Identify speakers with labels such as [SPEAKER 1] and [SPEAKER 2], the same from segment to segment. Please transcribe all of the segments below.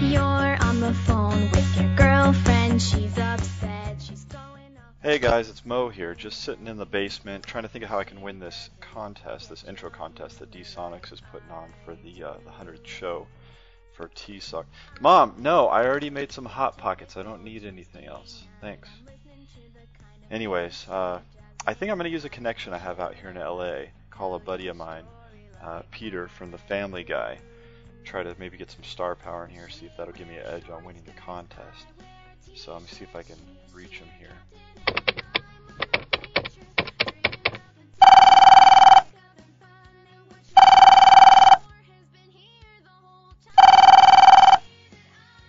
[SPEAKER 1] you're on the phone with your girlfriend. She's upset. She's going off.
[SPEAKER 2] Hey guys, it's Mo here, just sitting in the basement trying to think of how I can win this contest, this intro contest that D Sonics is putting on for the uh, the hundredth show for T Suck. Mom, no, I already made some hot pockets. I don't need anything else. Thanks. Anyways, uh, I think I'm gonna use a connection I have out here in LA. Call a buddy of mine, uh, Peter from the Family Guy. Try to maybe get some star power in here. See if that'll give me an edge on winning the contest. So let me see if I can reach him here.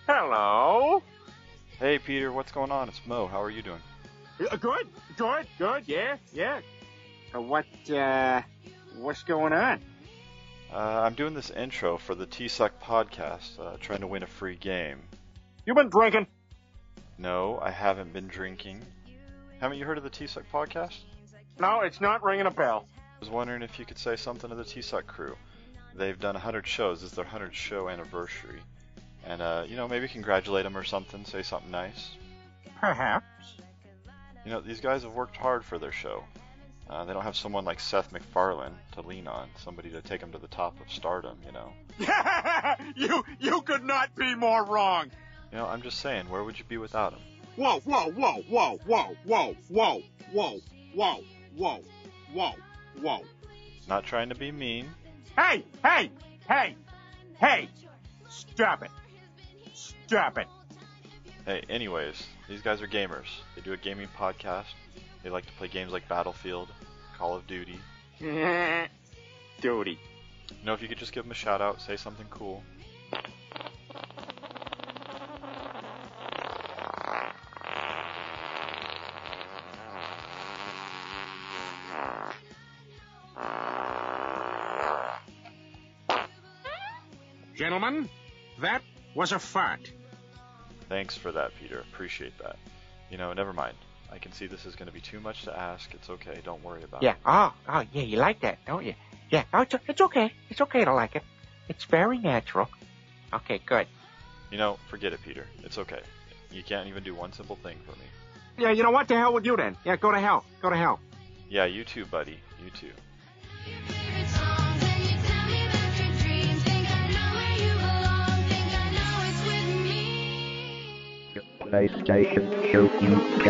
[SPEAKER 3] Hello.
[SPEAKER 2] Hey Peter, what's going on? It's Mo. How are you doing?
[SPEAKER 3] Uh, Good, good, good. Yeah, yeah. Uh, what, uh, what's going on?
[SPEAKER 2] Uh, I'm doing this intro for the T Suck podcast, uh, trying to win a free game.
[SPEAKER 3] You've been drinking.
[SPEAKER 2] No, I haven't been drinking. Haven't you heard of the T Suck podcast?
[SPEAKER 3] No, it's not ringing a bell.
[SPEAKER 2] I was wondering if you could say something to the T Suck crew. They've done 100 shows. It's their 100 show anniversary. And, uh, you know, maybe congratulate them or something. Say something nice.
[SPEAKER 3] Perhaps.
[SPEAKER 2] You know, these guys have worked hard for their show. Uh, they don't have someone like Seth MacFarlane to lean on, somebody to take them to the top of stardom, you know.
[SPEAKER 3] you, you could not be more wrong.
[SPEAKER 2] You know, I'm just saying, where would you be without them?
[SPEAKER 3] Whoa, whoa, whoa, whoa, whoa, whoa, whoa, whoa, whoa, whoa, whoa, whoa.
[SPEAKER 2] Not trying to be mean.
[SPEAKER 3] Hey, hey, hey, hey! Stop it! Stop it!
[SPEAKER 2] Hey, anyways, these guys are gamers. They do a gaming podcast. They like to play games like Battlefield, Call of Duty.
[SPEAKER 3] Duty.
[SPEAKER 2] You know, if you could just give them a shout out, say something cool.
[SPEAKER 3] Gentlemen, that was a fart.
[SPEAKER 2] Thanks for that, Peter. Appreciate that. You know, never mind. I can see this is going to be too much to ask. It's okay. Don't worry about
[SPEAKER 4] Yeah.
[SPEAKER 2] it.
[SPEAKER 4] Oh, oh, yeah. You like that, don't you? Yeah. Oh, it's, it's okay. It's okay to like it. It's very natural. Okay, good.
[SPEAKER 2] You know, forget it, Peter. It's okay. You can't even do one simple thing for me.
[SPEAKER 3] Yeah, you know what? The hell with you then. Yeah, go to hell. Go to hell.
[SPEAKER 2] Yeah, you too, buddy. You too.
[SPEAKER 1] Your favorite songs, and you tell me about your dreams. Think I know where you belong. Think I know it's with me.
[SPEAKER 5] PlayStation Show UK.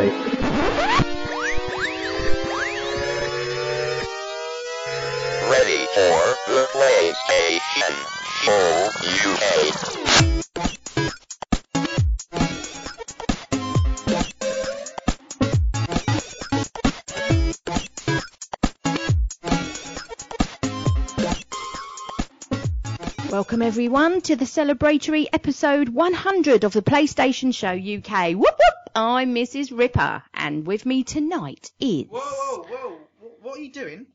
[SPEAKER 6] Ready for the PlayStation Show UK.
[SPEAKER 7] Welcome everyone to the celebratory episode 100 of the PlayStation Show UK. Whoop whoop! I'm Mrs. Ripper, and with me tonight is
[SPEAKER 8] Whoa, whoa, whoa! Wh- What are you doing?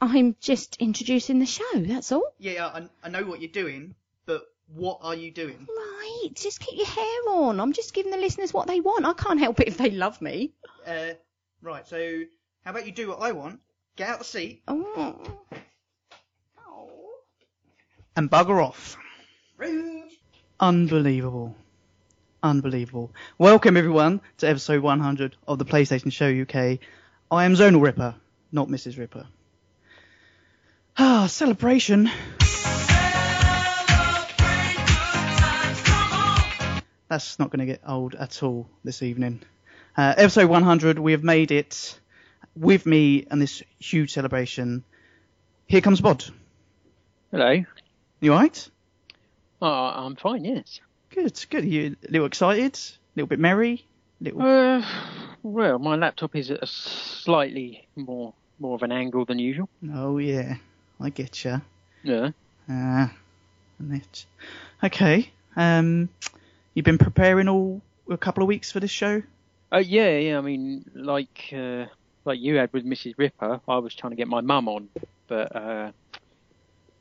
[SPEAKER 7] I'm just introducing the show. That's all.
[SPEAKER 8] Yeah, I, I know what you're doing, but what are you doing?
[SPEAKER 7] Right, just keep your hair on. I'm just giving the listeners what they want. I can't help it if they love me.
[SPEAKER 8] Uh, right. So, how about you do what I want? Get out of the seat
[SPEAKER 7] Oh.
[SPEAKER 8] and bugger off.
[SPEAKER 7] Rude.
[SPEAKER 8] Unbelievable. Unbelievable. Welcome everyone to episode 100 of the PlayStation Show UK. I am Zonal Ripper, not Mrs. Ripper. Ah, celebration. That's not going to get old at all this evening. Uh, episode 100, we have made it with me and this huge celebration. Here comes Bod.
[SPEAKER 9] Hello.
[SPEAKER 8] You alright?
[SPEAKER 9] Oh, I'm fine, yes.
[SPEAKER 8] Good, good. Are you a little excited? A little bit merry? A little...
[SPEAKER 9] Uh, well, my laptop is at a slightly more more of an angle than usual.
[SPEAKER 8] Oh yeah, I get you.
[SPEAKER 9] Yeah.
[SPEAKER 8] Ah, and it. Okay. Um, you've been preparing all a couple of weeks for this show.
[SPEAKER 9] Uh, yeah, yeah. I mean, like uh, like you had with Mrs. Ripper, I was trying to get my mum on, but uh,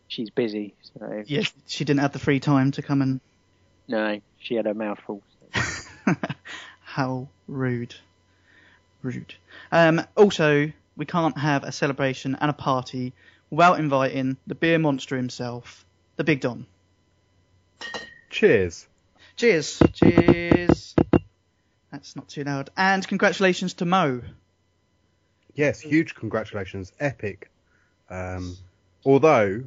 [SPEAKER 9] she's busy, so
[SPEAKER 8] Yes. She didn't have the free time to come and.
[SPEAKER 9] no, she had her mouth full. so-
[SPEAKER 8] How rude. Rude. Um, also, we can't have a celebration and a party without inviting the beer monster himself, the Big Don.
[SPEAKER 10] Cheers.
[SPEAKER 8] Cheers. Cheers. That's not too loud. And congratulations to Mo.
[SPEAKER 10] Yes, huge congratulations, epic. Um, although,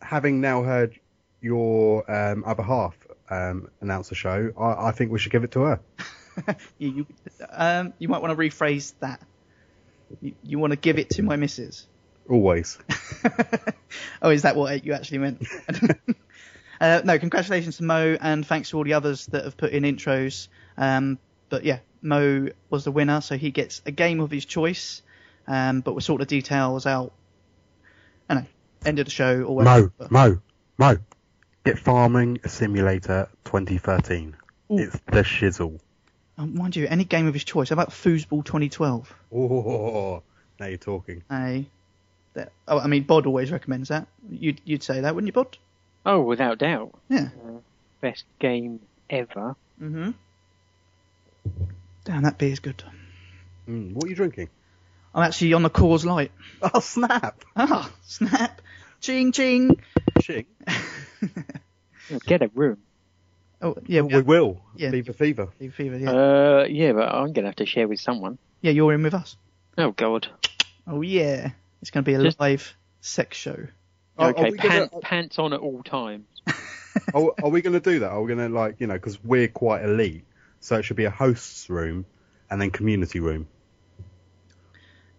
[SPEAKER 10] having now heard your um, other half um, announce the show, I, I think we should give it to her.
[SPEAKER 8] You, you, um, you might want to rephrase that. You, you want to give it to my missus.
[SPEAKER 10] Always.
[SPEAKER 8] oh, is that what you actually meant? uh, no, congratulations to Mo, and thanks to all the others that have put in intros. Um, but yeah, Mo was the winner, so he gets a game of his choice. Um, but we'll sort the details out. I don't know, end of the show or whatever.
[SPEAKER 10] Mo,
[SPEAKER 8] but-
[SPEAKER 10] Mo, Mo. Get Farming Simulator 2013. It's the shizzle.
[SPEAKER 8] Oh, mind you, any game of his choice. How about Foosball 2012?
[SPEAKER 10] Oh, now you're talking.
[SPEAKER 8] Hey, that, oh, I mean, Bod always recommends that. You'd you'd say that, wouldn't you, Bod?
[SPEAKER 9] Oh, without doubt, Uh,
[SPEAKER 8] Yeah.
[SPEAKER 9] best game ever.
[SPEAKER 8] Mm-hmm. Damn, that beer's good.
[SPEAKER 10] Mm, what are you drinking?
[SPEAKER 8] I'm actually on the Coors Light.
[SPEAKER 10] Oh, snap!
[SPEAKER 8] Ah, snap! Ching ching.
[SPEAKER 10] Shit.
[SPEAKER 9] Get a room.
[SPEAKER 8] Oh yeah,
[SPEAKER 10] We will.
[SPEAKER 8] Yeah.
[SPEAKER 10] Fever, fever.
[SPEAKER 8] we fever. Yeah.
[SPEAKER 9] Uh, yeah, but I'm gonna have to share with someone.
[SPEAKER 8] yeah, you're in with us.
[SPEAKER 9] Oh God.
[SPEAKER 8] Oh yeah, it's gonna be a
[SPEAKER 9] Just-
[SPEAKER 8] live sex show. Oh,
[SPEAKER 10] Are- are
[SPEAKER 9] okay,
[SPEAKER 10] we gonna-
[SPEAKER 9] pants, pants on at all times.
[SPEAKER 10] are, are we going to do that? Are we going to like you know because we're quite elite, so it should be a host's room and then community room.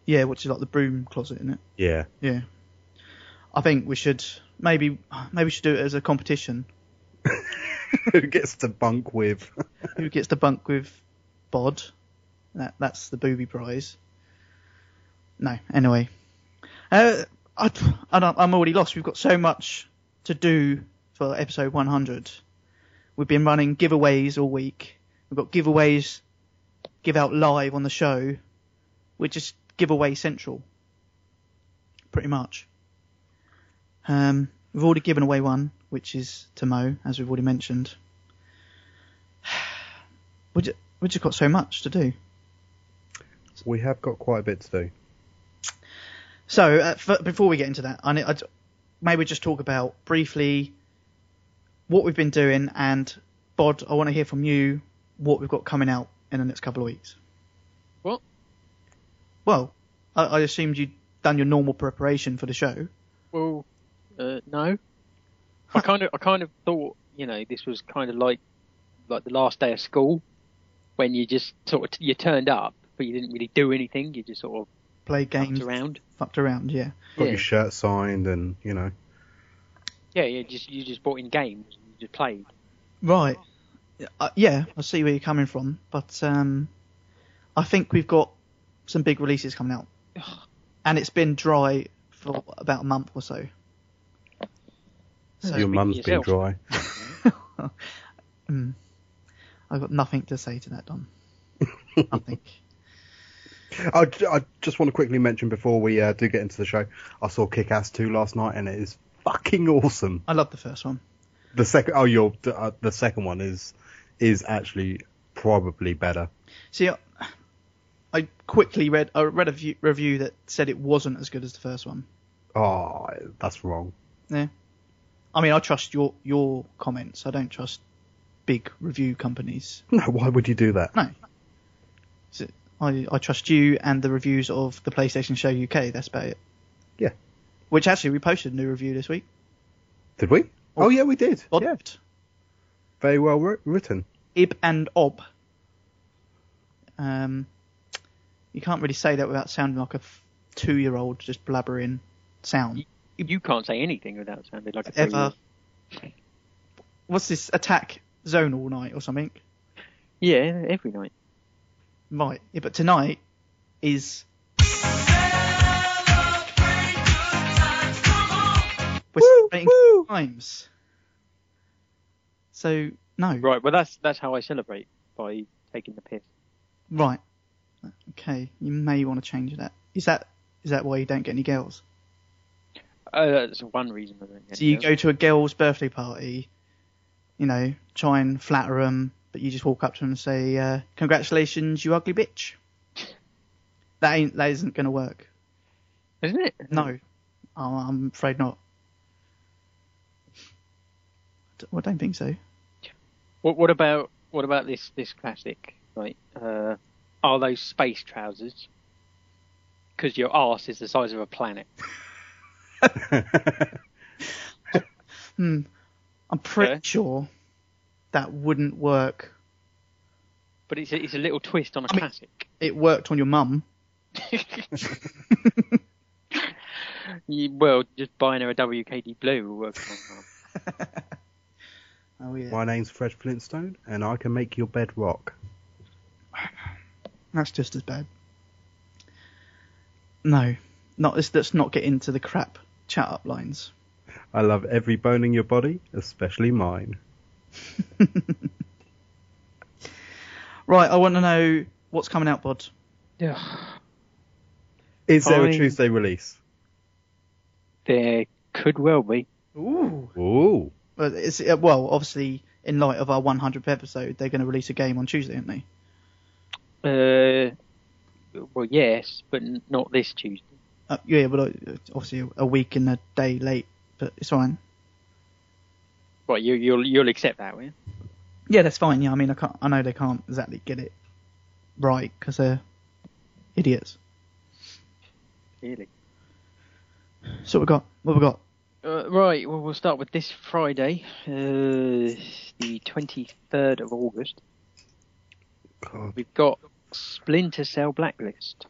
[SPEAKER 8] Yeah, which is like the broom closet, isn't it?
[SPEAKER 10] Yeah.
[SPEAKER 8] Yeah. I think we should maybe maybe we should do it as a competition.
[SPEAKER 10] Who gets to bunk with?
[SPEAKER 8] Who gets to bunk with Bod? That that's the booby prize. No, anyway. Uh, I, I don't, I'm already lost. We've got so much to do for episode 100. We've been running giveaways all week. We've got giveaways give out live on the show. We're just giveaway central, pretty much. Um, we've already given away one, which is to Mo, as we've already mentioned. We just, we just got so much to do.
[SPEAKER 10] We have got quite a bit to do.
[SPEAKER 8] So uh, f- before we get into that, I, ne- I d- maybe just talk about briefly what we've been doing, and Bod, I want to hear from you what we've got coming out in the next couple of weeks.
[SPEAKER 9] What?
[SPEAKER 8] Well, I, I assumed you'd done your normal preparation for the show.
[SPEAKER 9] Well, uh, no. I kind of, I kind of thought, you know, this was kind of like, like the last day of school, when you just sort of you turned up, but you didn't really do anything. You just sort
[SPEAKER 8] Play
[SPEAKER 9] of
[SPEAKER 8] games,
[SPEAKER 9] fucked around.
[SPEAKER 8] fucked around, yeah.
[SPEAKER 10] Got
[SPEAKER 9] Yeah.
[SPEAKER 10] your shirt signed and you know.
[SPEAKER 9] yeah, yeah. Just you just bought in games. And you just played.
[SPEAKER 8] Right. Uh, yeah, I see where you're coming from, but um, I think we've got some big releases coming out, and it's been dry for about a month or so.
[SPEAKER 9] So speak
[SPEAKER 10] Your
[SPEAKER 9] for
[SPEAKER 10] mum's been
[SPEAKER 9] yourself.
[SPEAKER 10] dry.
[SPEAKER 8] Mm. I've got nothing to say to that, Don. nothing.
[SPEAKER 10] I, j- I just want to quickly mention before we uh, do get into the show, I saw Kick Ass 2 last night and it is fucking awesome.
[SPEAKER 8] I love the first one.
[SPEAKER 10] The second, oh, your uh, the second one is is actually probably better.
[SPEAKER 8] See, I- I quickly read I read a view, review that said it wasn't as good as the first one.
[SPEAKER 10] Oh, that's wrong.
[SPEAKER 8] I mean, I trust your your comments. I don't trust big review companies.
[SPEAKER 10] No, why would you do that?
[SPEAKER 8] No. So I, I trust you and the reviews of the PlayStation Show UK. That's about it.
[SPEAKER 10] Yeah.
[SPEAKER 8] Which actually we posted a new review this week.
[SPEAKER 10] Did we? Oh yeah, we did.
[SPEAKER 8] Bod-
[SPEAKER 10] Yeah, very well wri- written.
[SPEAKER 8] Ib and Ob. Um, you can't really say that without sounding like a f- two-year-old just blabbering sound.
[SPEAKER 9] You can't say anything without sounding like a
[SPEAKER 8] Ever.
[SPEAKER 9] fool.
[SPEAKER 8] What's this attack zone all night or something?
[SPEAKER 9] Yeah, every night.
[SPEAKER 8] Right. Yeah, but tonight is. We're celebrating good times. So no.
[SPEAKER 9] Right. Well, that's that's how I celebrate by taking the piss.
[SPEAKER 8] Right. Okay. You may want to change that. Is that is that why you don't get any girls?
[SPEAKER 9] Uh, that's one reason I don't. Get
[SPEAKER 8] So you
[SPEAKER 9] it.
[SPEAKER 8] go to a girl's birthday party, you know, try and flatter them, but you just walk up to them and say, uh, "Congratulations, you ugly bitch." That ain't that isn't gonna work.
[SPEAKER 9] isn't it?
[SPEAKER 8] No, I'm I'm afraid not. D- Well, I don't think so.
[SPEAKER 9] What what about what about this this classic? Right, uh, are those space trousers? Because your arse is the size of a planet.
[SPEAKER 8] Hmm. I'm pretty
[SPEAKER 9] Okay.
[SPEAKER 8] sure that wouldn't work.
[SPEAKER 9] But it's a, it's a little twist on a classic.
[SPEAKER 8] It worked on your mum.
[SPEAKER 9] You- well, just buying her a WKD blue will work. on that.
[SPEAKER 8] Oh yeah,
[SPEAKER 10] My name's Fred Flintstone, and I can make your bed rock.
[SPEAKER 8] that's just as bad. No, not let's, let's not get into the crap chat up lines.
[SPEAKER 10] I love every bone in your body, especially mine.
[SPEAKER 8] Right, I want to know what's coming out, Bod.
[SPEAKER 10] Is there a
[SPEAKER 9] Fine.
[SPEAKER 10] Tuesday release?
[SPEAKER 9] There could well be.
[SPEAKER 8] Ooh.
[SPEAKER 10] Ooh.
[SPEAKER 8] Well, it's, uh, well, obviously, in light of our 100th episode, they're going to release a game on Tuesday, aren't they?
[SPEAKER 9] Uh, well, yes, but n- not this Tuesday.
[SPEAKER 8] Uh, yeah, but uh, obviously a week and a day late, but it's fine.
[SPEAKER 9] Right, you, you'll you'll accept that, will you?
[SPEAKER 8] Yeah, that's fine. Yeah, I mean, I can't. I know they can't exactly get it right because they're idiots.
[SPEAKER 9] Really?
[SPEAKER 8] So what we got? What we got?
[SPEAKER 9] Uh, right. Well, we'll start with this Friday, uh, the twenty third of August.
[SPEAKER 10] God.
[SPEAKER 9] We've got Splinter Cell Blacklist.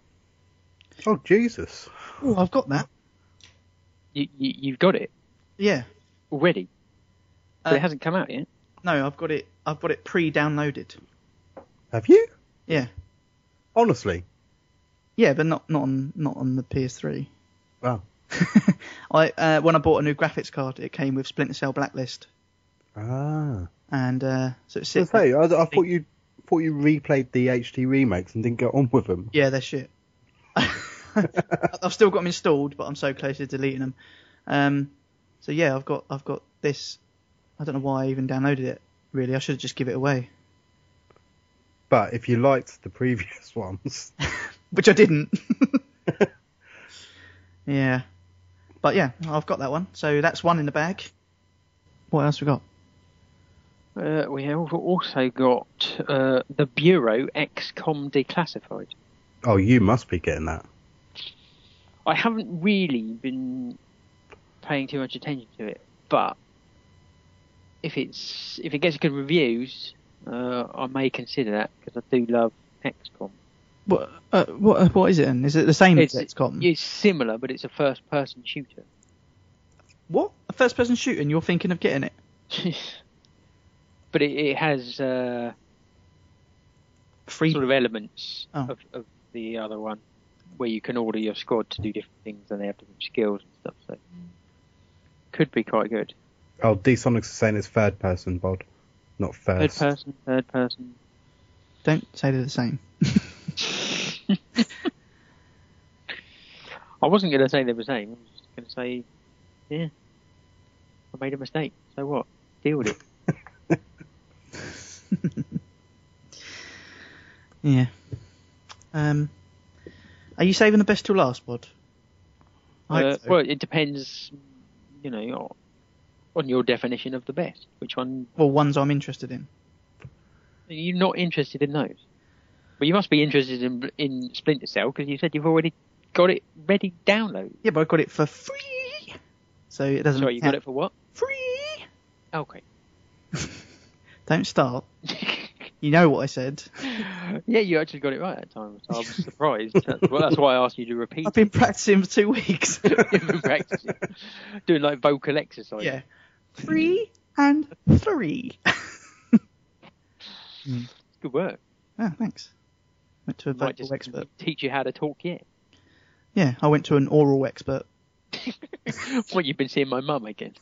[SPEAKER 10] Oh, Jesus.
[SPEAKER 8] Oh, I've got that.
[SPEAKER 9] You, you you've got it
[SPEAKER 8] Yeah.
[SPEAKER 9] already. But
[SPEAKER 8] Uh,
[SPEAKER 9] it hasn't come out yet.
[SPEAKER 8] No, I've got it. I've got it pre-downloaded.
[SPEAKER 10] Have you?
[SPEAKER 8] Yeah.
[SPEAKER 10] Honestly.
[SPEAKER 8] Yeah, but not not on not on the PS3.
[SPEAKER 10] Wow.
[SPEAKER 8] I uh, when I bought a new graphics card, it came with Splinter Cell Blacklist,
[SPEAKER 10] Ah.
[SPEAKER 8] and uh, so it's
[SPEAKER 10] I, was gonna say, I, I thought you thought you replayed the HD remakes and didn't get on with them.
[SPEAKER 8] Yeah, they're shit. I've still got them installed, but I'm so close to deleting them. Um, so yeah, I've got I've got this. I don't know why I even downloaded it. Really, I should have just give it away,
[SPEAKER 10] But if you liked the previous ones,
[SPEAKER 8] which I didn't. yeah, but yeah, I've got that one. So that's one in the bag. What else we got?
[SPEAKER 9] Uh, we have also got uh, the Bureau XCOM Declassified.
[SPEAKER 10] oh, you must be getting that.
[SPEAKER 9] I haven't really been paying too much attention to it, but if it's if it gets good reviews, uh, I may consider that because I do love XCOM.
[SPEAKER 8] What uh, what uh, what is it? Then? Is it the same
[SPEAKER 9] It's,
[SPEAKER 8] as XCOM?
[SPEAKER 9] it's similar, but it's a first-person shooter.
[SPEAKER 8] What a first-person shooter? and You're thinking of getting it?
[SPEAKER 9] but it, it has uh,
[SPEAKER 8] Free?
[SPEAKER 9] sort of elements
[SPEAKER 8] Oh.
[SPEAKER 9] of, of the other one, where you can order your squad to do different things and they have different skills and stuff. So could be quite good.
[SPEAKER 10] Oh, D Sonic's saying it's third person, Bod, not
[SPEAKER 9] Third
[SPEAKER 10] first.
[SPEAKER 9] person, third person.
[SPEAKER 8] Don't say they're the same.
[SPEAKER 9] I wasn't going to say they were saying. I was just going to say, yeah, I made a mistake. So what? Deal with it.
[SPEAKER 8] Yeah. Um, are you saving the best till last, Bod? I
[SPEAKER 9] Uh,
[SPEAKER 8] hope so.
[SPEAKER 9] well, it depends, you know, on your definition of the best. Which one?
[SPEAKER 8] Well, ones I'm interested in.
[SPEAKER 9] You're not interested in those. But you must be interested in in Splinter Cell because you said you've already got it ready download.
[SPEAKER 8] Yeah, but I got it for free, so it doesn't.
[SPEAKER 9] Sorry, you got it for what?
[SPEAKER 8] free.
[SPEAKER 9] Okay.
[SPEAKER 8] Don't start. You know what I said.
[SPEAKER 9] yeah, you actually got it right that time. So I was surprised. That's, well, that's why I asked you to repeat.
[SPEAKER 8] I've been practicing for two weeks.
[SPEAKER 9] You've been practicing, doing like vocal exercise.
[SPEAKER 8] yeah, free and three.
[SPEAKER 9] good work.
[SPEAKER 8] Ah, thanks. Went to a
[SPEAKER 9] Might
[SPEAKER 8] vocal expert.
[SPEAKER 9] teach you how to talk yet.
[SPEAKER 8] Yeah, I went to an oral expert.
[SPEAKER 9] well, you've been seeing my mum again.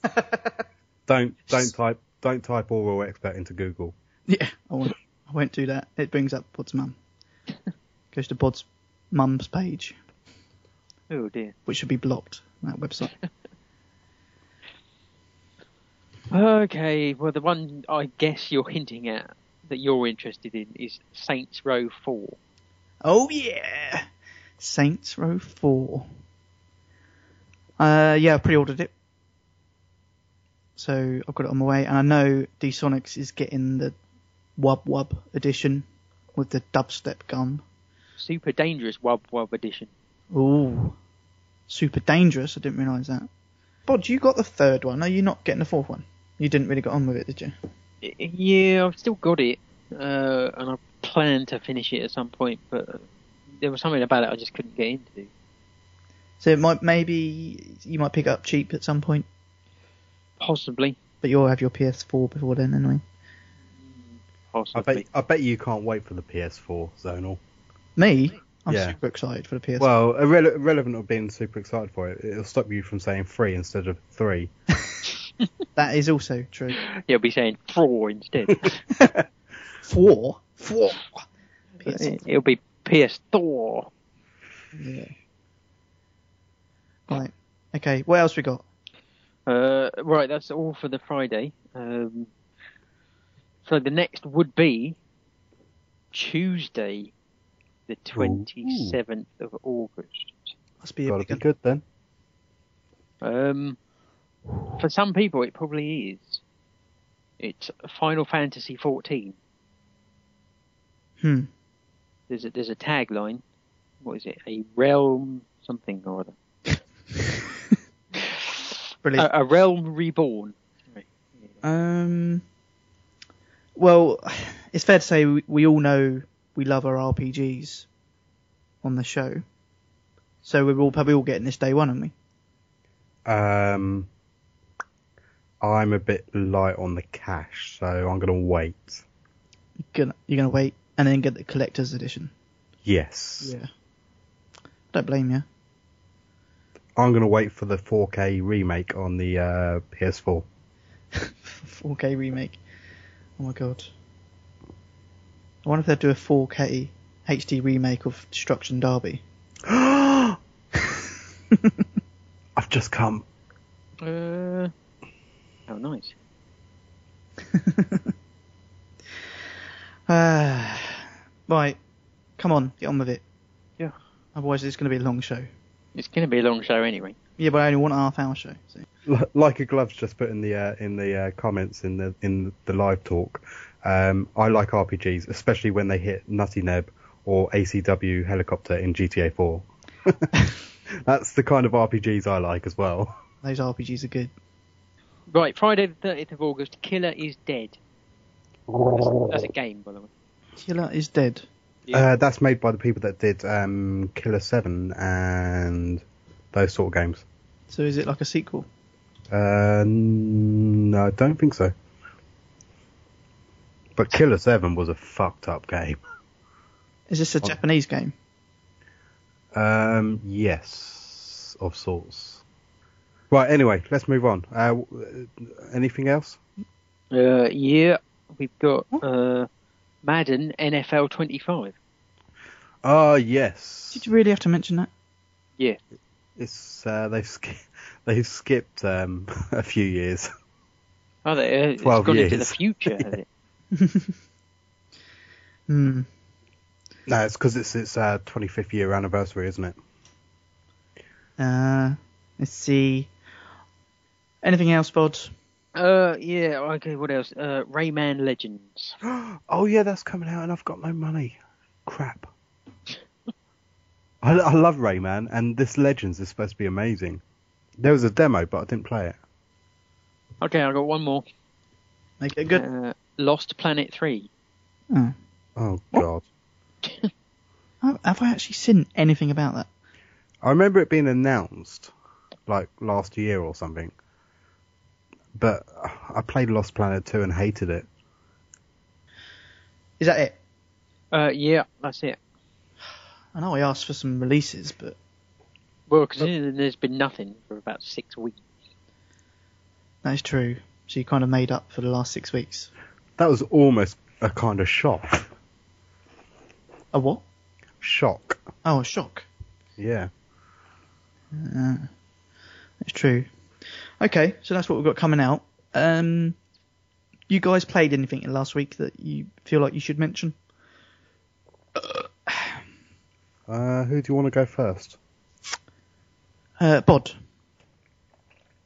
[SPEAKER 10] Don't don't type don't type oral expert into Google.
[SPEAKER 8] Yeah, I won't. I won't do that. It brings up Bod's mum. Goes to Bod's mum's page.
[SPEAKER 9] Oh dear.
[SPEAKER 8] which should be blocked on that website.
[SPEAKER 9] Okay, well the one I guess you're hinting at that you're interested in is Saints Row 4.
[SPEAKER 8] oh yeah, Saints Row Four. Uh, yeah, I pre-ordered it, so I've got it on my way, and I know D Sonics is getting the Wub Wub edition with the dubstep gun.
[SPEAKER 9] Super dangerous Wub Wub edition.
[SPEAKER 8] Ooh, super dangerous. I didn't realise that. Bod, you got the third one. Are you not getting the fourth one? You didn't really get on with it, did you?
[SPEAKER 9] Y- Yeah, I've still got it, uh, and I plan to finish it at some point, but there was something about it I just couldn't get into.
[SPEAKER 8] So it might maybe you might pick it up cheap at some point,
[SPEAKER 9] Possibly,
[SPEAKER 8] but you'll have your PS4 before then anyway.
[SPEAKER 10] I
[SPEAKER 9] possibly.
[SPEAKER 10] bet I bet you can't wait for the PS4 zonal.
[SPEAKER 8] Me, I'm
[SPEAKER 10] Yeah.
[SPEAKER 8] super excited for the PS4.
[SPEAKER 10] Well, irrele- irrelevant of being super excited for it, it'll stop you from saying three instead of three. uh,
[SPEAKER 8] that is also true.
[SPEAKER 9] You'll be saying four instead.
[SPEAKER 8] Four, four. PS4.
[SPEAKER 9] It'll be PS Thor.
[SPEAKER 8] Yeah. Right. Okay. What else we got?
[SPEAKER 9] Uh, right, that's all for the Friday. Um, so the next would be Tuesday, the 27th of August.
[SPEAKER 8] Must be a
[SPEAKER 10] Gotta
[SPEAKER 8] big
[SPEAKER 10] be
[SPEAKER 8] one.
[SPEAKER 10] good then.
[SPEAKER 9] Um, for some people, it probably is. It's Final Fantasy 14.
[SPEAKER 8] Hmm.
[SPEAKER 9] There's a, there's a tagline. What is it? A realm something or other.
[SPEAKER 8] Brilliant.
[SPEAKER 9] A, a realm reborn.
[SPEAKER 8] um. Well, it's fair to say we, we all know we love our RPGs on the show, so we're all probably all getting this day one, aren't we?
[SPEAKER 10] Um, I'm a bit light on the cash, so I'm gonna wait.
[SPEAKER 8] You're gonna, you're gonna wait and then get the collector's edition.
[SPEAKER 10] Yes,
[SPEAKER 8] Don't blame you.
[SPEAKER 10] I'm gonna wait for the 4K remake on the uh, PS4.
[SPEAKER 8] 4K remake. Oh my god. I wonder if they'd do a 4K HD remake of Destruction Derby.
[SPEAKER 10] I've just come.
[SPEAKER 9] Uh, oh, nice.
[SPEAKER 8] Ah, right, come on, get on with it.
[SPEAKER 9] Yeah.
[SPEAKER 8] Otherwise, it's going to be a long show.
[SPEAKER 9] It's going to be a long show anyway.
[SPEAKER 8] Yeah, but I only want a half hour show. So.
[SPEAKER 10] Li- Like a gloves just put in the uh, in the uh, comments in the in the live talk. Um, I like RPGs, especially when they hit Nutty Neb or ACW helicopter in GTA 4. That's the kind of RPGs I like as well.
[SPEAKER 8] Those RPGs are good.
[SPEAKER 9] Right, Friday the 30th of August, Killer is Dead. That's a game, by the way.
[SPEAKER 8] Killer is dead.
[SPEAKER 10] Uh, that's made by the people that did um, Killer Seven and those sort of games.
[SPEAKER 8] So is it like a sequel?
[SPEAKER 10] Uh, no, I don't think so. But Killer Seven was a fucked up game.
[SPEAKER 8] Is this a
[SPEAKER 10] Oh.
[SPEAKER 8] Japanese game?
[SPEAKER 10] Um, yes, of sorts. Right. Anyway, let's move on. Uh, w- uh, anything else?
[SPEAKER 9] Uh, yeah, we've got uh, Madden NFL 25.
[SPEAKER 10] Ah, yes.
[SPEAKER 8] Did you really have to mention that?
[SPEAKER 9] Yeah,
[SPEAKER 10] It's uh, they've sk- they've skipped um, a few years.
[SPEAKER 9] oh, they, uh, it's
[SPEAKER 10] 12
[SPEAKER 9] gone into the
[SPEAKER 10] years.
[SPEAKER 9] future, has it?
[SPEAKER 8] Hmm.
[SPEAKER 10] No, it's because it's its uh, 25th year anniversary, isn't it?
[SPEAKER 8] Uh, let's see. Anything else, Bod?
[SPEAKER 9] Uh, yeah, okay, what else? Uh, Rayman Legends.
[SPEAKER 10] Oh yeah, that's coming out, and I've got no money. Crap. I, I love Rayman, and this Legends is supposed to be amazing. There was a demo, but I didn't play it.
[SPEAKER 9] Okay, I've got one more.
[SPEAKER 8] Make it good.
[SPEAKER 9] Uh, Lost Planet 3.
[SPEAKER 8] Hmm.
[SPEAKER 10] Oh god.
[SPEAKER 8] Have have I actually seen anything about that?
[SPEAKER 10] I remember it being announced, like last year or something. But I played Lost Planet 2 and hated it.
[SPEAKER 8] Is that it?
[SPEAKER 9] Uh, yeah, that's it.
[SPEAKER 8] I know I asked for some releases, but
[SPEAKER 9] Well, because
[SPEAKER 8] Oh.
[SPEAKER 9] there's been nothing for about six weeks.
[SPEAKER 8] that is true. So you kind of made up for the last six weeks.
[SPEAKER 10] That was almost a kind of shock.
[SPEAKER 8] A what?
[SPEAKER 10] Shock.
[SPEAKER 8] Oh, a shock.
[SPEAKER 10] Yeah.
[SPEAKER 8] That's Uh, true. Okay, so that's what we've got coming out. Um, you guys played anything in last week that you feel like you should mention?
[SPEAKER 10] Uh, who do you want to go first?
[SPEAKER 8] Uh, Bod.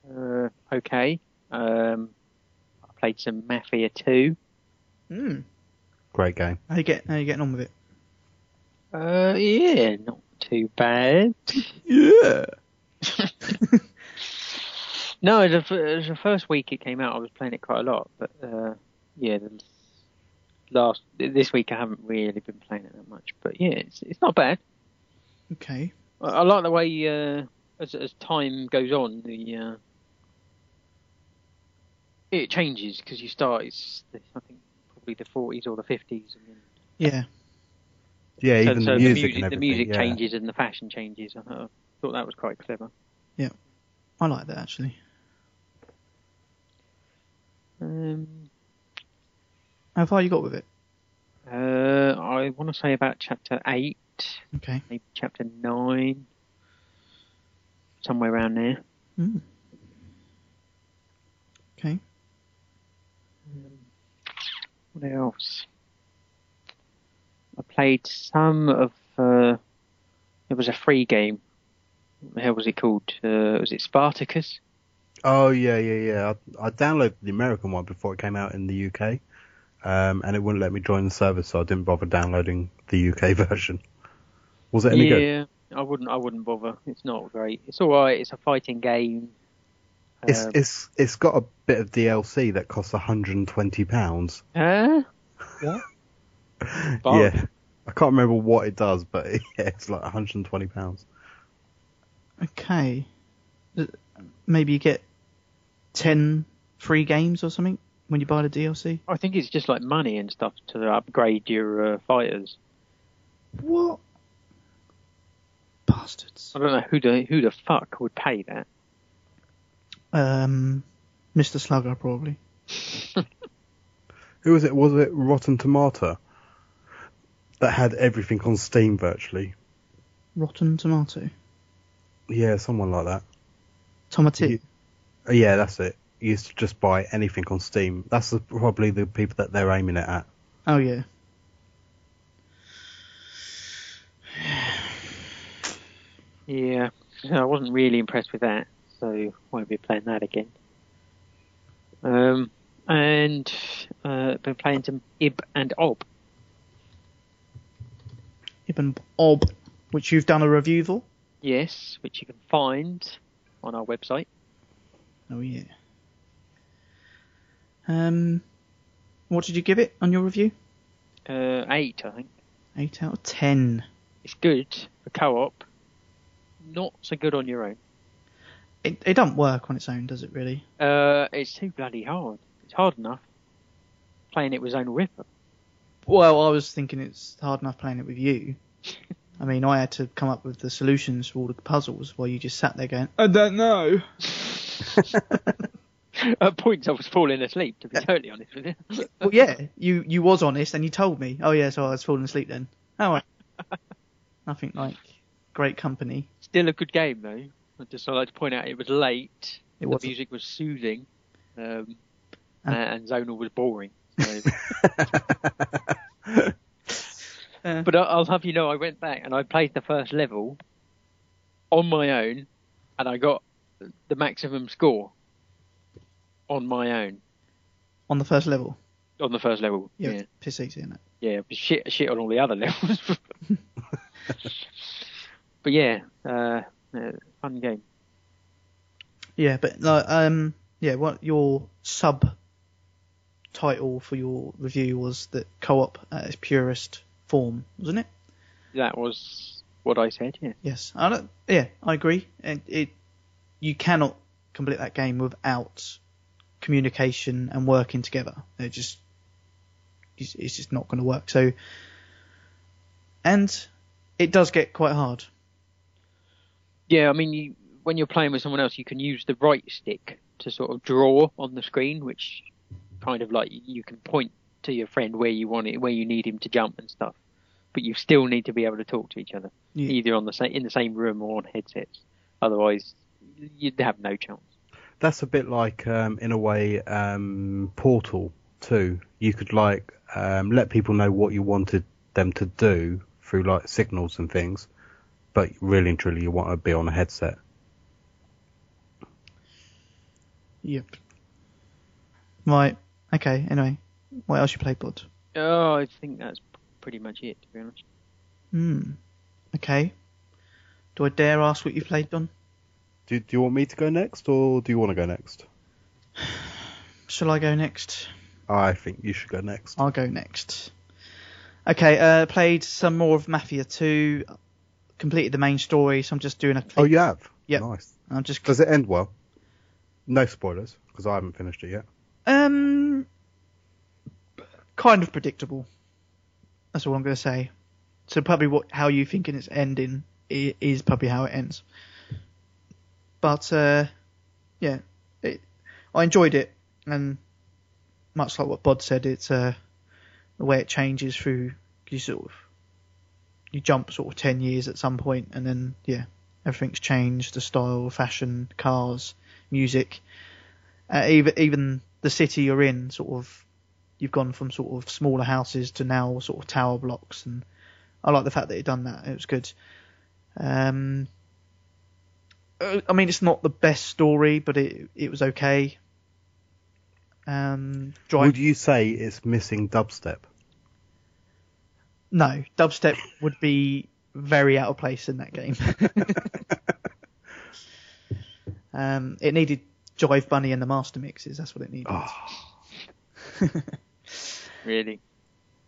[SPEAKER 9] Uh, okay. Um, I played some Mafia 2.
[SPEAKER 8] Mm.
[SPEAKER 10] Great game.
[SPEAKER 8] How you get? How you getting on with it?
[SPEAKER 9] Uh, yeah, not too bad.
[SPEAKER 8] Yeah.
[SPEAKER 9] No, the, f- it was the first week it came out, I was playing it quite a lot, but uh, yeah, the last this week I haven't really been playing it that much. But yeah, it's it's not bad.
[SPEAKER 8] Okay.
[SPEAKER 9] I, I like the way uh, as as time goes on, the uh, it changes because you start it's I think probably the 40s or the 50s, and then
[SPEAKER 8] Yeah.
[SPEAKER 10] Yeah,
[SPEAKER 9] so,
[SPEAKER 10] even
[SPEAKER 9] so
[SPEAKER 10] the
[SPEAKER 9] the
[SPEAKER 10] music,
[SPEAKER 9] music,
[SPEAKER 10] and
[SPEAKER 9] the
[SPEAKER 10] everything,
[SPEAKER 9] music
[SPEAKER 10] yeah.
[SPEAKER 9] changes and the fashion changes. I thought- thought that was quite clever.
[SPEAKER 8] I like that actually.
[SPEAKER 9] Um,
[SPEAKER 8] How far you got with it?
[SPEAKER 9] uh, I want to say about chapter eight.
[SPEAKER 8] Okay.
[SPEAKER 9] maybe chapter nine, somewhere around there.
[SPEAKER 8] Mm. Okay.
[SPEAKER 9] What else? I played some of. Uh, it was a free game. What the hell was it called? Uh, was it Spartacus?
[SPEAKER 10] Oh yeah, yeah, yeah. I, I downloaded the American one before it came out in the UK, um, and it wouldn't let me join the service, so I didn't bother downloading the UK version. Was it any
[SPEAKER 9] yeah,
[SPEAKER 10] good?
[SPEAKER 9] I wouldn't. I wouldn't bother. It's not great. It's all right. It's a fighting game.
[SPEAKER 10] It's
[SPEAKER 9] Um,
[SPEAKER 10] it's it's got a bit of DLC that costs 120 pounds.
[SPEAKER 9] huh? Bargain.
[SPEAKER 10] Yeah, I can't remember what it does, but yeah, it's like 120 pounds.
[SPEAKER 8] Okay. Uh, Maybe you get ten free games or something when you buy the DLC.
[SPEAKER 9] I think it's just like money and stuff to upgrade your uh, fighters.
[SPEAKER 8] What? Bastards.
[SPEAKER 9] I don't know who the who the fuck would pay that.
[SPEAKER 8] Um, Mr. Slugger probably.
[SPEAKER 10] Who was it? Was it Rotten Tomato that had everything on Steam virtually?
[SPEAKER 8] Rotten Tomato.
[SPEAKER 10] Yeah, someone like that.
[SPEAKER 8] Tomato.
[SPEAKER 10] Ye- Uh, Yeah, that's it. You used to just buy anything on Steam. That's the, probably the people that they're aiming it at.
[SPEAKER 8] Oh yeah.
[SPEAKER 9] Yeah, I wasn't really impressed with that, so won't be playing that again. Um, and uh, been playing some Ib and Ob.
[SPEAKER 8] Ibn Ob, which you've done a review for.
[SPEAKER 9] Yes, which you can find on our website.
[SPEAKER 8] Oh yeah. Um, what did you give it on your review?
[SPEAKER 9] Uh, eight, I think.
[SPEAKER 8] Eight out of ten.
[SPEAKER 9] It's good for co-op. Not so good on your own.
[SPEAKER 8] It it don't work on its own, does it? Really?
[SPEAKER 9] Uh, it's too bloody hard. It's hard enough playing it with Zone Ripper.
[SPEAKER 8] Well, I was thinking it's hard enough playing it with you. I mean, I had to come up with the solutions for all the puzzles while you just sat there going, I don't know.
[SPEAKER 9] At points, I was falling asleep. To be totally honest with you.
[SPEAKER 8] Well, yeah, you you was honest and you told me. Oh yeah, so I was falling asleep then. Oh, well. nothing like great company.
[SPEAKER 9] Still a good game though. I just I'd like to point out it was late.
[SPEAKER 8] It
[SPEAKER 9] the
[SPEAKER 8] was.
[SPEAKER 9] music was soothing, um,
[SPEAKER 8] And-
[SPEAKER 9] and, and zonal was boring. So.
[SPEAKER 8] Uh.
[SPEAKER 9] but I- I'll have you know, I went back and I played the first level on my own, and I got the maximum score on my own
[SPEAKER 8] on the first level.
[SPEAKER 9] on the first level.
[SPEAKER 8] Yeah,
[SPEAKER 9] yeah.
[SPEAKER 8] it's piss easy, isn't it?
[SPEAKER 9] Yeah, but shit, shit on all the other levels. but yeah, uh, uh, fun game.
[SPEAKER 8] Yeah, but like, um, yeah, what your sub title for your review was that co-op at its purest form, wasn't it?
[SPEAKER 9] That was what I said. Yeah.
[SPEAKER 8] Yes, I don't, yeah, I agree. And it, you cannot complete that game without communication and working together. It just, it's, it's just not going to work. So, and it does get quite hard.
[SPEAKER 9] Yeah, I mean, you, when you're playing with someone else, you can use the right stick to sort of draw on the screen, which kind of like you can point to your friend where you want it, where you need him to jump and stuff. But you still need to be able to talk to each other,
[SPEAKER 8] Yeah.
[SPEAKER 9] either on the same in the same room or on headsets. Otherwise, you'd have no chance.
[SPEAKER 10] That's a bit like, um, in a way, um, Portal too. You could like um, let people know what you wanted them to do through like signals and things, but really and truly, you want to be on a headset.
[SPEAKER 8] Yep. Right. Okay. Anyway, what else you play, Bod?
[SPEAKER 9] Uh, Oh, I think that's pretty much it, to be honest.
[SPEAKER 8] Hmm. Okay. Do I dare ask what you played, Don?
[SPEAKER 10] Do, do you want me to go next, or do you want to go next?
[SPEAKER 8] Shall I go next?
[SPEAKER 10] I think you should go next.
[SPEAKER 8] I'll go next. Okay, uh, played some more of Mafia 2, completed the main story, so I'm just doing a
[SPEAKER 10] Oh,
[SPEAKER 8] clip.
[SPEAKER 10] you have.
[SPEAKER 8] Yep.
[SPEAKER 10] Nice.
[SPEAKER 8] I'm just
[SPEAKER 10] Does it end well? No spoilers, because I haven't finished it yet.
[SPEAKER 8] um kind of predictable. That's all I'm going to say. So probably what how you thinking it's ending i- is probably how it ends. But uh, yeah, it, I enjoyed it, and much like what Bod said, it's uh, the way it changes through. You sort of you jump sort of ten years at some point, and then yeah, everything's changed. The style, fashion, cars, music, uh, even even the city you're in. Sort of you've gone from sort of smaller houses to now sort of tower blocks, and I like the fact that it done that. It was good. Um, uh, I mean, it's not the best story, but it it was okay. Um, drive
[SPEAKER 10] Would you say it's missing dubstep?
[SPEAKER 8] No, dubstep would be very out of place in that game. um, it needed Jive Bunny and the Master Mixes. That's what it needed.
[SPEAKER 9] Really?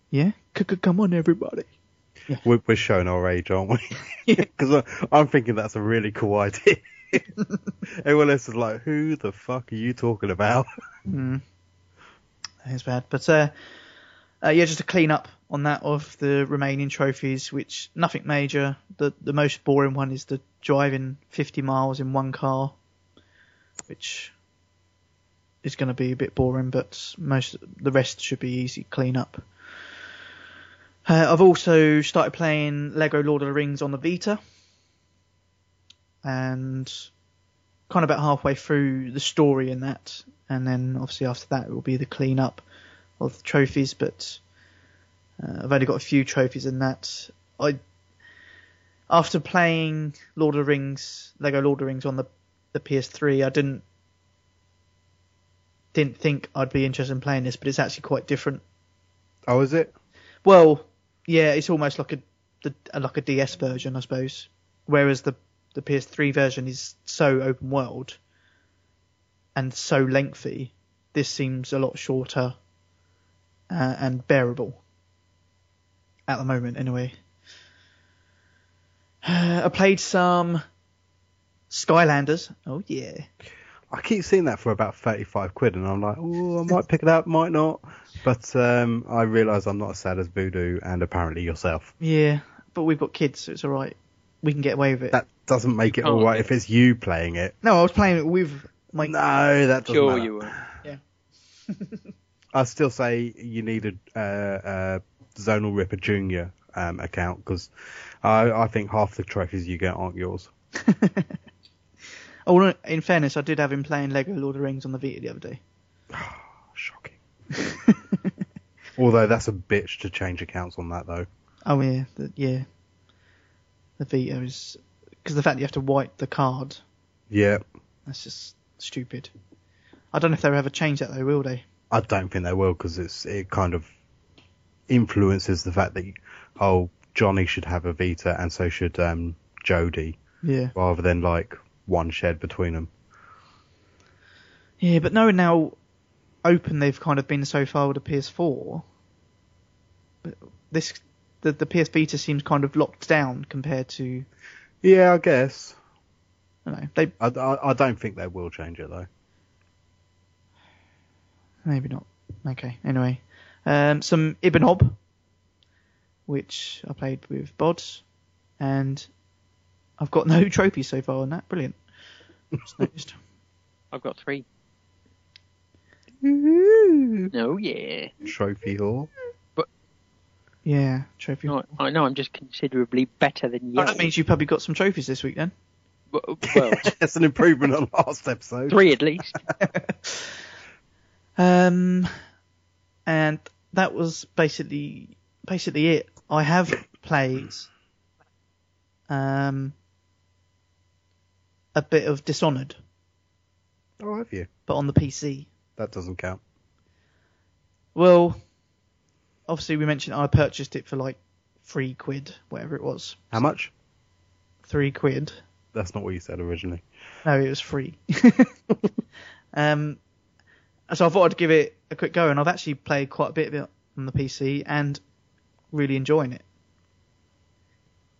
[SPEAKER 8] Yeah, C- c- come on, everybody.
[SPEAKER 10] We're, we're showing our age, aren't we? Because I'm thinking that's a really cool idea. Everyone else is like, who the fuck are you talking about?
[SPEAKER 8] It's Hmm. bad, but uh, uh, yeah, just a clean up on that of the remaining trophies, which nothing major. The the most boring one is the driving 50 miles in one car, which is going to be a bit boring, but most the rest should be easy clean up. Uh, I've also started playing Lego Lord of the Rings on the Vita, and kind of about halfway through the story in that, and then obviously after that it will be the clean up of the trophies. But uh, I've only got a few trophies in that. I after playing Lord of the Rings, Lego Lord of the Rings on the the PS3, I didn't didn't think I'd be interested in playing this, but it's actually quite different.
[SPEAKER 10] Oh, is it?
[SPEAKER 8] Well, yeah, it's almost like a, the, a like a DS version, I suppose. Whereas the the PS3 version is so open world and so lengthy, this seems a lot shorter uh, and bearable at the moment, anyway. I played some Um, Skylanders. Oh yeah,
[SPEAKER 10] I keep seeing that for about 35 quid, and I'm like, oh, I might pick it up, might not. But um, I realise I'm not as sad as Voodoo and apparently yourself.
[SPEAKER 8] yeah. But we've got kids, so it's all right. We can get away with it.
[SPEAKER 10] That doesn't make it
[SPEAKER 9] can't.
[SPEAKER 10] alright if it's you playing it.
[SPEAKER 8] no, I was playing it with my.
[SPEAKER 10] No, that doesn't
[SPEAKER 9] Sure
[SPEAKER 10] matter.
[SPEAKER 9] you were.
[SPEAKER 10] I still say you need a, uh, a Zonal Ripper Junior um, account because I, I think half the trophies you get aren't yours.
[SPEAKER 8] Oh, no, in fairness, I did have him playing Lego Lord of the Rings on the Vita the other day.
[SPEAKER 10] Shocking. Although that's a bitch to change accounts on that though.
[SPEAKER 8] Oh yeah, the, yeah. The Vita is because the fact you have to wipe the card,
[SPEAKER 10] Yeah,
[SPEAKER 8] that's just stupid. I don't know if they'll ever change that though, will they?
[SPEAKER 10] I don't think they will because it's it kind of influences the fact that you- oh Johnny should have a Vita and so should um, Jody
[SPEAKER 8] Yeah.
[SPEAKER 10] rather than like one shed between them.
[SPEAKER 8] Yeah, but knowing how open they've kind of been so far with the PS4, but this the the PS Vita seems kind of locked down compared to you
[SPEAKER 10] Yeah, I guess.
[SPEAKER 8] know they
[SPEAKER 10] I, I, I don't think they will change it though.
[SPEAKER 8] Maybe not. Okay. Anyway, um, some Ibn Ob, which I played with Bods, and I've got no trophies so far on that. Brilliant. Just noticed.
[SPEAKER 9] I've got three. No, Oh, yeah.
[SPEAKER 10] Trophy whore.
[SPEAKER 8] Yeah, trophy.
[SPEAKER 9] No, I know I'm just considerably better than you. uh,
[SPEAKER 8] Oh, that means you probably got some trophies this week then.
[SPEAKER 9] Well, well,
[SPEAKER 10] That's an improvement on last episode.
[SPEAKER 9] three at least.
[SPEAKER 8] Um, and that was basically basically it. I have played um a bit of Dishonored,
[SPEAKER 10] Oh, have you?
[SPEAKER 8] but on the PC.
[SPEAKER 10] That doesn't count.
[SPEAKER 8] Well, obviously we mentioned I purchased it for like three quid, whatever it was.
[SPEAKER 10] How much?
[SPEAKER 8] Three quid.
[SPEAKER 10] That's not what you said originally.
[SPEAKER 8] No, it was free. um, so I thought I'd give it a quick go, and I've actually played quite a bit of it on the PC and really enjoying it.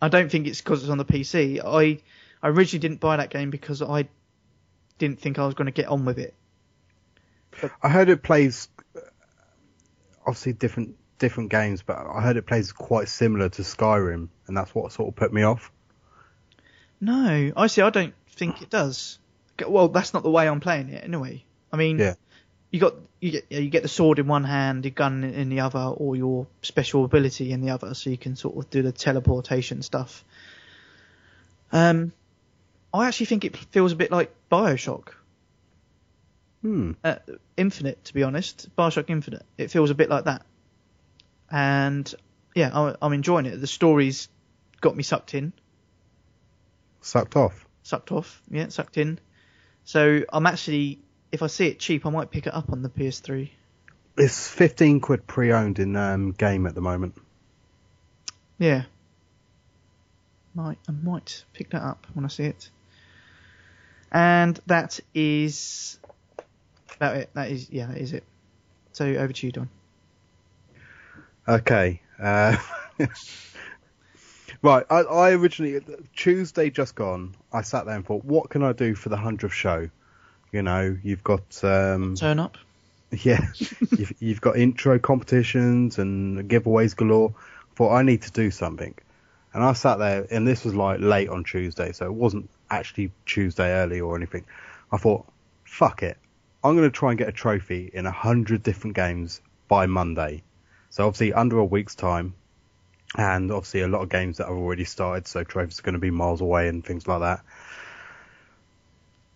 [SPEAKER 8] I don't think it's because it's on the PC. I I originally didn't buy that game because I didn't think I was going to get on with it.
[SPEAKER 10] I heard it plays uh, obviously different different games, but I heard it plays quite similar to Skyrim, and that's what sort of put me off.
[SPEAKER 8] No, I see. I don't think it does. Okay, Well, that's not the way I'm playing it anyway. I mean,
[SPEAKER 10] Yeah.
[SPEAKER 8] you got you get you get the sword in one hand, your gun in the other, or your special ability in the other, so you can sort of do the teleportation stuff. Um, I actually think it feels a bit like Bioshock
[SPEAKER 10] Hmm.
[SPEAKER 8] uh, Infinite, to be honest. Bioshock Infinite. It feels a bit like that. And yeah, I'm, I'm enjoying it. The story's got me sucked in.
[SPEAKER 10] Sucked off.
[SPEAKER 8] sucked off. Yeah, sucked in. So I'm actually, if I see it cheap, I might pick it up on the PS3.
[SPEAKER 10] It's fifteen quid pre-owned in um, game at the moment.
[SPEAKER 8] Yeah. Might I might pick that up when I see it. And that is about it. That is yeah, that is it. So over to you, Don.
[SPEAKER 10] Okay. Uh, right. I, I originally Tuesday just gone. I sat there and thought, what can I do for the hundredth show? You know, you've got um,
[SPEAKER 8] Turn up.
[SPEAKER 10] yeah, you've, you've got intro competitions and giveaways galore. I thought I need to do something, and I sat there, and this was like late on Tuesday, so it wasn't actually Tuesday early or anything. I thought, fuck it, I'm going to try and get a trophy in a hundred different games by Monday. So obviously under a week's time, and obviously a lot of games that I've already started, so trophies are going to be miles away and things like that.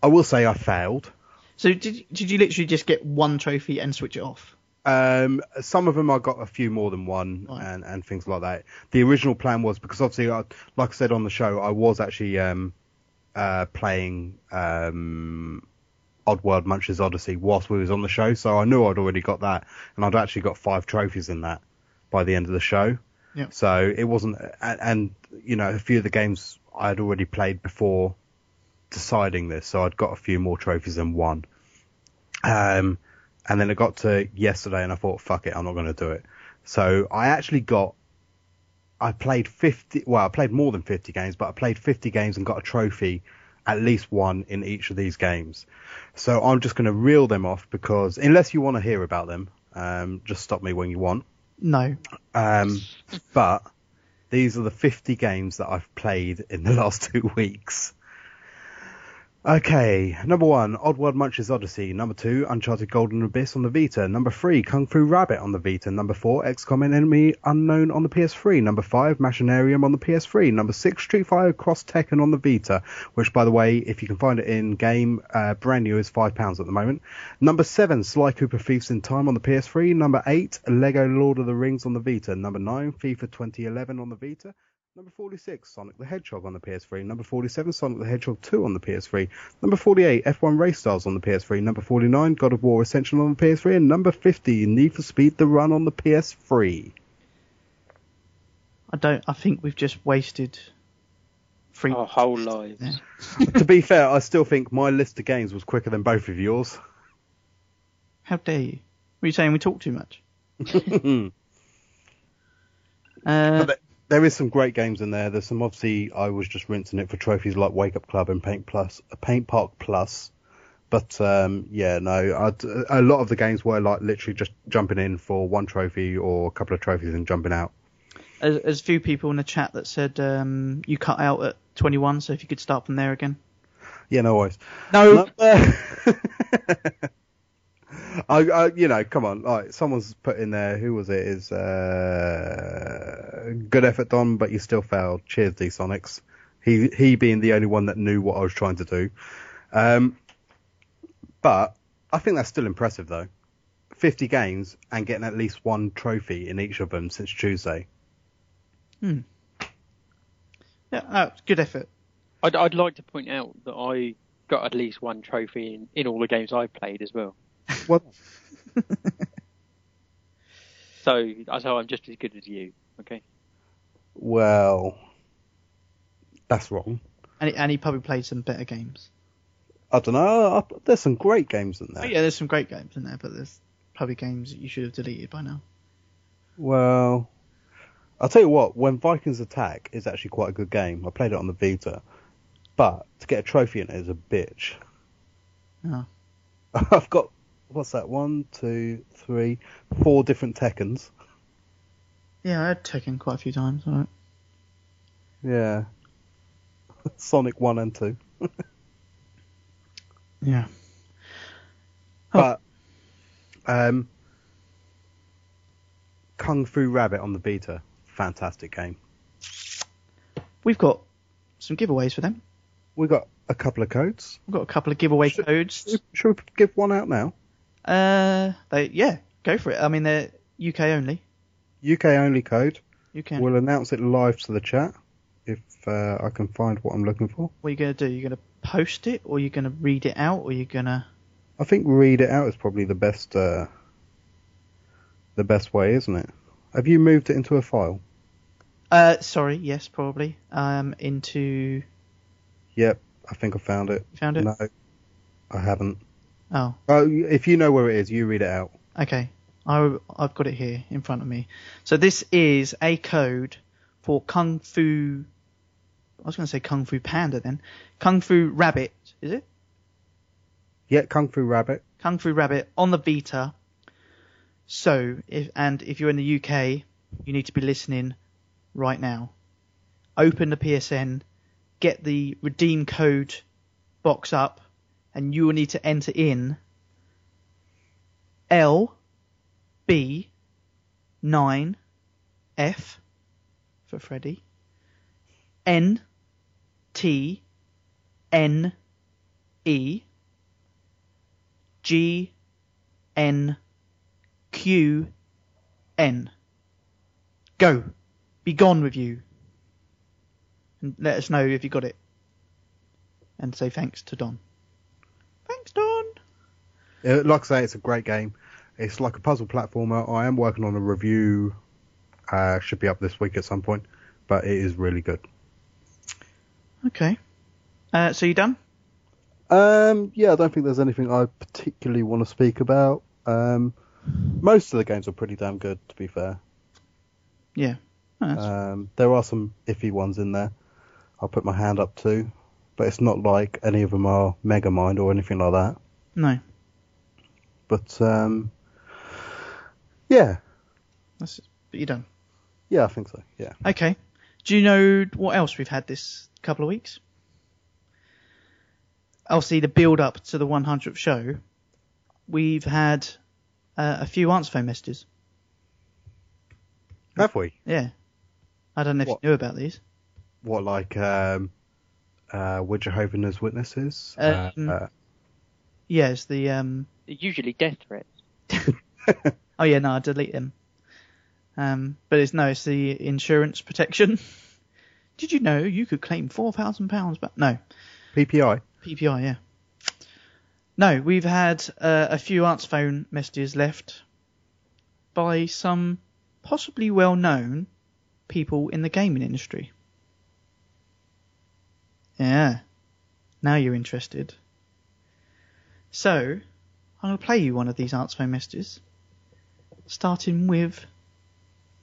[SPEAKER 10] I will say I failed.
[SPEAKER 8] So did did you literally just get one trophy and switch it off?
[SPEAKER 10] Um, some of them I got a few more than one,
[SPEAKER 8] Right.
[SPEAKER 10] and, and things like that. The original plan was because obviously, I, like I said on the show, I was actually um, uh, playing um, Oddworld Munch's Odyssey whilst we was on the show, so I knew I'd already got that, and I'd actually got five trophies in that by the end of the show.
[SPEAKER 8] Yep.
[SPEAKER 10] So it wasn't, and, and you know, a few of the games I had already played before deciding this, so I'd got a few more trophies than one. Um, and then it got to yesterday, and I thought, fuck it, I'm not going to do it. So I actually got, I played 50, well, I played more than 50 games, but I played 50 games and got a trophy, at least one in each of these games. So I'm just going to reel them off because, unless you want to hear about them, um, just stop me when you want.
[SPEAKER 8] No.
[SPEAKER 10] Um, but these are the 50 games that I've played in the last two weeks. Okay, number one, Oddworld Munch's Odyssey. Number two, Uncharted Golden Abyss on the Vita. Number three, Kung Fu Rabbit on the Vita. Number four, XCOM and Enemy Unknown on the PS3. Number five, Machinarium on the PS3. Number six, Street Fighter Cross Tekken on the Vita, which, by the way, if you can find it in game, uh, brand new is £5 at the moment. Number seven, Sly Cooper Thieves in Time on the PS3. Number eight, Lego Lord of the Rings on the Vita. Number nine, FIFA 2011 on the Vita. Number 46, Sonic the Hedgehog on the PS3. Number 47, Sonic the Hedgehog 2 on the PS3. Number 48, F1 Race Stars on the PS3. Number 49, God of War Ascension on the PS3. And number 50, Need for Speed The Run on the PS3.
[SPEAKER 8] I don't I think we've just wasted three
[SPEAKER 9] Our whole lives.
[SPEAKER 8] Yeah.
[SPEAKER 10] to be fair, I still think my list of games was quicker than both of yours.
[SPEAKER 8] How dare you? Were you saying we talk too much?
[SPEAKER 10] but
[SPEAKER 8] Uh,
[SPEAKER 10] there- there is some great games in there. There's some, obviously, I was just rinsing it for trophies like Wake Up Club and Paint Plus, Paint Park Plus. But um, yeah, no, I'd, a lot of the games were like literally just jumping in for one trophy or a couple of trophies and jumping out.
[SPEAKER 8] there's, there's a few people in the chat that said um, you cut out at 21, so if you could start from there again.
[SPEAKER 10] Yeah, no worries.
[SPEAKER 8] No.
[SPEAKER 10] I, I, you know, come on, like someone's put in there. Who was it? Is uh, good effort, Don, but you still failed. Cheers, D Sonics. He he being the only one that knew what I was trying to do. Um, but I think that's still impressive though. Fifty games and getting at least one trophy in each of them since Tuesday.
[SPEAKER 8] Yeah, no, it's good effort.
[SPEAKER 9] I'd, I'd like to point out that I got at least one trophy in, in all the games I played as well.
[SPEAKER 10] What?
[SPEAKER 9] So, so I'm just as good as you. Okay.
[SPEAKER 10] Well, that's wrong.
[SPEAKER 8] And, he- and he probably played some better games.
[SPEAKER 10] I don't know. There's some great games in there.
[SPEAKER 8] Oh, yeah, there's some great games in there, but there's probably games that you should have deleted by now.
[SPEAKER 10] Well, I'll tell you what. When Vikings Attack is actually quite a good game. I played it on the Vita, but to get a trophy in it is a bitch.
[SPEAKER 8] Oh.
[SPEAKER 10] I've got what's that? One, two, three, four different Tekkens.
[SPEAKER 8] Yeah, I had Tekken quite a few times. All right.
[SPEAKER 10] Yeah. Sonic one and two.
[SPEAKER 8] Yeah.
[SPEAKER 10] But um, Kung Fu Rabbit on the Vita, fantastic game.
[SPEAKER 8] We've got some giveaways for them.
[SPEAKER 10] We got a couple of codes.
[SPEAKER 8] We've got a couple of giveaway
[SPEAKER 10] Should-
[SPEAKER 8] codes.
[SPEAKER 10] Should we give one out now?
[SPEAKER 8] Uh, they, yeah, go for it. I mean, they're UK only.
[SPEAKER 10] UK only code.
[SPEAKER 8] UK. only.
[SPEAKER 10] We'll announce it live to the chat if uh, I can find what I'm looking for.
[SPEAKER 8] what are you gonna do? You're gonna post it, or you're gonna read it out, or you're gonna
[SPEAKER 10] I think read it out is probably the best uh, the best way, isn't it? Have you moved it into a file?
[SPEAKER 8] Uh, sorry, yes, probably. Um, into
[SPEAKER 10] Yep, I think I found it.
[SPEAKER 8] you found it.
[SPEAKER 10] No, I haven't.
[SPEAKER 8] Oh,
[SPEAKER 10] Oh, if you know where it is, you read it out.
[SPEAKER 8] okay. I I've got it here in front of me. So this is a code for Kung Fu. I was gonna say Kung Fu Panda then. Kung Fu Rabbit, is it?
[SPEAKER 10] Yeah, Kung Fu Rabbit.
[SPEAKER 8] Kung Fu Rabbit on the Vita. So, if and if you're in the UK, you need to be listening right now. Open the PSN, get the redeem code box up, and you will need to enter in L B nine F for Freddy N T N E G N Q N. Go. Be gone with you. And let us know if you got it. And say thanks to Don. Thanks, Don.
[SPEAKER 10] Uh, Like I say, it's a great game. It's like a puzzle platformer. I am working on a review. Uh, should be up this week at some point, but it is really good.
[SPEAKER 8] Okay. Uh, so you done?
[SPEAKER 10] Um, yeah, I don't think there's anything I particularly want to speak about. Um, most of the games are pretty damn good, to be fair.
[SPEAKER 8] Yeah. Oh, that's-
[SPEAKER 10] Um, there are some iffy ones in there. I'll put my hand up to, but it's not like any of them are Mega Mind or anything like that.
[SPEAKER 8] no.
[SPEAKER 10] But um, yeah,
[SPEAKER 8] That's but you done.
[SPEAKER 10] yeah, I think so. Yeah.
[SPEAKER 8] Okay. Do you know what else we've had this couple of weeks? Obviously, the build up to the 100th show, we've had uh, a few answer phone messages.
[SPEAKER 10] Have we?
[SPEAKER 8] Yeah. I don't know if
[SPEAKER 10] What?
[SPEAKER 8] you knew about these.
[SPEAKER 10] What like um, uh, we're Jehovah's Witnesses?
[SPEAKER 8] Uh, mm. Yeah, it's the. Um...
[SPEAKER 9] They're usually death threats.
[SPEAKER 8] Oh, yeah, no, I delete them. Um, but it's no, it's the insurance protection. Did you know you could claim £4,000 back? No.
[SPEAKER 10] PPI.
[SPEAKER 8] PPI, yeah. No, we've had uh, a few answer phone messages left by some possibly well known people in the gaming industry. Yeah. Now you're interested. So, I'm going to play you one of these answer phone messages, starting with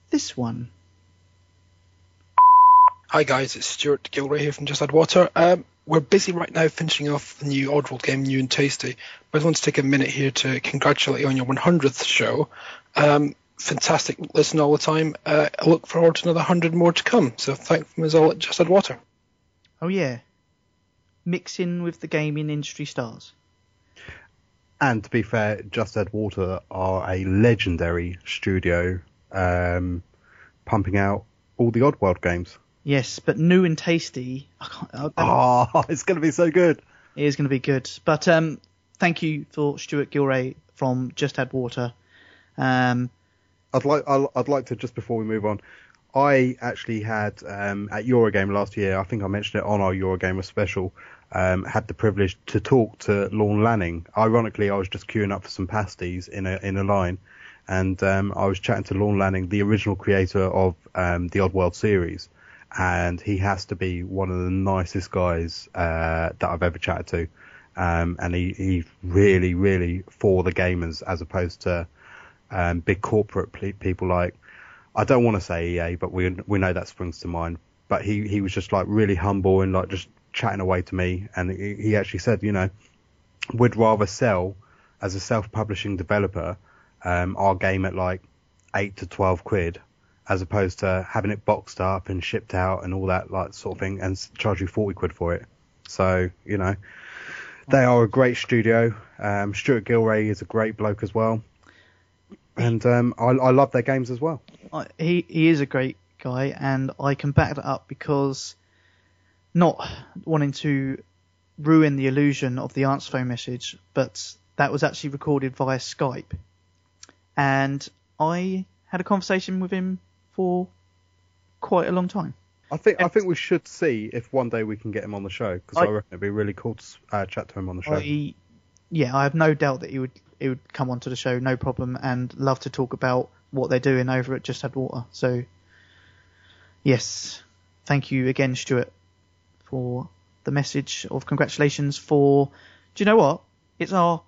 [SPEAKER 8] this one.
[SPEAKER 11] Hi guys, it's Stuart Gilroy here from Just Add Water. Um, we're busy right now finishing off the new Oddworld game, New and Tasty. But I want to take a minute here to congratulate you on your 100th show. Um, fantastic listen all the time. Uh, I look forward to another 100 more to come. So thank from us all at Just Add Water.
[SPEAKER 8] Oh, yeah. Mixing with the gaming industry stars.
[SPEAKER 10] And to be fair, Just Add Water are a legendary studio, um, pumping out all the Oddworld games.
[SPEAKER 8] Yes, but new and tasty. I can't, I don't-
[SPEAKER 10] Ah, it's going to be so good.
[SPEAKER 8] It is going to be good. But um, thank you for Stuart Gilray from Just Had Water. Um,
[SPEAKER 10] I'd like I'll- I'd like to just before we move on. I actually had um, at Eurogame last year. I think I mentioned it on our Eurogamer special. Um, had the privilege to talk to Lorne Lanning. Ironically, I was just queuing up for some pasties in a in a line, and um, I was chatting to Lorne Lanning, the original creator of um, the Oddworld series, and he has to be one of the nicest guys uh, that I've ever chatted to. Um, and he, he's really, really for the gamers as opposed to um, big corporate ple- people like, I don't want to say EA, but we we know that springs to mind. But he, he was just like really humble and like just chatting away to me. And he, he actually said, you know, would rather sell as a self-publishing developer um, our game at like eight to twelve quid, as opposed to having it boxed up and shipped out and all that like sort of thing, and s- charge you forty quid for it. So you know, they are a great studio. Um, Stuart Gilray is a great bloke as well, and um, I, I love their games as well.
[SPEAKER 8] I- he he is a great guy, and I can back that up because not wanting to ruin the illusion of the answer phone message, but that was actually recorded via Skype, and I had a conversation with him for quite a long time.
[SPEAKER 10] I think I think we should see if one day we can get him on the show because I,
[SPEAKER 8] I-
[SPEAKER 10] reckon it'd be really cool to s- uh, chat to him on the show.
[SPEAKER 8] I, yeah, I have no doubt that he would he would come onto the show, no problem, and love to talk about what they're doing over at Just Had Water. So, yes, thank you again, Stuart, for the message of congratulations for. Do you know what? It's our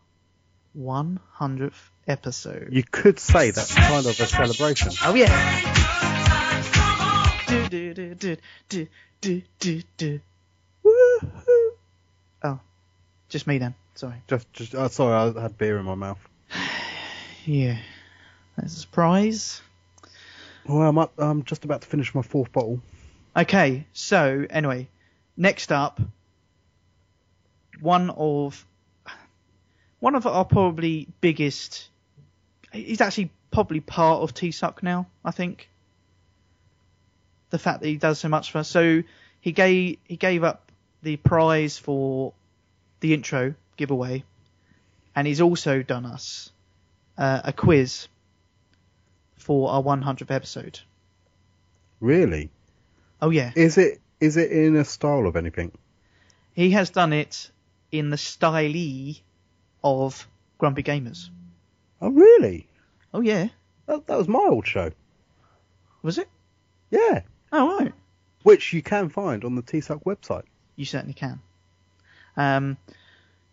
[SPEAKER 8] 100th episode.
[SPEAKER 10] You could say that's kind of a celebration.
[SPEAKER 8] Oh yeah. Do, do, do, do, do, do, do, do. Woohoo. Oh, just me then. Sorry.
[SPEAKER 10] Just, just uh, sorry, I had beer in my mouth.
[SPEAKER 8] Yeah. That's a surprise.
[SPEAKER 10] Well, I'm up, I'm just about to finish my fourth bottle.
[SPEAKER 8] Okay, so anyway, next up, one of one of our probably biggest. He's actually probably part of T-Suck now. I think the fact that he does so much for us. So he gave he gave up the prize for the intro giveaway, and he's also done us uh, a quiz for our 100th episode.
[SPEAKER 10] Really?
[SPEAKER 8] Oh yeah.
[SPEAKER 10] Is it is it in a style of anything?
[SPEAKER 8] He has done it in the style of Grumpy Gamers.
[SPEAKER 10] Oh, really?
[SPEAKER 8] Oh, yeah.
[SPEAKER 10] That, that was my old show.
[SPEAKER 8] Was it?
[SPEAKER 10] Yeah.
[SPEAKER 8] Oh, right.
[SPEAKER 10] Which you can find on the TSUC website.
[SPEAKER 8] You certainly can. Um,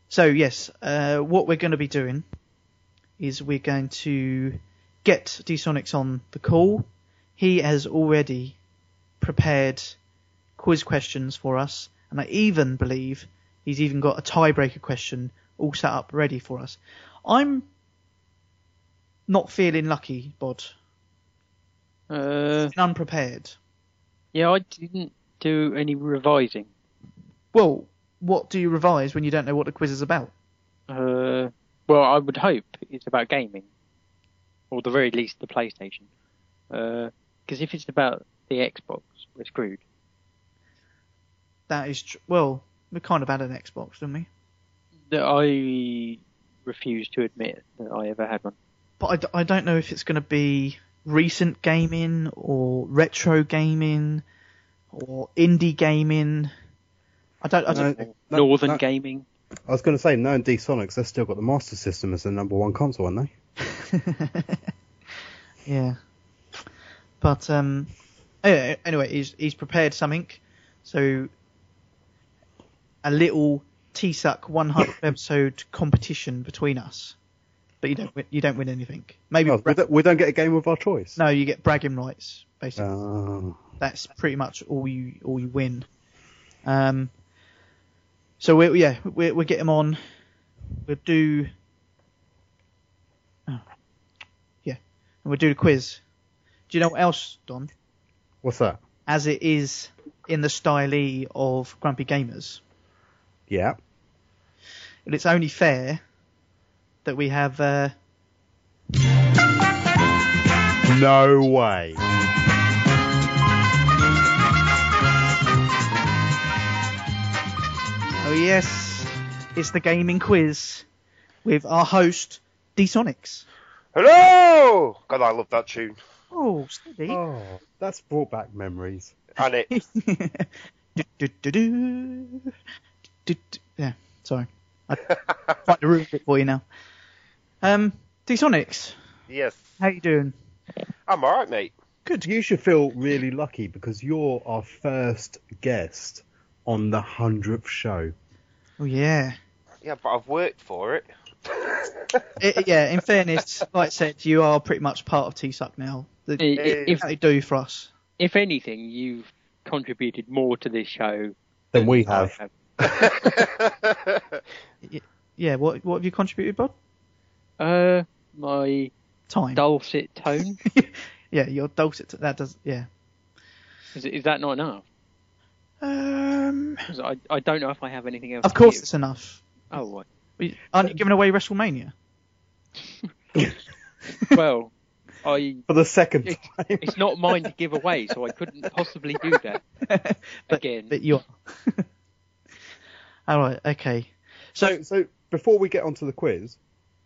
[SPEAKER 8] so, yes, uh, what we're going to be doing is we're going to get D Sonics on the call. He has already prepared quiz questions for us, and I even believe he's even got a tiebreaker question all set up ready for us. I'm not feeling lucky, Bod.
[SPEAKER 9] Uh,
[SPEAKER 8] unprepared.
[SPEAKER 9] yeah, I didn't do any revising.
[SPEAKER 8] Well, what do you revise when you don't know what the quiz is about?
[SPEAKER 9] Uh, well, I would hope it's about gaming, or at the very least the PlayStation. Because if it's about the Xbox, we're screwed.
[SPEAKER 8] That is tr- well, we kind of had an Xbox, didn't we?
[SPEAKER 9] That I refuse to admit that I ever had one.
[SPEAKER 8] But I d- I, don't know if it's going to be recent gaming or retro gaming or indie gaming. I don't. I don't. know.
[SPEAKER 9] Northern Gaming.
[SPEAKER 10] I was going to say, knowing D Sonics, they've still got the Master System as their number one console, haven't they?
[SPEAKER 8] Yeah. But um, eh, anyway, he's he's prepared something, so a little T-Suck 100 episode competition between us. But you don't win, you don't win anything. Maybe
[SPEAKER 10] Oh, we, don't, we don't get a game of our choice.
[SPEAKER 8] No, you get bragging rights basically.
[SPEAKER 10] Oh.
[SPEAKER 8] That's pretty much all you all you win. Um. So we yeah we we get him on. We'll do. Oh. Yeah, and we'll do the quiz. Do you know what else, Don?
[SPEAKER 10] What's that?
[SPEAKER 8] As it is in the style E of Grumpy Gamers,
[SPEAKER 10] Yeah.
[SPEAKER 8] and it's only fair that we have. Uh,
[SPEAKER 10] No way.
[SPEAKER 8] oh yes, it's the gaming quiz with our host D Sonics.
[SPEAKER 12] Hello! God, I love that tune.
[SPEAKER 8] Oh, steady.
[SPEAKER 10] Oh, that's brought back memories.
[SPEAKER 12] And it.
[SPEAKER 8] Du-du-du-du. Du-du- Yeah, sorry. I tried to ruin it for you now. Um, D-Sonics,
[SPEAKER 12] Yes.
[SPEAKER 8] How you doing?
[SPEAKER 12] I'm alright, mate.
[SPEAKER 10] Good. You should feel really lucky because you're our first guest on the hundredth show.
[SPEAKER 8] Oh yeah.
[SPEAKER 12] Yeah, but I've worked for it.
[SPEAKER 8] I- yeah. In fairness, like I said, you are pretty much part of T-Suck now. The,
[SPEAKER 9] I- i- if-
[SPEAKER 8] what they do for us.
[SPEAKER 9] If anything, you've contributed more to this show
[SPEAKER 10] than we have.
[SPEAKER 8] Yeah. What What have you contributed, Bod?
[SPEAKER 9] Uh, my
[SPEAKER 8] time
[SPEAKER 9] dulcet tone.
[SPEAKER 8] yeah, your dulcet. t- That does. Yeah.
[SPEAKER 9] is, is that not enough?
[SPEAKER 8] Um,
[SPEAKER 9] 'Cause I, I don't know if I have anything else.
[SPEAKER 8] Of
[SPEAKER 9] to
[SPEAKER 8] course,
[SPEAKER 9] give.
[SPEAKER 8] it's enough.
[SPEAKER 9] Oh, what?
[SPEAKER 8] We- Aren't you giving away WrestleMania?
[SPEAKER 9] well, I
[SPEAKER 10] for the second
[SPEAKER 9] time. it's not mine to give away, so I couldn't possibly do that. Again,
[SPEAKER 8] But you are. All right. Okay.
[SPEAKER 10] So, so before we get onto the quiz,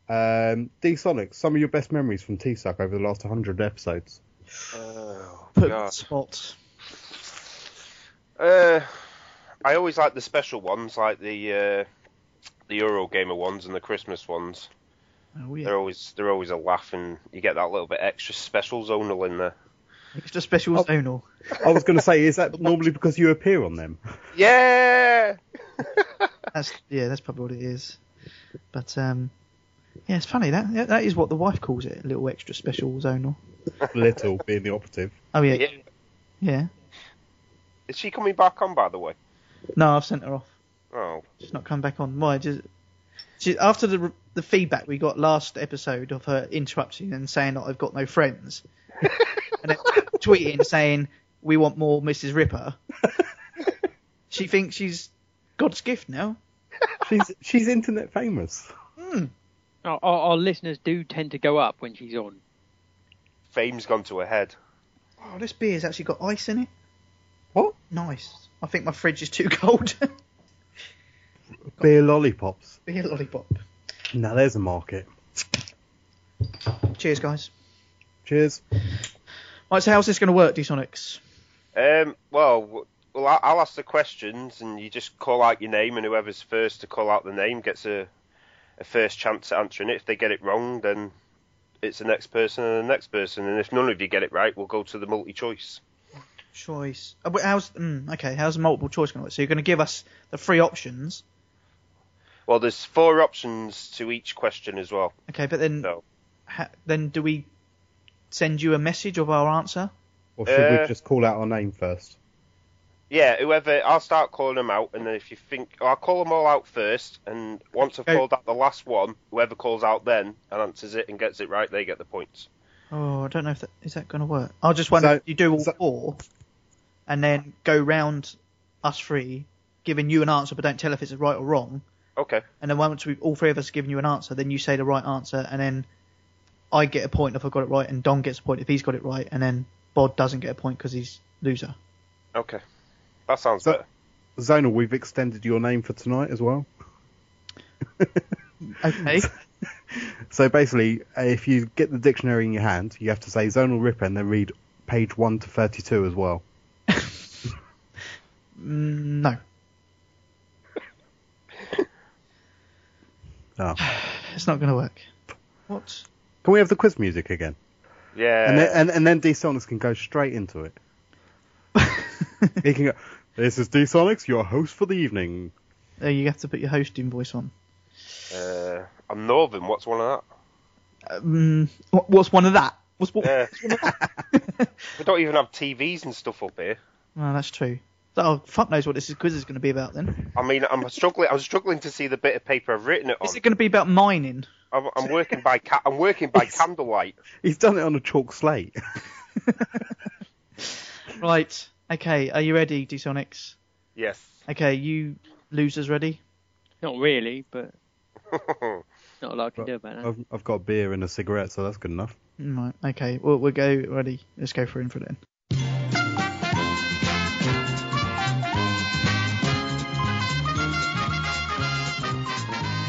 [SPEAKER 10] um, D Sonic, some of your best memories from T Suck over the last 100 episodes.
[SPEAKER 12] Oh,
[SPEAKER 8] Put
[SPEAKER 12] God.
[SPEAKER 8] spot.
[SPEAKER 12] Uh, I always like the special ones, like the uh, the Euro Gamer ones and the Christmas ones.
[SPEAKER 8] Oh, yeah.
[SPEAKER 12] They're always they're always a laugh, and you get that little bit extra special zonal in there.
[SPEAKER 8] Extra special zonal.
[SPEAKER 10] Oh. I was going to say, is that normally because you appear on them?
[SPEAKER 12] Yeah.
[SPEAKER 8] That's yeah. That's probably what it is. But um, yeah, it's funny that that- that is what the wife calls it. A little extra special zonal.
[SPEAKER 10] Little being the operative.
[SPEAKER 8] Oh yeah. Yeah.
[SPEAKER 12] Is she coming back on, by the way?
[SPEAKER 8] No, I've sent her off.
[SPEAKER 12] Oh,
[SPEAKER 8] She's not come back on. Why? Just she, after the the feedback we got last episode of her interrupting and saying that I've got no friends, and then tweeting saying we want more Mrs. Ripper. she thinks she's God's gift now.
[SPEAKER 10] She's she's internet famous.
[SPEAKER 9] our, our, our listeners do tend to go up when she's on.
[SPEAKER 12] fame's gone to her head.
[SPEAKER 8] Oh, this beer's actually got ice in it.
[SPEAKER 10] What?
[SPEAKER 8] Nice. I think my fridge is too cold.
[SPEAKER 10] Beer lollipops.
[SPEAKER 8] Beer lollipop.
[SPEAKER 10] Now there's a market.
[SPEAKER 8] Cheers, guys.
[SPEAKER 10] Cheers.
[SPEAKER 8] Right, so how's this going to work, Dsonics?
[SPEAKER 12] Um, well, w- well, I- I'll ask the questions, and you just call out your name, and whoever's first to call out the name gets a, a first chance at answering it. If they get it wrong, then it's the next person and the next person, and if none of you get it right, we'll go to the multi choice.
[SPEAKER 8] Choice. Oh, but how's mm, okay? How's the multiple choice going to work? So you're going to give us the three options.
[SPEAKER 12] Well, there's four options to each question as well.
[SPEAKER 8] Okay, but then ha, then do we send you a message of our answer?
[SPEAKER 10] Or should
[SPEAKER 12] Uh,
[SPEAKER 10] we just call out our name first?
[SPEAKER 12] Yeah, whoever I'll start calling them out, and then if you think I'll call them all out first, and once I've
[SPEAKER 8] Okay.
[SPEAKER 12] called out the last one, whoever calls out then and answers it and gets it right, they get the points.
[SPEAKER 8] Oh, I don't know if that is that going to work. I just wonder if you do all four, and then go round us three, giving you an answer, but don't tell if it's right or wrong.
[SPEAKER 12] Okay.
[SPEAKER 8] And then once we all three of us have given you an answer, then you say the right answer, and then I get a point if I got it right, and Don gets a point if he's got it right, and then Bod doesn't get a point because he's loser.
[SPEAKER 12] Okay, that sounds better.
[SPEAKER 10] Zonal, we've extended your name for tonight as well.
[SPEAKER 8] okay.
[SPEAKER 10] So basically, uh, if you get the dictionary in your hand, you have to say zonal ripper and then read page 1 to 32 as well.
[SPEAKER 8] Mm, no.
[SPEAKER 10] Oh.
[SPEAKER 8] It's not going to work. What?
[SPEAKER 10] Can we have the quiz music again?
[SPEAKER 12] Yeah.
[SPEAKER 8] Uh,
[SPEAKER 10] And then, and, and then D Sonics can go straight into it. he can go, This is D Sonics, your host for the evening.
[SPEAKER 8] Uh, you have to put your hosting voice on.
[SPEAKER 12] Uh, I'm Northern. What's one of
[SPEAKER 8] Um, wh- what's one of that? What's
[SPEAKER 12] that?
[SPEAKER 8] what?
[SPEAKER 12] Yeah. we don't even have TVs and stuff up here.
[SPEAKER 8] Well, that's true. Oh, fuck knows what this quiz is going to be about then.
[SPEAKER 12] I mean, I'm struggling. I'm struggling to see the bit of paper I've written it on.
[SPEAKER 8] Is it going to be about mining?
[SPEAKER 12] I'm, I'm working by ca- I'm working by candlelight.
[SPEAKER 10] He's done it on a chalk slate.
[SPEAKER 8] Right. Okay. Are you ready, Dsonics?
[SPEAKER 12] Yes.
[SPEAKER 8] Okay. You losers ready?
[SPEAKER 9] Not really, but not a lot I can do about that.
[SPEAKER 10] I've, I've got a beer and a cigarette, so that's good enough.
[SPEAKER 8] Right. Okay. We'll, we'll go ready. Let's go for infinite. then.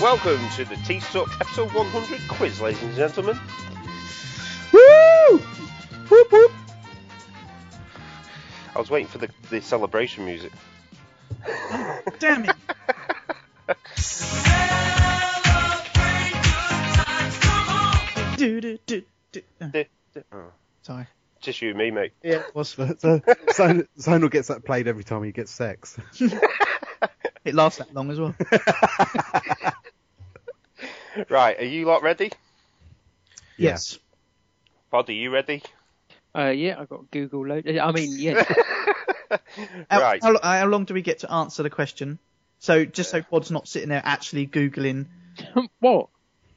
[SPEAKER 12] Welcome to the Tea Sup episode 100 quiz, ladies and gentlemen.
[SPEAKER 8] Woo! Whoop whoop.
[SPEAKER 12] I was waiting for the, the celebration music.
[SPEAKER 8] Damn it. do, do, do,
[SPEAKER 12] Oh.
[SPEAKER 8] Sorry.
[SPEAKER 12] Just you and me, mate.
[SPEAKER 8] Yeah. What's
[SPEAKER 10] So, Zonal Zonal gets that played every time he gets sex.
[SPEAKER 8] it lasts that long as well.
[SPEAKER 12] Right, are you lot ready?
[SPEAKER 8] Yes.
[SPEAKER 12] Bod, are you ready?
[SPEAKER 9] Uh, yeah, I've got Google loaded. I mean, yeah.
[SPEAKER 8] How,
[SPEAKER 9] Right.
[SPEAKER 8] how, lo- how long do we get to answer the question? So just so Pod's not sitting there actually googling
[SPEAKER 9] what?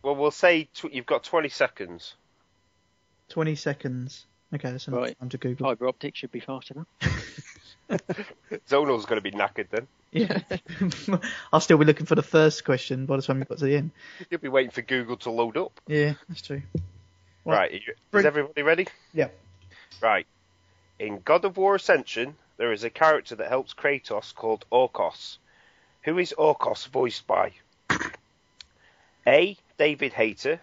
[SPEAKER 12] Well, we'll say tw- you've got 20 seconds.
[SPEAKER 8] 20 seconds. Okay, that's enough time to Google.
[SPEAKER 9] Fibre optic should be fast enough.
[SPEAKER 12] Zonal's going to be knackered then.
[SPEAKER 8] Yeah. I'll still be looking for the first question by the time you got to the end.
[SPEAKER 12] You'll be waiting for Google to load up.
[SPEAKER 8] Yeah, that's true.
[SPEAKER 12] right, are you- is everybody ready?
[SPEAKER 8] Yeah.
[SPEAKER 12] Right. In God of War Ascension, there is a character that helps Kratos called Orcos. Who is Orcos voiced by? A. David Hayter.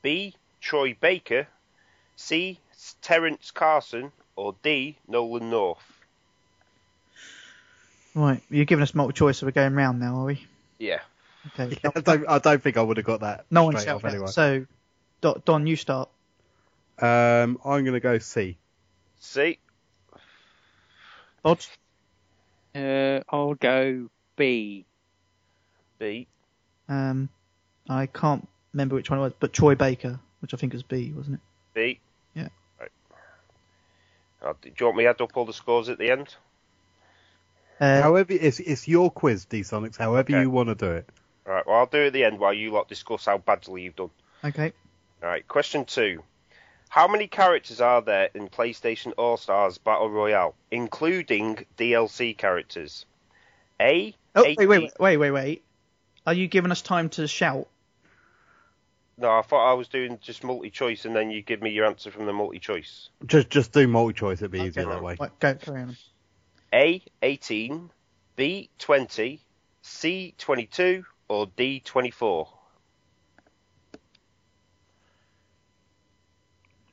[SPEAKER 12] B. Troy Baker. C. Terence Carson. Or D. Nolan North.
[SPEAKER 8] Right, you're giving us multiple choice, so we're going round now, are we?
[SPEAKER 12] Yeah.
[SPEAKER 8] Okay.
[SPEAKER 10] I, don't, I don't think I would have got that.
[SPEAKER 8] No one
[SPEAKER 10] straight
[SPEAKER 8] shouted.
[SPEAKER 10] off anyway.
[SPEAKER 8] So, Do- Don, you start.
[SPEAKER 10] Um, I'm going to go C.
[SPEAKER 12] C.
[SPEAKER 8] Bod?
[SPEAKER 9] Uh, I'll go B.
[SPEAKER 12] B.
[SPEAKER 8] Um, I can't remember which one it was, but Troy Baker, which I think was B, wasn't it?
[SPEAKER 12] B.
[SPEAKER 8] Yeah.
[SPEAKER 12] Right. Uh, do you want me to add up all the scores at the end?
[SPEAKER 10] however, it's it's your quiz, D Sonics. However you want to do it.
[SPEAKER 12] All right, well, I'll do it at the end while you lot discuss how badly you've done.
[SPEAKER 8] Okay.
[SPEAKER 12] All right, question two. How many characters are there in PlayStation All Stars Battle Royale, including DLC characters? A.
[SPEAKER 8] Oh, wait, wait, wait, wait, wait. Are you giving us time to shout?
[SPEAKER 12] No, I thought I was doing just multi choice and then you give me your answer from the multi choice.
[SPEAKER 10] Just just do multi choice. It'd be easier that way.
[SPEAKER 8] Right, go, carry on.
[SPEAKER 12] A. 18, B. 20, C. 22, or D. 24?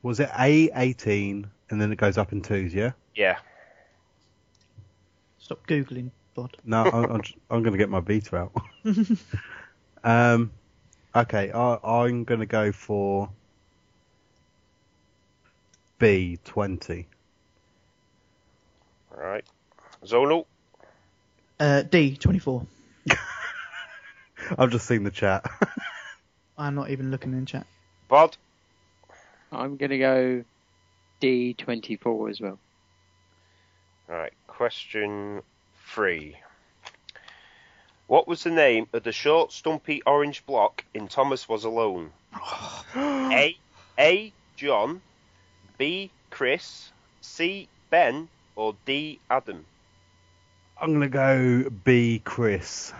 [SPEAKER 10] Was it A eighteen and then it goes up in twos? Yeah.
[SPEAKER 12] Yeah.
[SPEAKER 8] Stop Googling, Bod.
[SPEAKER 10] No, I'm I'm, just- I'm going to get my beta out. Um, okay, I, I'm going to go for B twenty.
[SPEAKER 12] All right. Zonal?
[SPEAKER 8] uh, D24.
[SPEAKER 10] I've just seen the chat.
[SPEAKER 8] I'm not even looking in chat.
[SPEAKER 12] Bod?
[SPEAKER 9] I'm going to go D24 as well.
[SPEAKER 12] Right, question three. What was the name of the short, stumpy orange block in Thomas Was Alone? A. A. John. B. Chris. C. Ben. Or D. Adam.
[SPEAKER 10] I'm going to go B Chris.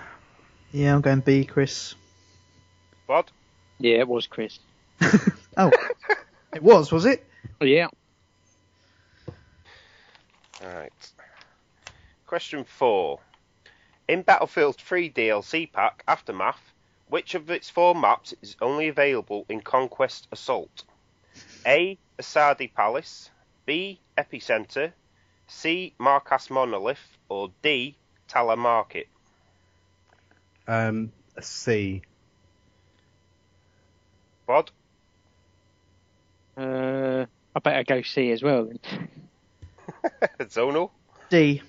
[SPEAKER 8] Yeah, I'm going B, Chris.
[SPEAKER 12] Bod?
[SPEAKER 9] Yeah, it was Chris.
[SPEAKER 8] Oh, it was, was it?
[SPEAKER 9] Yeah.
[SPEAKER 12] Alright. Question four. In Battlefield 3 DLC pack Aftermath, which of its four maps is only available in Conquest Assault? A. Asadi Palace, B. Epicenter, C. Marcas Monolith, or D. Tala Market?
[SPEAKER 10] Um, C.
[SPEAKER 12] Bod?
[SPEAKER 9] Uh, I better go C as well. Then.
[SPEAKER 12] Zonal?
[SPEAKER 8] D.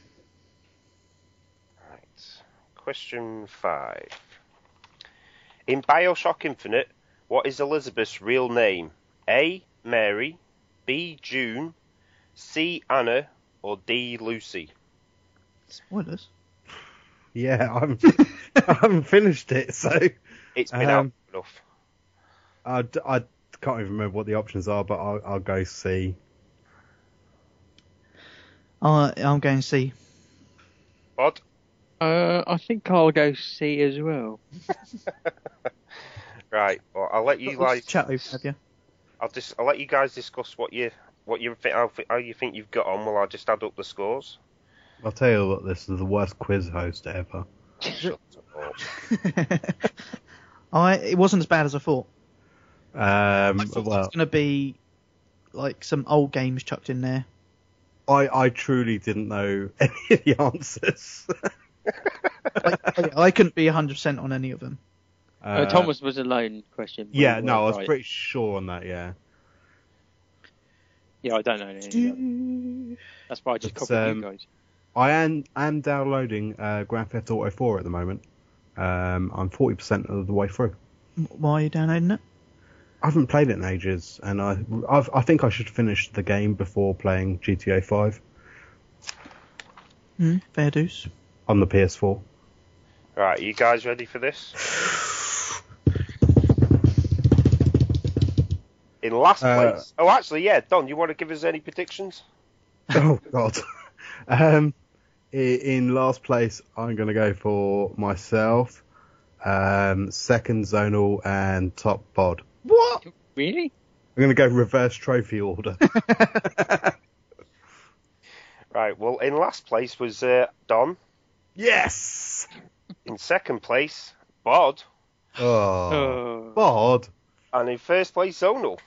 [SPEAKER 12] Question five. In Bioshock Infinite, what is Elizabeth's real name? A. Mary, B. June, C. Anna, or D. Lucy?
[SPEAKER 8] Spoilers.
[SPEAKER 10] Yeah, I'm. I haven't finished it, so
[SPEAKER 12] It's
[SPEAKER 10] Um,
[SPEAKER 12] been out enough.
[SPEAKER 10] I, d- I can't even remember what the options are, but I'll, I'll go C.
[SPEAKER 8] Uh, I'm going C.
[SPEAKER 12] Bod?
[SPEAKER 9] Uh, I think I'll go C as well.
[SPEAKER 12] Right. Well, I'll let you guys.
[SPEAKER 8] Chat open, have you?
[SPEAKER 12] I'll just. I'll let you guys discuss what you what you think how, how you think you've got on. While I just add up the scores.
[SPEAKER 10] I'll tell you what, this is the worst quiz host ever.
[SPEAKER 8] I, it wasn't as bad as I thought.
[SPEAKER 10] Um,
[SPEAKER 8] It's
[SPEAKER 10] well,
[SPEAKER 8] going to be like some old games chucked in there.
[SPEAKER 10] I, I truly didn't know any of the answers.
[SPEAKER 8] I, I couldn't be 100% on any of them.
[SPEAKER 9] Uh, Thomas was alone. Question.
[SPEAKER 10] Yeah,
[SPEAKER 9] Well,
[SPEAKER 10] no, I was
[SPEAKER 9] right.
[SPEAKER 10] pretty sure on that. Yeah.
[SPEAKER 9] Yeah, I don't know any of that. That's why I just
[SPEAKER 10] But,
[SPEAKER 9] copied
[SPEAKER 10] um,
[SPEAKER 9] you guys.
[SPEAKER 10] I am am downloading uh, Grand Theft Auto 4 at the moment. Um, I'm 40% of the way through.
[SPEAKER 8] Why are you downloading it?
[SPEAKER 10] I haven't played it in ages, and I I've, I think I should finish the game before playing GTA 5
[SPEAKER 8] Hmm, fair dues.
[SPEAKER 10] on the PS4.
[SPEAKER 12] Right, you guys ready for this? In last
[SPEAKER 10] Uh,
[SPEAKER 12] place. Oh, actually, yeah, Don, you want to give us any predictions?
[SPEAKER 10] oh God. Um, i- in last place, I'm going to go for myself, um, second zonal, and top pod.
[SPEAKER 9] What? Really?
[SPEAKER 10] I'm going to go reverse trophy order.
[SPEAKER 12] Right, well, in last place was uh, Don.
[SPEAKER 10] Yes!
[SPEAKER 12] In second place, Bod.
[SPEAKER 10] oh, Bod.
[SPEAKER 12] And in first place, Zonal.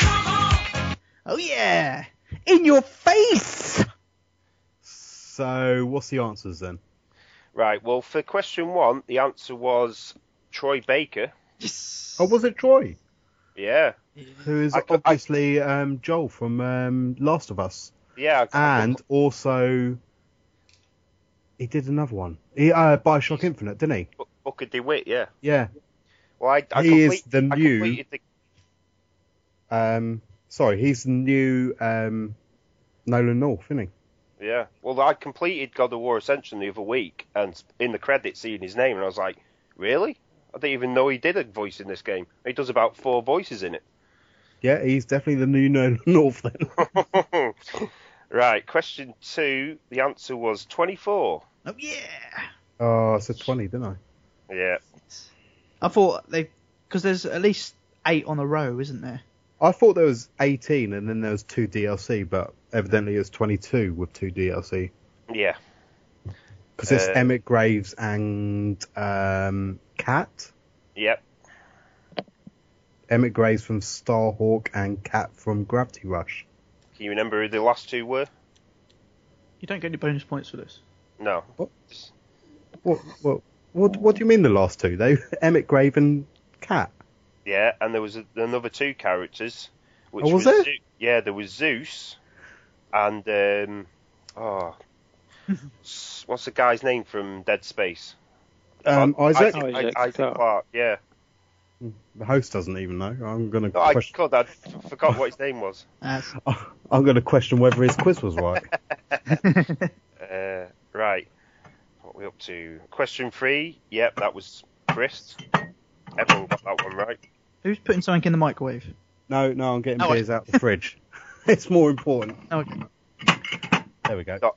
[SPEAKER 8] Oh yeah! In your face!
[SPEAKER 10] So, what's the answers then?
[SPEAKER 12] Right, well, for question one, the answer was Troy Baker.
[SPEAKER 10] Oh, was it Troy?
[SPEAKER 12] Yeah,
[SPEAKER 10] Who is obviously um, Joel from um, Last of Us.
[SPEAKER 12] yeah.
[SPEAKER 10] and also he did another one. He uh, Bioshock Infinite, didn't he?
[SPEAKER 12] Booker DeWitt, yeah.
[SPEAKER 10] Yeah.
[SPEAKER 12] Well, I, I,
[SPEAKER 10] he
[SPEAKER 12] complete,
[SPEAKER 10] is the
[SPEAKER 12] I
[SPEAKER 10] new.
[SPEAKER 12] completed the
[SPEAKER 10] Um, sorry, he's the new um, Nolan North, isn't he?
[SPEAKER 12] Yeah. Well, I completed God of War Ascension the other week, and in the credits, seeing his name, and I was like, really? I didn't even know he did a voice in this game. He does about four voices in
[SPEAKER 10] Yeah, he's definitely the new Nolan North then.
[SPEAKER 12] it. right. Question two. The answer was 24.
[SPEAKER 8] Oh yeah.
[SPEAKER 10] Oh, I said twenty, didn't I?
[SPEAKER 12] Yeah.
[SPEAKER 8] I thought they, because there's at least eight on a row, isn't there?
[SPEAKER 10] I thought there was eighteen, and then there was two DLC, but evidently it was twenty-two with two DLC
[SPEAKER 12] Yeah.
[SPEAKER 10] because it's
[SPEAKER 12] Uh,
[SPEAKER 10] Emmett Graves and um, Cat.
[SPEAKER 12] Yep.
[SPEAKER 10] Emmett Graves from Starhawk and Cat from Gravity Rush.
[SPEAKER 12] Can you remember who the last two were?
[SPEAKER 8] You don't get any bonus points for this.
[SPEAKER 12] No.
[SPEAKER 10] What, what, what, what do you mean the last two? They Emmett Grave and Cat.
[SPEAKER 12] Yeah. And there was a, another two characters. Which
[SPEAKER 10] Oh, was there?
[SPEAKER 12] Zeu- yeah. There was Zeus, and um, oh, s- what's the guy's name from Dead Space?
[SPEAKER 10] Um, Isaac,
[SPEAKER 12] Isaac, Isaac Clarke, yeah.
[SPEAKER 10] the host doesn't even know. I'm gonna
[SPEAKER 12] No, I
[SPEAKER 10] question,
[SPEAKER 12] God, I f- forgot what his name was.
[SPEAKER 10] I'm gonna question whether his quiz was right.
[SPEAKER 12] Uh, right. What are we up to? Question three. Yep, that was Chris. Everyone got that one right.
[SPEAKER 8] Who's putting something in the microwave?
[SPEAKER 10] No, no, I'm getting
[SPEAKER 8] Oh, I- Oh,
[SPEAKER 10] beers out the fridge. It's more important.
[SPEAKER 8] Okay.
[SPEAKER 10] There we go.
[SPEAKER 12] Don,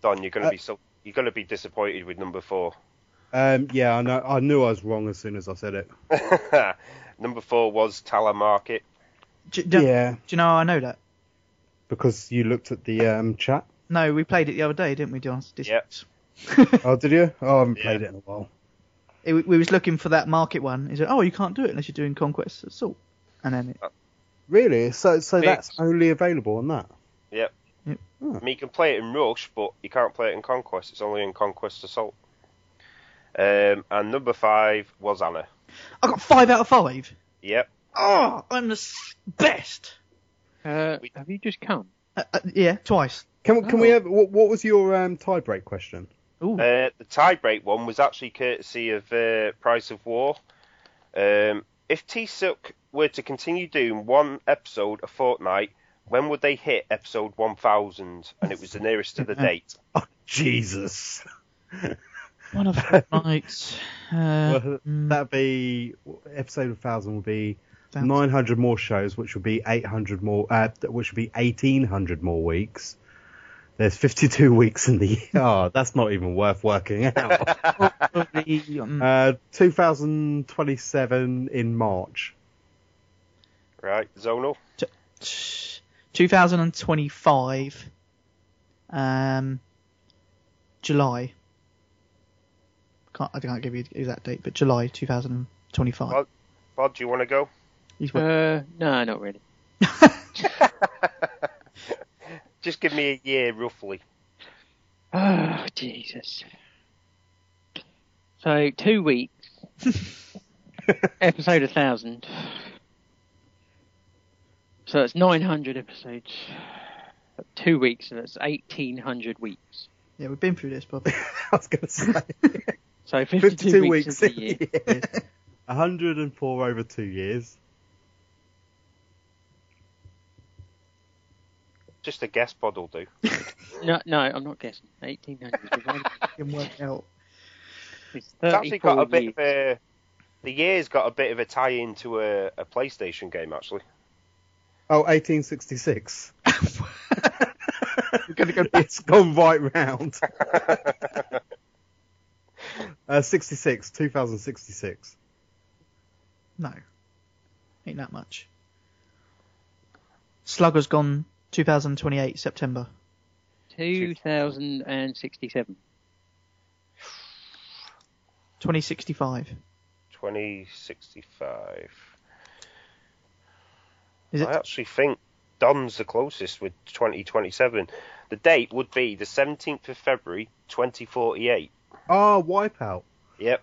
[SPEAKER 12] Don you're gonna
[SPEAKER 10] Uh,
[SPEAKER 12] be so you're gonna be disappointed with number four.
[SPEAKER 10] Um, yeah, I know. I knew I was wrong as soon as I said it.
[SPEAKER 12] number four was Tala Market.
[SPEAKER 8] Do, do-
[SPEAKER 10] Yeah.
[SPEAKER 8] Do you know how I know that?
[SPEAKER 10] Because you looked at the um, chat.
[SPEAKER 8] No, we played it the other day, didn't we, John?
[SPEAKER 12] Yep.
[SPEAKER 10] oh, did you? Oh, I haven't played it in a while.
[SPEAKER 8] It, we was looking for that market one. He said, "Oh, you can't do it unless you're doing conquest assault." And then it,
[SPEAKER 10] Really? So, so
[SPEAKER 12] Oh. Big.
[SPEAKER 10] that's only available on that.
[SPEAKER 12] Yep.
[SPEAKER 10] Mm.
[SPEAKER 8] Yep.
[SPEAKER 12] I mean, you can play it in Rush, but you can't play it in Conquest. It's only in Conquest Assault. Um, and number five was Anna.
[SPEAKER 8] I got five out of five.
[SPEAKER 12] Yep.
[SPEAKER 8] Oh, I'm the s- best.
[SPEAKER 9] Uh, have you just come?
[SPEAKER 8] Uh, uh, yeah, twice.
[SPEAKER 10] Can can
[SPEAKER 8] Oh.
[SPEAKER 10] we have what, what was your um, tiebreak question?
[SPEAKER 12] Uh, the tiebreak one was actually courtesy of uh, Price of War. Um, if T-Suck were to continue doing one episode a fortnight, when would they hit episode 1000? And it was the nearest to the date.
[SPEAKER 10] Jesus.
[SPEAKER 8] One of fortnights. Uh,
[SPEAKER 10] Well, that'd be episode of thousand would be
[SPEAKER 8] Thousand.
[SPEAKER 10] nine hundred more shows, which would be eight hundred more, uh, which would be eighteen hundred more weeks. There's fifty two weeks in the year. Oh, that's not even worth working out.
[SPEAKER 8] probably, um,
[SPEAKER 10] uh, two thousand twenty seven in March.
[SPEAKER 12] Right, Zonal?
[SPEAKER 8] 2025. Um, July. Can't, I can't give you the exact date, but July 2025.
[SPEAKER 12] Bod, Bod, do you want to go?
[SPEAKER 8] He's working.
[SPEAKER 9] Uh, no, not really.
[SPEAKER 12] Just give me a year, roughly.
[SPEAKER 9] Oh, Jesus. So, two weeks. episode 1000. So it's 900 episodes. Two weeks, and it's 1800 weeks.
[SPEAKER 8] Yeah, we've been through this, Bob. I
[SPEAKER 10] was going to say.
[SPEAKER 9] So 52, weeks, of the year.
[SPEAKER 10] year. 104 over two years.
[SPEAKER 12] Just a guess pod will do.
[SPEAKER 9] No, no, I'm not guessing. 1800. divided by-
[SPEAKER 8] Can work out.
[SPEAKER 9] It's
[SPEAKER 12] It's actually got a
[SPEAKER 9] 34
[SPEAKER 12] bit
[SPEAKER 9] years.
[SPEAKER 12] of a. The year's got a bit of a tie into a, a PlayStation game, actually.
[SPEAKER 10] Oh, 1866. It's gone right round. uh, 66, 2066.
[SPEAKER 8] No. Ain't that much. Slugger's gone 2028, September.
[SPEAKER 9] 2067.
[SPEAKER 8] 2065.
[SPEAKER 12] 2065.
[SPEAKER 8] Is it-
[SPEAKER 12] I actually think Don's the closest with 2027. The date would be the 17th of February, 2048.
[SPEAKER 10] Ah, Wipeout.
[SPEAKER 12] Yep.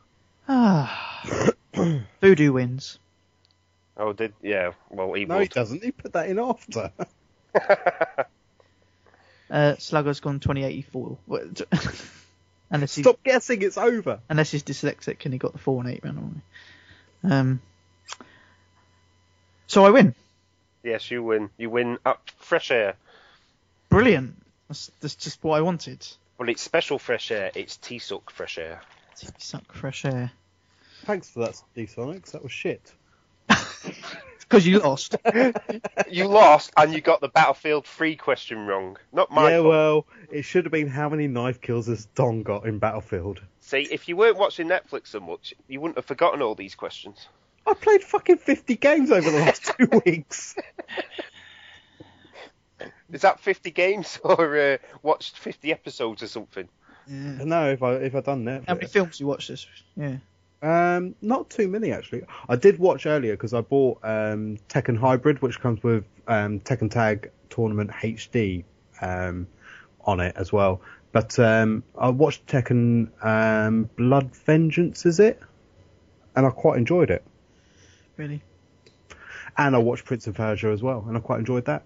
[SPEAKER 8] Ah. Voodoo wins.
[SPEAKER 12] Oh, did yeah. Well, he
[SPEAKER 10] No,
[SPEAKER 12] would.
[SPEAKER 10] he doesn't. He put that in after.
[SPEAKER 8] Uh, Slugger's gone 2084. What- unless he's,
[SPEAKER 10] Stop guessing, it's over.
[SPEAKER 8] unless he's dyslexic and he got the 4 and 8 randomly. Um, so I win.
[SPEAKER 12] Yes, you win. You win up fresh air,
[SPEAKER 8] Brilliant. That's, that's just what I wanted.
[SPEAKER 12] but it's special fresh air. It's T-Suck fresh air.
[SPEAKER 8] Suck fresh air.
[SPEAKER 10] Thanks for that, D-Sonics. That was shit.
[SPEAKER 8] Because you lost.
[SPEAKER 12] you lost, and you got the Battlefield 3 question wrong. Not my
[SPEAKER 10] yeah,
[SPEAKER 12] fault.
[SPEAKER 10] well, it should have been how many knife kills has Don got in Battlefield?
[SPEAKER 12] See, if you weren't watching Netflix so much, you wouldn't have forgotten all these questions.
[SPEAKER 10] I played fucking 50 games over the last two weeks.
[SPEAKER 12] Is that 50 games or uh, watched 50 episodes or something?
[SPEAKER 8] Yeah.
[SPEAKER 10] No, if I if I done that.
[SPEAKER 8] How many films you watched this? Yeah.
[SPEAKER 10] Um, not too many actually. I did watch earlier because I bought um, Tekken Hybrid, which comes with um, Tekken Tag Tournament HD um, on it as well. But um, I watched Tekken um, Blood Vengeance, is it? And I quite enjoyed it.
[SPEAKER 8] Really?
[SPEAKER 10] And I watched Prince of Persia as well, and I quite enjoyed that.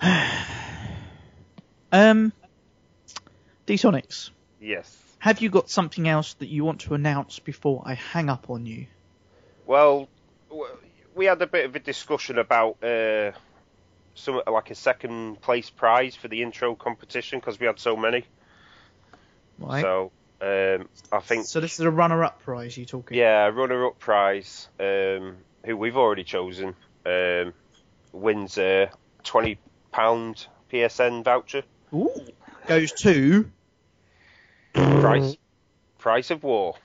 [SPEAKER 8] Um, D-Sonics,
[SPEAKER 12] Yes.
[SPEAKER 8] have you got something else that you want to announce before I hang up on you?
[SPEAKER 12] Well, w- we had a bit of a discussion about uh, some like a second place prize for the intro competition because we had so many.
[SPEAKER 8] Right.
[SPEAKER 12] So um, I think
[SPEAKER 8] So this is a runner-up prize you're talking.
[SPEAKER 12] yeah, runner-up prize um, who we've already chosen um, wins a twenty pound PSN voucher.
[SPEAKER 8] Ooh. Goes to
[SPEAKER 12] Price price of war.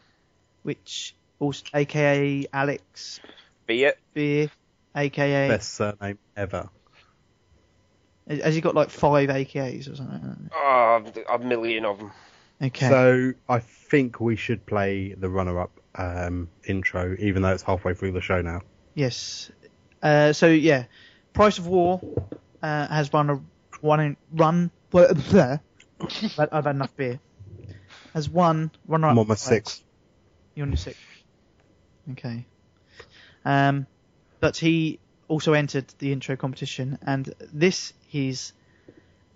[SPEAKER 8] which, also, aka Alex
[SPEAKER 12] Be it.
[SPEAKER 8] Beer, aka
[SPEAKER 10] Best surname ever.
[SPEAKER 8] has he got like five AKAs or something?
[SPEAKER 12] Oh, a million of them.
[SPEAKER 8] Okay.
[SPEAKER 10] So I think we should play the runner-up um, intro, even though it's halfway through the show now.
[SPEAKER 8] Yes. Uh, so yeah, Price of War uh, has won a one in, run. Well, bleh. But I've had enough beer. Has won runner up.
[SPEAKER 10] I'm on my sixth.
[SPEAKER 8] You're on your sixth. Okay. Um, but he also entered the intro competition, and this is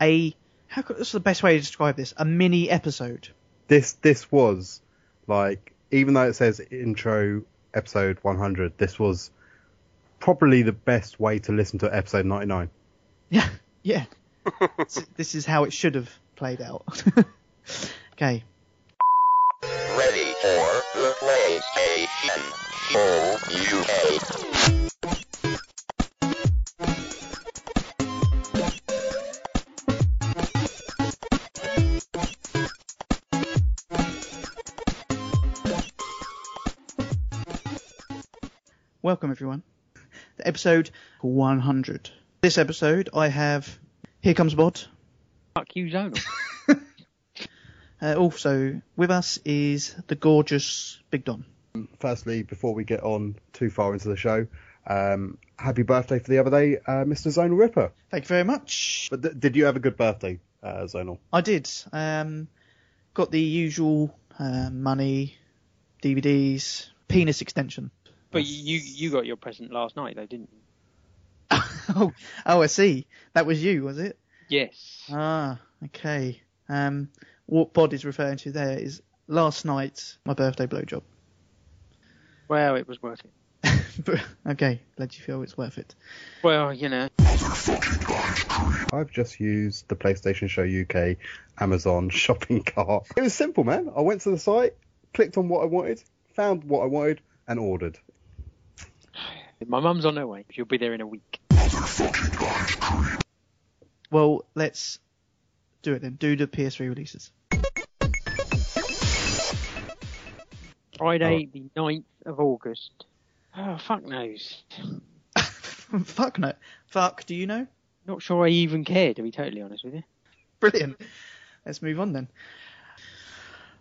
[SPEAKER 8] a how could, this is the best way to describe this? A mini episode.
[SPEAKER 10] this this was like even though it says intro episode 100 this was probably the best way to listen to episode 99
[SPEAKER 8] Yeah. S- this is how it should have played out. okay.
[SPEAKER 6] Ready for the PlayStation Full UK.
[SPEAKER 8] Welcome, everyone. To episode 100. This episode, I have Here Comes Bod.
[SPEAKER 9] Fuck you, Zonal.
[SPEAKER 8] Uh, also, with us is the gorgeous Big Don.
[SPEAKER 10] firstly before we get on too far into the show um happy birthday for the other day uh, mr zonal ripper
[SPEAKER 8] thank you very much
[SPEAKER 10] but th- did you have a good birthday uh zonal
[SPEAKER 8] I did. Um, got the usual uh, money, DVDs, penis extension.
[SPEAKER 9] But you you got your present last night though, didn't you?
[SPEAKER 8] oh, oh, I see. That was you, was it?
[SPEAKER 9] Yes.
[SPEAKER 8] Ah, okay. Um, what Bod is referring to there is last night my birthday blowjob.
[SPEAKER 9] Well, it was worth it.
[SPEAKER 8] Okay, glad you feel it's worth it.
[SPEAKER 9] Well, you know.
[SPEAKER 10] I've just used the PlayStation Show UK Amazon shopping cart. It was simple, man. I went to the site, clicked on what I wanted, found what I wanted, and ordered.
[SPEAKER 9] My mum's on her way. She'll be there in a week.
[SPEAKER 8] Well, let's do it then. Do the PS3 releases.
[SPEAKER 9] Friday, the 9th of August. Oh, fuck knows.
[SPEAKER 8] fuck no. Fuck, do you know?
[SPEAKER 9] Not sure I even care, to be totally honest with you.
[SPEAKER 8] Brilliant. Let's move on then.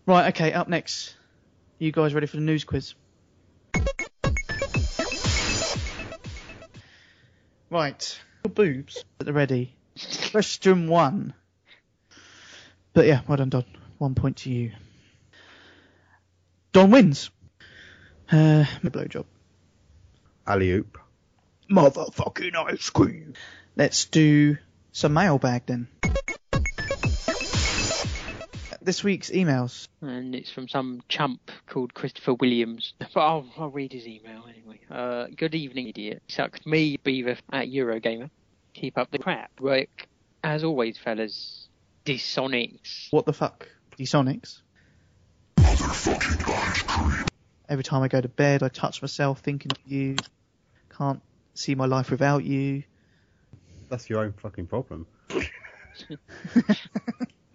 [SPEAKER 8] Right, okay, up next. You guys ready for the news quiz? Right. Your boobs at the ready. Question one. But yeah, well done, Don. One point to you. Don wins. Uh, blowjob.
[SPEAKER 10] Alley oop.
[SPEAKER 8] Motherfucking ice cream. Let's do some mailbag then. This week's
[SPEAKER 9] e-
[SPEAKER 8] emails.
[SPEAKER 9] And it's from some chump called Christopher Williams. But I'll, I'll read his email anyway. Uh, good evening, idiot. Sucks me, Beaver, at Eurogamer. Keep up the crap. Work, as always, fellas. Disonics.
[SPEAKER 8] What the fuck? Sonics. Every time I go to bed, I touch myself thinking of you. Can't see my life without you.
[SPEAKER 10] That's your own fucking problem.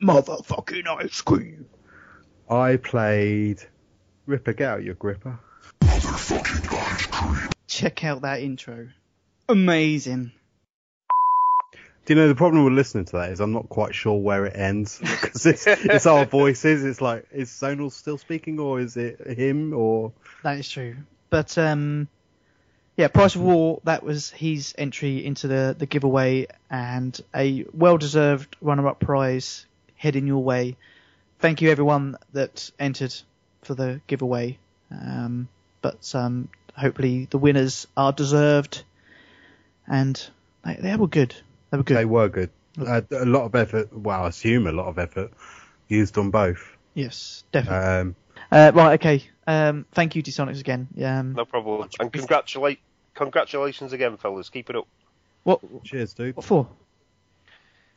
[SPEAKER 8] Motherfucking ice cream.
[SPEAKER 10] I played Ripper, get out your gripper.
[SPEAKER 8] Check out that intro. Amazing.
[SPEAKER 10] Do you know the problem with listening to that is I'm not quite sure where it ends because it's, it's our voices. It's like is Zonal still speaking or is it him or
[SPEAKER 8] That is true. But um, yeah, Price of War. That was his entry into the the giveaway, and a well deserved runner up prize heading your way. Thank you everyone that entered for the giveaway. Um, but um, hopefully the winners are deserved, and they, they were good. They were good.
[SPEAKER 10] They were good. Uh, a lot of effort. Well, I assume a lot of effort used on both.
[SPEAKER 8] Yes, definitely.
[SPEAKER 10] Um,
[SPEAKER 8] Uh, right, okay. Um, thank you, Dsonics, again. Um,
[SPEAKER 12] No problem. And congratulate, congratulations again, fellas. Keep it up
[SPEAKER 8] what
[SPEAKER 10] cheers, dude.
[SPEAKER 8] what for?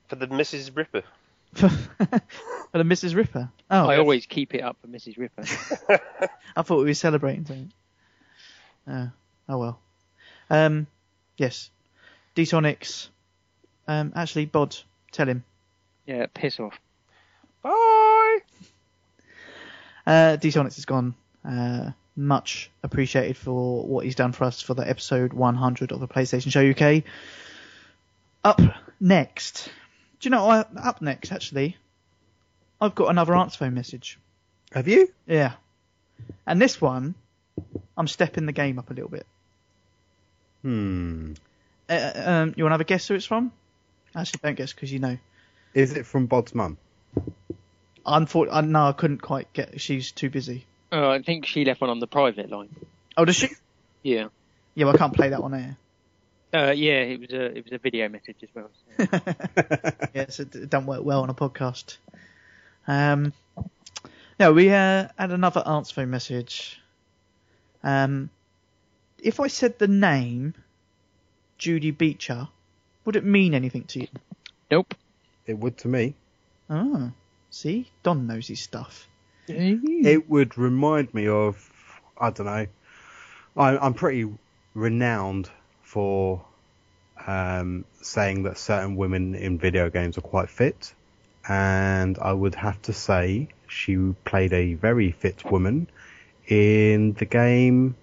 [SPEAKER 12] for the Mrs. Ripper.
[SPEAKER 8] For, for the Mrs. Ripper. Oh,
[SPEAKER 9] I always keep it up for Mrs. Ripper.
[SPEAKER 8] I thought we were celebrating something. Uh, oh well. Um, yes, Dsonics. Um, actually, Bod, tell him.
[SPEAKER 9] yeah, piss off.
[SPEAKER 12] Bye.
[SPEAKER 8] Uh, Dsonics is gone. Uh, much appreciated for what he's done for us for the episode 100 of the PlayStation Show UK. Up next, do you know? I, up next, actually, I've got another answer phone message.
[SPEAKER 10] Have you?
[SPEAKER 8] Yeah, and this one, I'm stepping the game up a little bit.
[SPEAKER 10] Hmm.
[SPEAKER 8] Uh, um, you want to have a guess who it's from? Actually, don't guess because you know.
[SPEAKER 10] Is it from Bod's mum?
[SPEAKER 8] Unfortunately, uh, no, I couldn't quite get. She's too busy.
[SPEAKER 9] Uh, I think she left one on the private line.
[SPEAKER 8] Oh, does she?
[SPEAKER 9] Yeah.
[SPEAKER 8] Yeah, well, I can't play that eh? on air.
[SPEAKER 9] Uh, yeah, it was a it was a video message as well.
[SPEAKER 8] yeah, so it don't work well on a podcast. Um, no, we uh, had another answer phone message. Um, if I said the name Judy Beecher, would it mean anything to you?
[SPEAKER 9] Nope.
[SPEAKER 10] It would to me.
[SPEAKER 8] Oh, see, Don knows his stuff.
[SPEAKER 10] It would remind me of I don't know. I, I'm pretty renowned for um, saying that certain women in video games are quite fit, and I would have to say she played a very fit woman in the game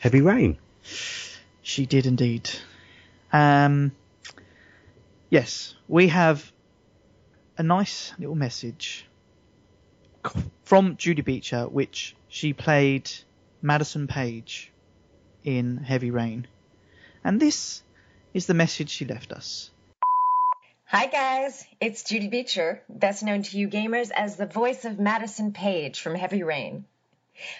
[SPEAKER 10] Heavy Rain.
[SPEAKER 8] She did indeed. Um, yes, we have a nice little message from Judy Beecher, which she played Madison Page in Heavy Rain. And this is the message she left us.
[SPEAKER 13] Hi, guys. It's Judy Beecher, best known to you gamers as the voice of Madison Page from Heavy Rain.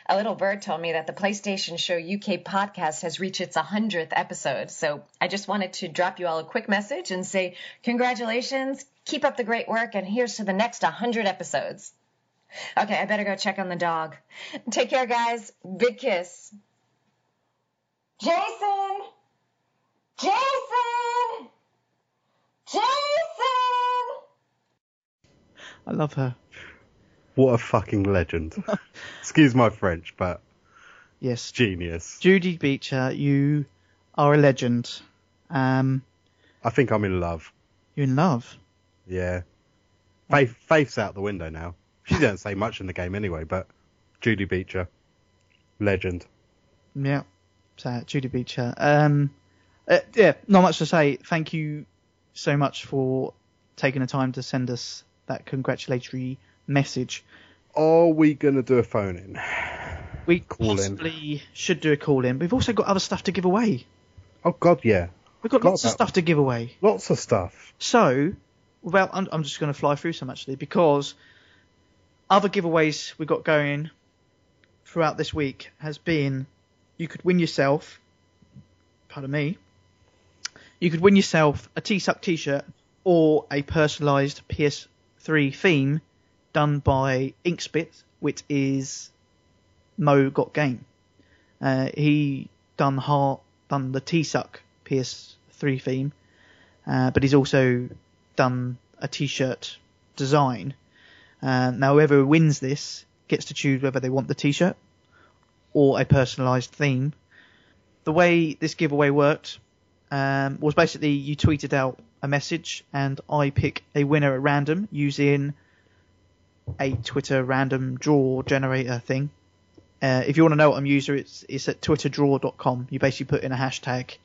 [SPEAKER 13] A little bird told me that the PlayStation Show UK podcast has reached its 100th episode. So I just wanted to drop you all a quick message and say, congratulations, keep up the great work, and here's to the next 100 episodes. Okay, I better go check on the dog. Take care, guys. Big kiss. Jason! Jason! Jason!
[SPEAKER 8] I love her.
[SPEAKER 10] What a fucking legend. Excuse my French, but
[SPEAKER 8] yes,
[SPEAKER 10] genius.
[SPEAKER 8] Judy Beecher, you are a legend. Um,
[SPEAKER 10] I think I'm in love.
[SPEAKER 8] You're in love.
[SPEAKER 10] Yeah. Faith, Faith's out the window now. She doesn't say much in the game anyway, but Judy Beecher, legend.
[SPEAKER 8] Yeah. So, Judy Beecher. Um, uh, yeah, not much to say. Thank you so much for taking the time to send us that congratulatory message.
[SPEAKER 10] Are we gonna do a phone in?
[SPEAKER 8] We
[SPEAKER 10] Call in.
[SPEAKER 8] possibly should do a call in. We've also got other stuff to give away.
[SPEAKER 10] Oh God, yeah.
[SPEAKER 8] We've got
[SPEAKER 10] Forgot
[SPEAKER 8] lots of
[SPEAKER 10] about-
[SPEAKER 8] stuff to give away.
[SPEAKER 10] Lots of stuff.
[SPEAKER 8] So, well, I'm, I'm just going to fly through some actually because other giveaways we've got going throughout this week has been you could win yourself, pardon me, you could win yourself a T-Suck t-shirt or a personalised PS3 theme done by Inkspit, which is Mo Got Game. Uh, he done heart, done the T-Suck PS3 theme, uh, but he's also done a T-shirt design. Uh, now, whoever wins this gets to choose whether they want the T-shirt or a personalised theme. The way this giveaway worked um, was basically you tweeted out a message and I pick a winner at random using a Twitter random draw generator thing. Uh, if you want to know what I'm using, it's it's at twitterdraw.com. You basically put in a hashtag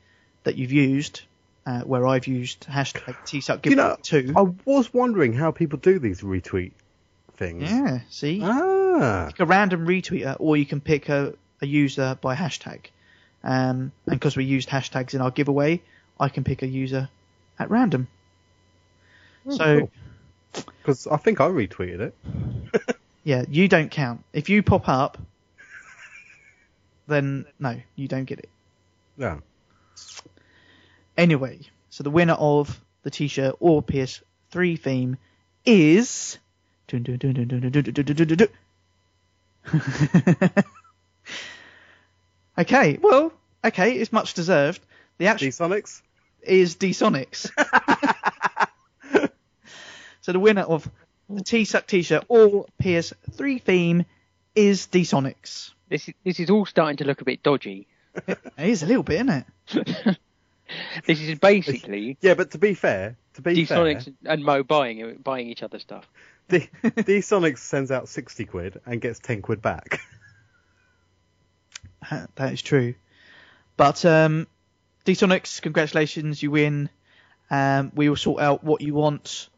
[SPEAKER 8] that you've used, uh, where I've used hashtag TSUP
[SPEAKER 10] You know,
[SPEAKER 8] two.
[SPEAKER 10] I was wondering how people do these retweet things.
[SPEAKER 8] Yeah, see?
[SPEAKER 10] Ah.
[SPEAKER 8] Pick a random retweeter, or you can pick a, a user by hashtag. Um, and because we used hashtags in our giveaway, I can pick a user at random.
[SPEAKER 10] Hmm,
[SPEAKER 8] so,
[SPEAKER 10] Because I think I retweeted it.
[SPEAKER 8] yeah, you don't count. If you pop up, then no, you don't get it.
[SPEAKER 10] Yeah.
[SPEAKER 8] Anyway, so the winner of the t-shirt or PS3 theme is dun, dun, dun, dun, dun, dun, dun, dun, dun, dun, dun, dun. Okay, well, okay, it's much deserved. The actual
[SPEAKER 10] Sonics
[SPEAKER 8] is Sonics. so the winner of the T-Suck t-shirt or PS3 theme is Sonics.
[SPEAKER 9] This is, this is all starting to look a bit dodgy.
[SPEAKER 8] It is a little bit, isn't it?
[SPEAKER 9] This is basically
[SPEAKER 10] Yeah, but to be fair, to be fair,
[SPEAKER 9] D-Sonics and Mo buying buying each other stuff.
[SPEAKER 10] D Sonics sends out sixty quid and gets ten quid back.
[SPEAKER 8] That- That is true. But um, Sonics, congratulations, you win. Um, we will sort out what you want,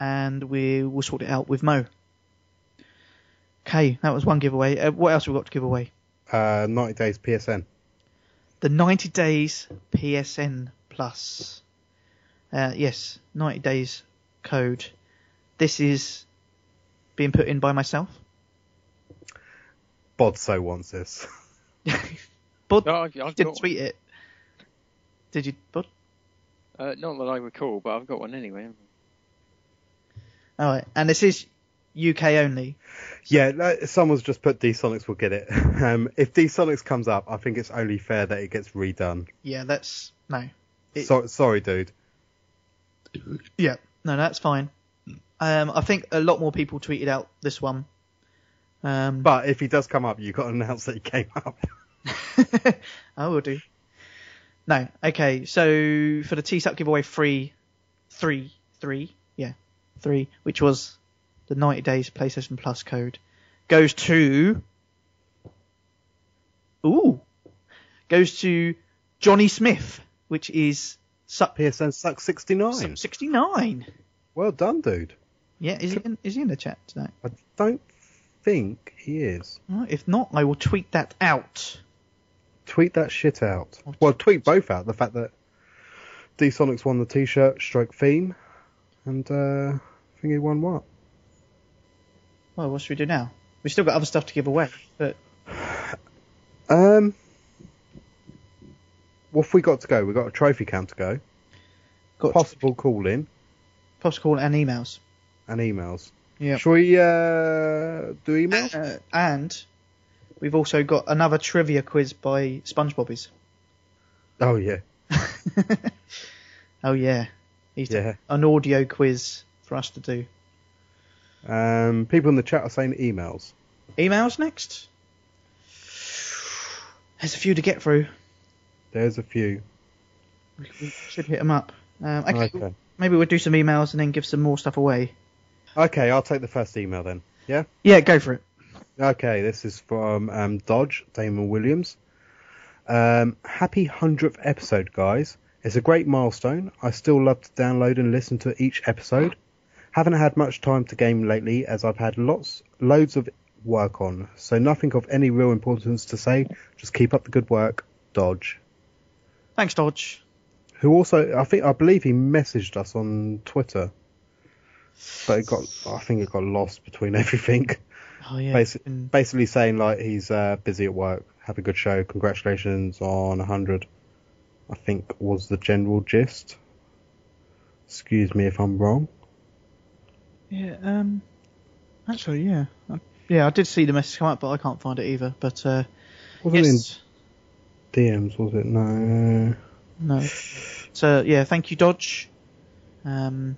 [SPEAKER 8] and we will sort it out with Mo. Okay, that was one giveaway. Uh, what else have we got to give away?
[SPEAKER 10] Uh, ninety days PSN.
[SPEAKER 8] The 90 days PSN Plus. Uh, yes, 90 days code. This is being put in by myself.
[SPEAKER 10] Bod so wants this.
[SPEAKER 8] Bod,
[SPEAKER 9] No, I've,
[SPEAKER 8] you
[SPEAKER 9] I've
[SPEAKER 8] didn't
[SPEAKER 9] got,
[SPEAKER 8] tweet it. Did you, Bod?
[SPEAKER 9] uh, not that I recall, but I've got one anyway.
[SPEAKER 8] All right, Oh, and this is UK only.
[SPEAKER 10] Yeah, no, someone's just put D Sonics will get it. Um, if D Sonics comes up, I think it's only fair that it gets redone.
[SPEAKER 8] Yeah, that's no. It-
[SPEAKER 10] so, sorry, dude.
[SPEAKER 8] Yeah, no, that's fine.
[SPEAKER 10] Hmm.
[SPEAKER 8] Um, I think a lot more people tweeted out this one. Um,
[SPEAKER 10] But if he does come up, you got to announce that he came up.
[SPEAKER 8] I will do. No, okay. So for the T-Sup giveaway, three, three, three, yeah, three, which was the 90 days PlayStation Plus code, goes to. Ooh, goes to Johnny Smith, which is suck
[SPEAKER 10] PSN suck 69.
[SPEAKER 8] 69.
[SPEAKER 10] Well done, dude.
[SPEAKER 8] Yeah, is he in, is he in the chat tonight?
[SPEAKER 10] I don't think he is.
[SPEAKER 8] Right, If not, I will tweet that out.
[SPEAKER 10] Tweet that shit out. Well, tweet both out. The fact that D Sonics won the t shirt, stroke theme, and uh, I think he won what?
[SPEAKER 8] Well, what should we do now? We've still got other stuff to give away, but
[SPEAKER 10] Um, what have we got to go? We've got a trophy count to go.
[SPEAKER 8] Got
[SPEAKER 10] possible call in
[SPEAKER 8] post call and emails.
[SPEAKER 10] and emails.
[SPEAKER 8] Yeah.
[SPEAKER 10] Shall we uh, do email?
[SPEAKER 8] Uh, and we've also got another trivia quiz by SpongeBobbies.
[SPEAKER 10] Oh yeah.
[SPEAKER 8] Oh yeah, he's
[SPEAKER 10] Yeah.
[SPEAKER 8] an audio quiz for us to do.
[SPEAKER 10] Um, people in the chat are saying emails.
[SPEAKER 8] Emails next. There's a few to get through.
[SPEAKER 10] There's a few.
[SPEAKER 8] We we should hit them up. Um, okay.
[SPEAKER 10] Okay.
[SPEAKER 8] Maybe we'll do some emails and then give some more stuff away.
[SPEAKER 10] Okay, I'll take the first email then. Yeah.
[SPEAKER 8] Yeah, go for it.
[SPEAKER 10] Okay, this is from um, Dodge, Damon Williams. Um, happy 100th episode, guys. It's a great milestone. I still love to download and listen to each episode. Haven't had much time to game lately as I've had lots, loads of work on, so nothing of any real importance to say. Just keep up the good work, Dodge.
[SPEAKER 8] Thanks, Dodge.
[SPEAKER 10] Who also, I think, I believe he messaged us on Twitter, but it got, I think it got lost between everything.
[SPEAKER 8] Oh yeah.
[SPEAKER 10] Basi- basically saying like he's uh, busy at work. Have a good show. Congratulations on 100. I think was the general gist. Excuse me if I'm wrong.
[SPEAKER 8] Yeah. Um. Actually, yeah. I, yeah, I did see the message come up, but I can't find it either. But uh,
[SPEAKER 10] Wasn't in DMs, was it? No.
[SPEAKER 8] no. So yeah, thank you, Dodge. Um.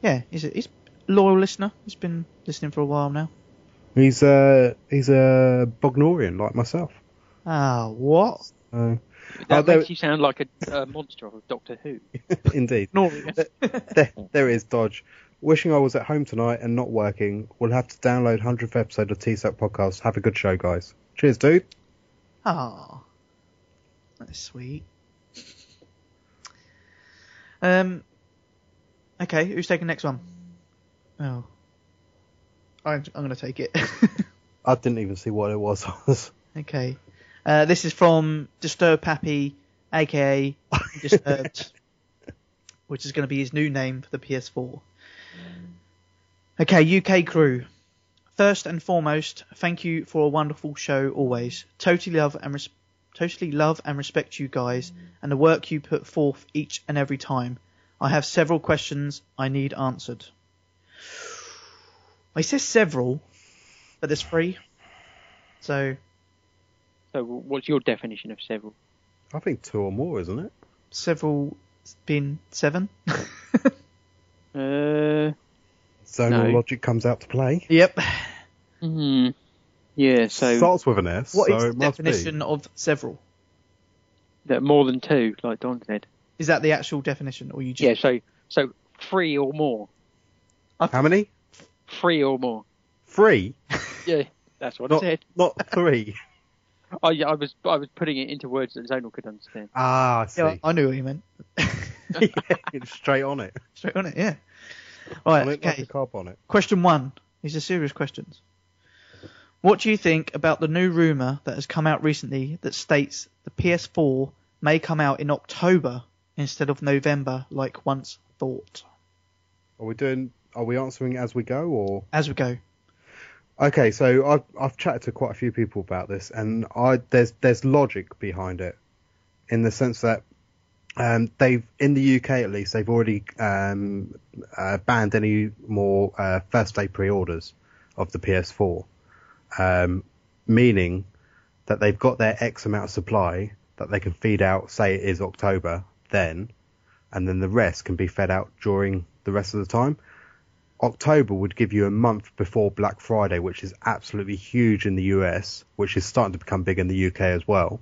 [SPEAKER 8] Yeah, he's a, he's a loyal listener. He's been listening for a while now.
[SPEAKER 10] He's uh he's a Bognorian like myself.
[SPEAKER 8] Ah, what?
[SPEAKER 10] So,
[SPEAKER 9] That
[SPEAKER 10] uh, there-
[SPEAKER 9] makes you sound like a, a monster of Doctor Who.
[SPEAKER 10] Indeed.
[SPEAKER 9] Norius.
[SPEAKER 10] there, there it is, Dodge. Wishing I was at home tonight and not working. We'll have to download 100th episode of TSAC podcast. Have a good show, guys. Cheers, dude.
[SPEAKER 8] Ah, that's sweet. Um, okay, who's taking next one? Oh, I, I'm going to take it.
[SPEAKER 10] I didn't even see what it was.
[SPEAKER 8] okay, uh, this is from Disturbed Pappy, aka Disturbed, which is going to be his new name for the PS4. Okay, UK crew. First and foremost, thank you for a wonderful show always. Totally love and res- totally love and respect you guys and the work you put forth each and every time. I have several questions I need answered. I says several, but there's three. So
[SPEAKER 9] So, what's your definition of several?
[SPEAKER 10] I think two or more, isn't it?
[SPEAKER 8] several being seven.
[SPEAKER 9] Uh,
[SPEAKER 10] Zonal
[SPEAKER 9] No.
[SPEAKER 10] logic comes out to play.
[SPEAKER 8] Yep.
[SPEAKER 9] hmm, yeah. So
[SPEAKER 10] Starts with an S.
[SPEAKER 8] What
[SPEAKER 10] so
[SPEAKER 8] is
[SPEAKER 10] it
[SPEAKER 8] the
[SPEAKER 10] must be.
[SPEAKER 8] definition of several?
[SPEAKER 9] that more than two, like Don said.
[SPEAKER 8] Is that the actual definition, or you just
[SPEAKER 9] Yeah. So, so three or more.
[SPEAKER 10] How many?
[SPEAKER 9] Three or more.
[SPEAKER 10] Three.
[SPEAKER 9] Yeah, that's what I
[SPEAKER 10] Not,
[SPEAKER 9] said.
[SPEAKER 10] not three.
[SPEAKER 9] I, I was I was putting it into words that Zonal could understand.
[SPEAKER 10] Ah, I see.
[SPEAKER 8] Yeah, I knew what you meant.
[SPEAKER 10] It's Straight on it.
[SPEAKER 8] Straight on it, yeah. Right,
[SPEAKER 10] On it, like
[SPEAKER 8] okay.
[SPEAKER 10] a carb on it.
[SPEAKER 8] Question one. These are serious questions. What do you think about the new rumour that has come out recently that states the PS4 may come out in October instead of November, like once thought?
[SPEAKER 10] Are we doing? Are we answering as we go, or
[SPEAKER 8] As we go.
[SPEAKER 10] Okay, so I've I've chatted to quite a few people about this, and I there's there's logic behind it, in the sense that um, they've in the UK at least they've already um, uh, banned any more uh, first day pre-orders of the PS4, um, meaning that they've got their X amount of supply that they can feed out. Say it is October, then, and then the rest can be fed out during the rest of the time. October would give you a month before Black Friday, which is absolutely huge in the US, which is starting to become big in the UK as well,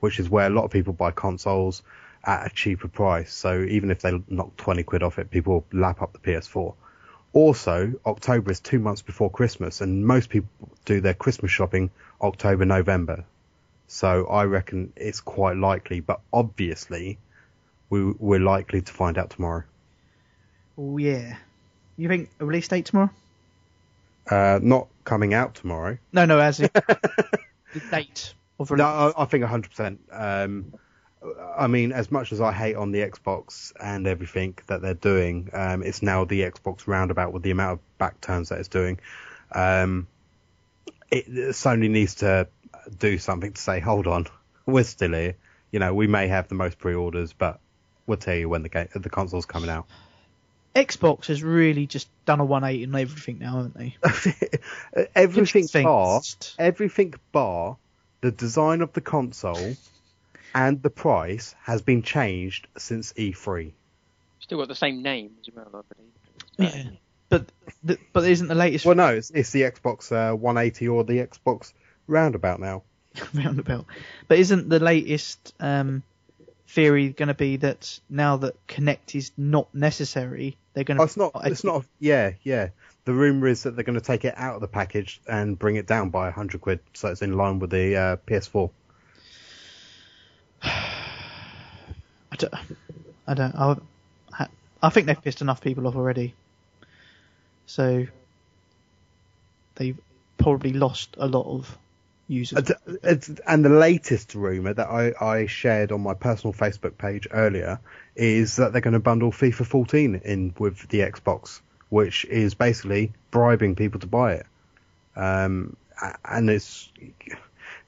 [SPEAKER 10] which is where a lot of people buy consoles at a cheaper price. So even if they knock 20 quid off it, people lap up the PS4. Also, October is two months before Christmas, and most people do their Christmas shopping October, November. So I reckon it's quite likely, but obviously, we, we're likely to find out tomorrow.
[SPEAKER 8] Oh, yeah. You think a release date tomorrow?
[SPEAKER 10] Uh, not coming out tomorrow.
[SPEAKER 8] No, no, as in the date of release.
[SPEAKER 10] No, I, I think 100%. Um, I mean, as much as I hate on the Xbox and everything that they're doing, um, it's now the Xbox roundabout with the amount of back turns that it's doing. Um, it, Sony needs to do something to say, hold on, we're still here. You know, we may have the most pre-orders, but we'll tell you when the game, the console's coming out.
[SPEAKER 8] Xbox has really just done a 180 on everything now, haven't they?
[SPEAKER 10] everything bar everything bar the design of the console and the price has been changed since E E3.
[SPEAKER 9] Still got the same name as well, I believe.
[SPEAKER 8] Yeah, but the, but isn't the latest?
[SPEAKER 10] Well, no, it's, it's the Xbox uh, 180 or the Xbox Roundabout now.
[SPEAKER 8] roundabout. But isn't the latest um, theory going to be that now that Connect is not necessary, they're going to?
[SPEAKER 10] Oh, it's not. It's not. Yeah, yeah. The rumor is that they're going to take it out of the package and bring it down by 100 quid, so it's in line with the uh, PS4.
[SPEAKER 8] I don't. I don't. I, I- I think they've pissed enough people off already. So they've probably lost a lot of users.
[SPEAKER 10] And- Uh, it's- and the latest rumor that I, I shared on my personal Facebook page earlier is that they're going to bundle FIFA 14 in with the Xbox, which is basically bribing people to buy it. Um, a- and it's it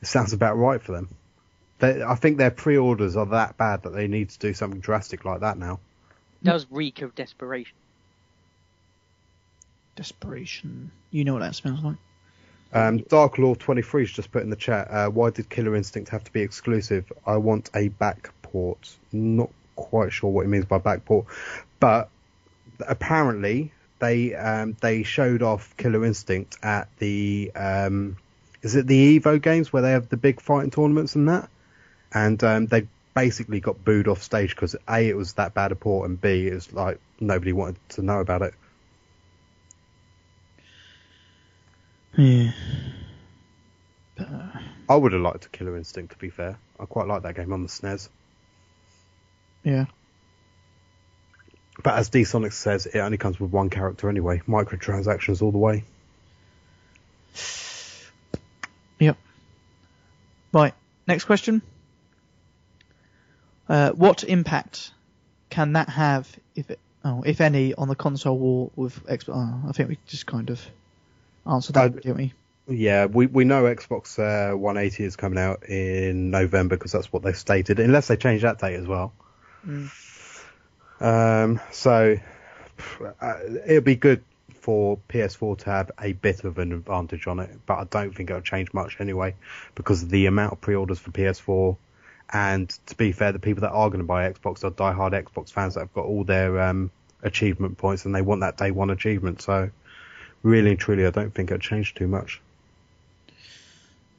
[SPEAKER 10] sounds about right for them. They, I think their pre-orders are that bad that they need to do something drastic like that now.
[SPEAKER 9] does reek of desperation.
[SPEAKER 8] Desperation. You know what that smells like.
[SPEAKER 10] Um, Dark Law 23's just put in the chat, uh, why did Killer Instinct have to be exclusive? I want a backport. Not quite sure what he means by backport, but apparently they um, they showed off Killer Instinct at the um, is it the Evo games where they have the big fighting tournaments and that, and um, they basically got booed off stage because a it was that bad a port and b it was like nobody wanted to know about it.
[SPEAKER 8] Yeah.
[SPEAKER 10] I would have liked Killer Instinct to be fair. I quite like that game on the SNES.
[SPEAKER 8] Yeah.
[SPEAKER 10] But as D Sonic says, it only comes with one character anyway. Microtransactions all the way.
[SPEAKER 8] Right. Next question. Uh, what impact can that have, if it, oh, if any, on the console war with Xbox? Oh, I think we just kind of answered
[SPEAKER 10] Uh,
[SPEAKER 8] that, didn't we?
[SPEAKER 10] Yeah, we, we know Xbox uh, 180 is coming out in November because that's what they've stated, unless they change that date as well.
[SPEAKER 8] Mm.
[SPEAKER 10] Um, so uh, it'll be good for PS4 to have a bit of an advantage on it, but I don't think it'll change much anyway because of the amount of pre-orders for PS4. And to be fair, the people that are going to buy Xbox are die-hard Xbox fans that have got all their um, achievement points and they want that day one achievement. So really and truly, I don't think it'll change too much.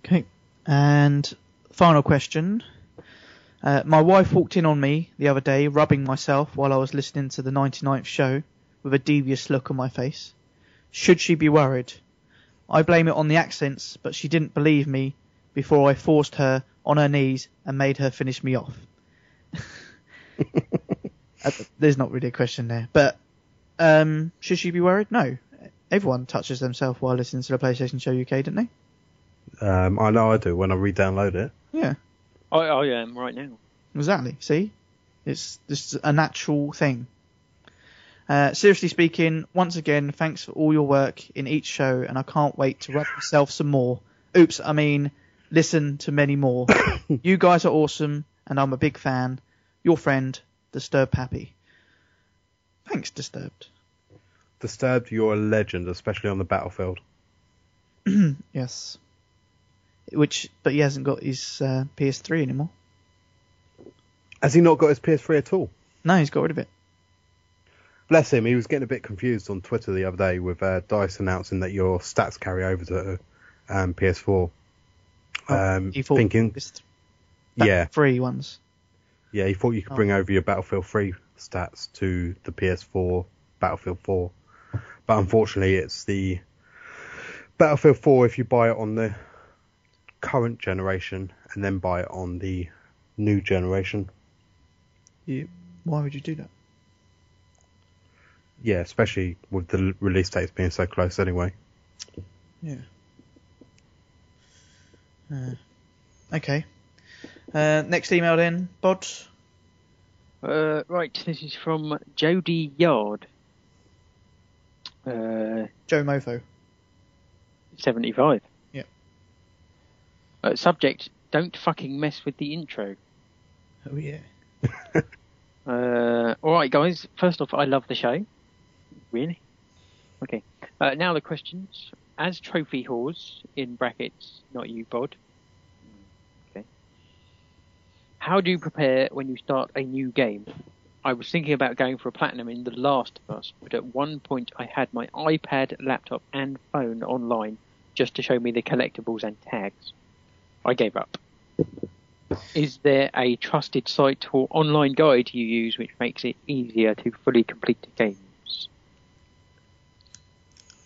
[SPEAKER 8] Okay. And final question. Uh, my wife walked in on me the other day, rubbing myself while I was listening to the 99th show with a devious look on my face. Should she be worried? I blame it on the accents, but she didn't believe me before I forced her on her knees and made her finish me off. Uh, There's not really a question there, but um, should she be worried? No. Everyone touches themselves while listening to the PlayStation Show UK, don't they?
[SPEAKER 10] Um, I know I do when I re-download it.
[SPEAKER 8] Yeah.
[SPEAKER 9] I, I am right now.
[SPEAKER 8] Exactly. See, it's just a natural thing. Uh, seriously speaking, once again, thanks for all your work in each show, and I can't wait to rub myself some more. Oops, I mean, listen to many more. you guys are awesome, and I'm a big fan. Your friend, Disturbed Happy. Thanks, Disturbed.
[SPEAKER 10] Disturbed, you're a legend, especially on the battlefield.
[SPEAKER 8] yes. Which, but he hasn't got his uh, PS3 anymore.
[SPEAKER 10] Has he not got his PS3 at all?
[SPEAKER 8] No, he's got rid of it.
[SPEAKER 10] Bless him, he was getting a bit confused on Twitter the other day with uh, Dice announcing that your stats carry over to um, PS4.
[SPEAKER 8] Oh,
[SPEAKER 10] Um, thinking, yeah,
[SPEAKER 8] free ones. Oh.
[SPEAKER 10] Yeah, he thought you could bring over your Battlefield 3 stats to the PS4, Battlefield 4. But unfortunately, it's the Battlefield 4 if you buy it on the current generation and then buy it on the new generation.
[SPEAKER 8] You, why would you do that?
[SPEAKER 10] Yeah, especially with the l- release dates being so close anyway.
[SPEAKER 8] Yeah. Uh, okay. Uh, next email then, Bod.
[SPEAKER 9] Uh, right, this is from Jody Yard. Uh,
[SPEAKER 8] Joe Mofo.
[SPEAKER 9] 75.
[SPEAKER 8] Yep.
[SPEAKER 9] Uh, subject: Don't fucking mess with the intro.
[SPEAKER 14] Oh yeah.
[SPEAKER 9] Uh, all right, guys. First off, I love the show. Really? Okay. Uh, now the questions. As trophy whores, in brackets, not you, Bod. Okay. How do you prepare when you start a new game? I was thinking about going for a platinum in The Last of Us, but at one point I had my iPad, laptop, and phone online just to show me the collectibles and tags. I gave up. Is there a trusted site or online guide you use which makes it easier to fully complete the games?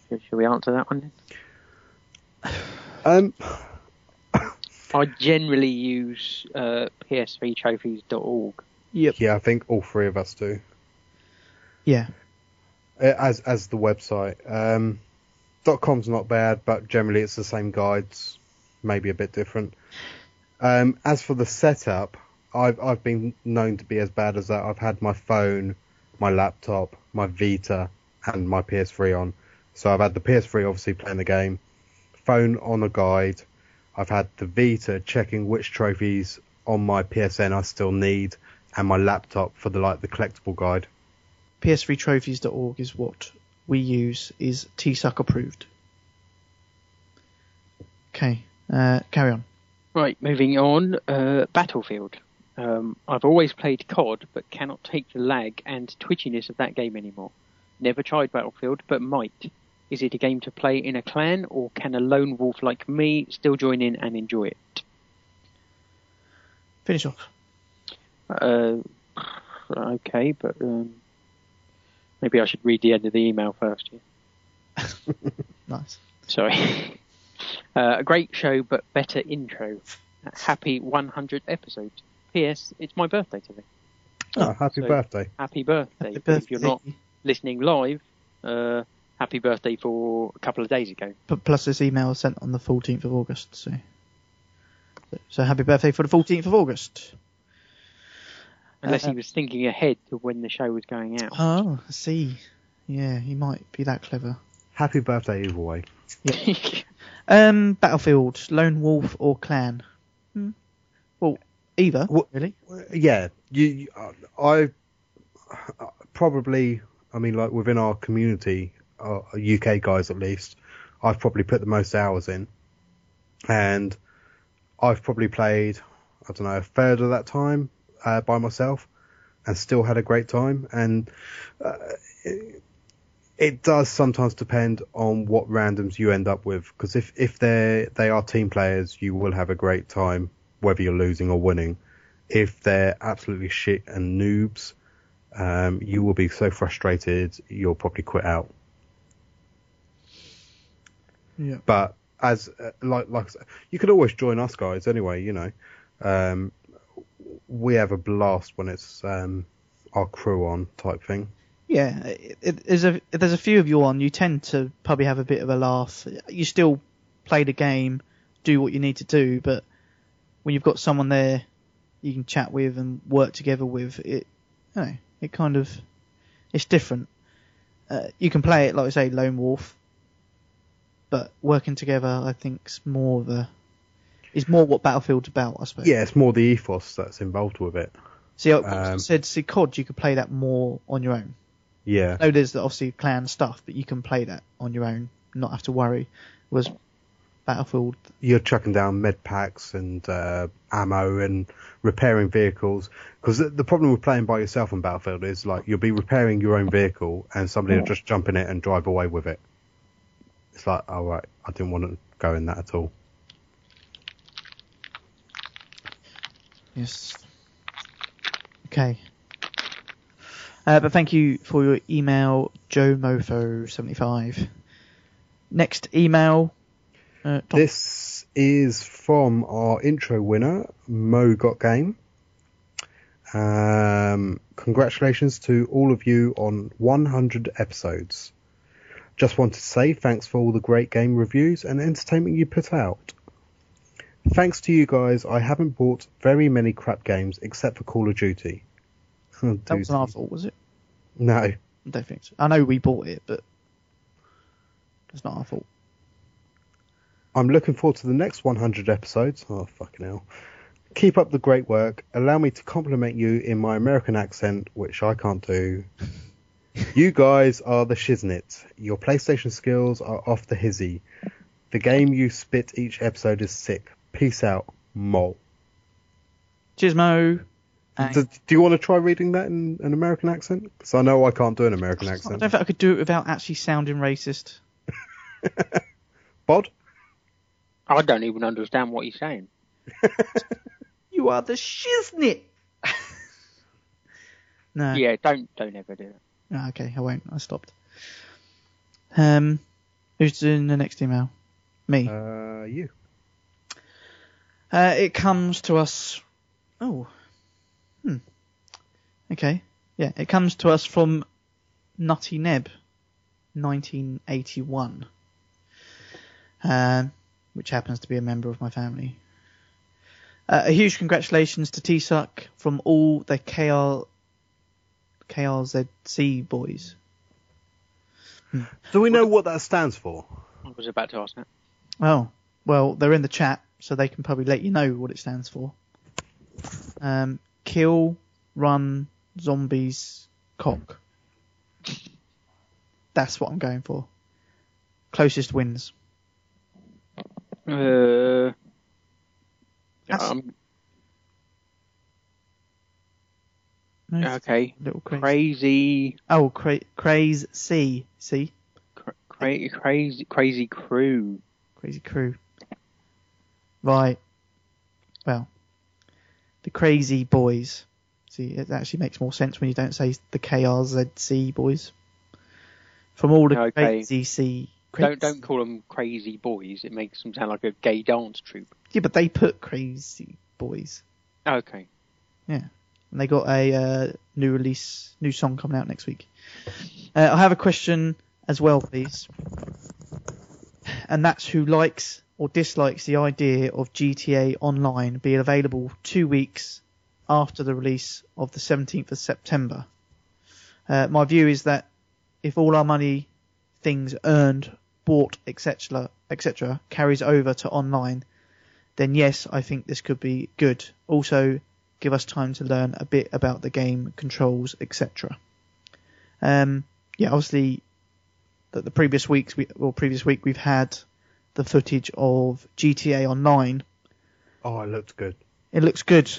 [SPEAKER 9] Should should we answer that one?
[SPEAKER 10] Um,
[SPEAKER 9] I generally use uh, psvtrophies.org.
[SPEAKER 10] Yep. Yeah, I think all three of us do.
[SPEAKER 8] Yeah.
[SPEAKER 10] Uh, As as the website. Um, dot com's not bad, but generally it's the same guides, maybe a bit different. Um, as for the setup, I've I've been known to be as bad as that. I've had my phone, my laptop, my Vita, and my PS3 on. So I've had the PS3 obviously playing the game, phone on a guide. I've had the Vita checking which trophies on my PSN I still need, and my laptop for the like the collectible guide.
[SPEAKER 8] PS3trophies.org is what we use is T-Suck approved. Okay, uh, carry on.
[SPEAKER 9] Right, moving on. Uh, Battlefield. Um, I've always played COD, but cannot take the lag and twitchiness of that game anymore. Never tried Battlefield, but might. Is it a game to play in a clan, or can a lone wolf like me still join in and enjoy it?
[SPEAKER 8] Finish off.
[SPEAKER 9] Uh, okay, but um, maybe I should read the end of the email first. Yeah.
[SPEAKER 8] Nice.
[SPEAKER 9] Sorry. Uh, a great show, but better intro. Happy 100 episode. P.S. It's my birthday today.
[SPEAKER 10] Oh, happy
[SPEAKER 9] So,
[SPEAKER 10] birthday!
[SPEAKER 9] Happy birthday. If you're not listening live, uh, happy birthday for a couple of days ago.
[SPEAKER 8] P- plus, this email was sent on the 14th of August, so. So happy birthday for the 14th of August.
[SPEAKER 9] Unless
[SPEAKER 8] Uh,
[SPEAKER 9] he was thinking ahead to when the show was going out.
[SPEAKER 8] Oh, I see. Yeah, he might be that clever.
[SPEAKER 10] Happy birthday either way.
[SPEAKER 8] Yeah. um, Battlefield, Lone Wolf or Clan? Hmm. Well, either, really.
[SPEAKER 10] yeah, you, you uh, I I probably, I mean, like within our community, uh, UK guys at least, I've probably put the most hours in, and I've probably played, I don't know, a third of that time uh, by myself, and still had a great time. And uh, it, it does sometimes depend on what randoms you end up with, because if if they they are team players, you will have a great time whether you're losing or winning if they're absolutely shit and noobs, um, you will be so frustrated you'll probably quit out.
[SPEAKER 8] Yeah.
[SPEAKER 10] But as uh, like like I said, you could always join us guys anyway. You know, um, we have a blast when it's um, our crew on type thing.
[SPEAKER 8] Yeah, it, it, there's a if there's a few of you on. You tend to probably have a bit of a laugh. You still play the game, do what you need to do, but when you've got someone there, you can chat with and work together with it. You know, it kind of it's different. Uh, you can play it like I say, lone wolf, but working together, I think's more of a is more what Battlefield's about, I suppose.
[SPEAKER 10] Yeah, it's more the ethos that's involved with it.
[SPEAKER 8] See, I
[SPEAKER 10] Um,
[SPEAKER 8] said, see, COD, you could play that more on your own.
[SPEAKER 10] Yeah.
[SPEAKER 8] I know there's the- obviously clan stuff, but you can play that on your own, not have to worry. Was Battlefield?
[SPEAKER 10] you're chucking down med packs and uh, ammo and repairing vehicles. Because the, the problem with playing by yourself on Battlefield is like you'll be repairing your own vehicle and somebody will just jump in it and drive away with it. It's like, all right, I didn't want to go in that at all.
[SPEAKER 8] Yes. Okay. Uh, but thank you for your email, Joe Mofo seventy five. Next email. Uh, Tom.
[SPEAKER 10] This is from our intro winner, Mo Got Game. Um, congratulations to all of you on 100 episodes. Just wanted to say thanks for all the great game reviews and entertainment you put out. Thanks to you guys, I haven't bought very many crap games except for Call of Duty.
[SPEAKER 8] that wasn't our fault, was it?
[SPEAKER 10] No.
[SPEAKER 8] I don't think so. I know we bought it, but it's not our fault.
[SPEAKER 10] I'm looking forward to the next 100 episodes. Oh, fucking hell. Keep up the great work. Allow me to compliment you in my American accent, which I can't do. You guys are the shiznit. Your PlayStation skills are off the hizzy. The game you spit each episode is sick. Peace out, Mole.
[SPEAKER 8] Gizmo.
[SPEAKER 10] Do, do you want to try reading that in an American accent? Because I know I can't do an American
[SPEAKER 8] I
[SPEAKER 10] accent.
[SPEAKER 8] don't think I could do it without actually sounding racist.
[SPEAKER 10] Bod?
[SPEAKER 9] I don't even understand what he's saying.
[SPEAKER 8] You are the shiznit. no.
[SPEAKER 9] Yeah, don't don't ever do that.
[SPEAKER 8] Ah, okay, I won't. I stopped. Um, who's doing the next email? Me.
[SPEAKER 10] Uh, you.
[SPEAKER 8] Uh, it comes to us. Oh. Hmm. Okay. Yeah, it comes to us from Nutty Neb, 1981, um, which happens to be a member of my family. Uh, a huge congratulations to T-Suck from all the KR, KRZC boys. Hmm.
[SPEAKER 10] Do we know what that stands for?
[SPEAKER 9] I was about to ask that.
[SPEAKER 8] Oh, well, they're in the chat, so they can probably let you know what it stands for. Um, kill, run, zombies, cock. That's what I'm going for. Closest wins.
[SPEAKER 9] Uh,
[SPEAKER 8] That's-
[SPEAKER 9] um,
[SPEAKER 8] Nice
[SPEAKER 9] okay.
[SPEAKER 8] Little
[SPEAKER 9] crazy,
[SPEAKER 8] Oh, cra- craze C. See?
[SPEAKER 9] cra- crazy, crazy crew.
[SPEAKER 8] Crazy crew. Right. Well, the crazy boys. See, it actually makes more sense when you don't say the KRZC boys. From all the
[SPEAKER 9] Okay.
[SPEAKER 8] crazy C. cra-
[SPEAKER 9] Don't don't call them crazy boys. It makes them sound like a gay dance troupe.
[SPEAKER 8] Yeah, but they put crazy boys.
[SPEAKER 9] Okay.
[SPEAKER 8] Yeah. And they got a uh, new release, new song coming out next week. Uh, I have a question as well, please. And that's who likes or dislikes the idea of GTA Online being available two weeks after the release of the 17th of September. Uh, my view is that if all our money, things earned, bought, etc., etc., carries over to online, then yes, I think this could be good. Also, give us time to learn a bit about the game, controls, etc. Um, yeah, obviously, that the previous weeks we well previous week we've had the footage of GTA Online.
[SPEAKER 10] Oh, it looked good.
[SPEAKER 8] It looks good.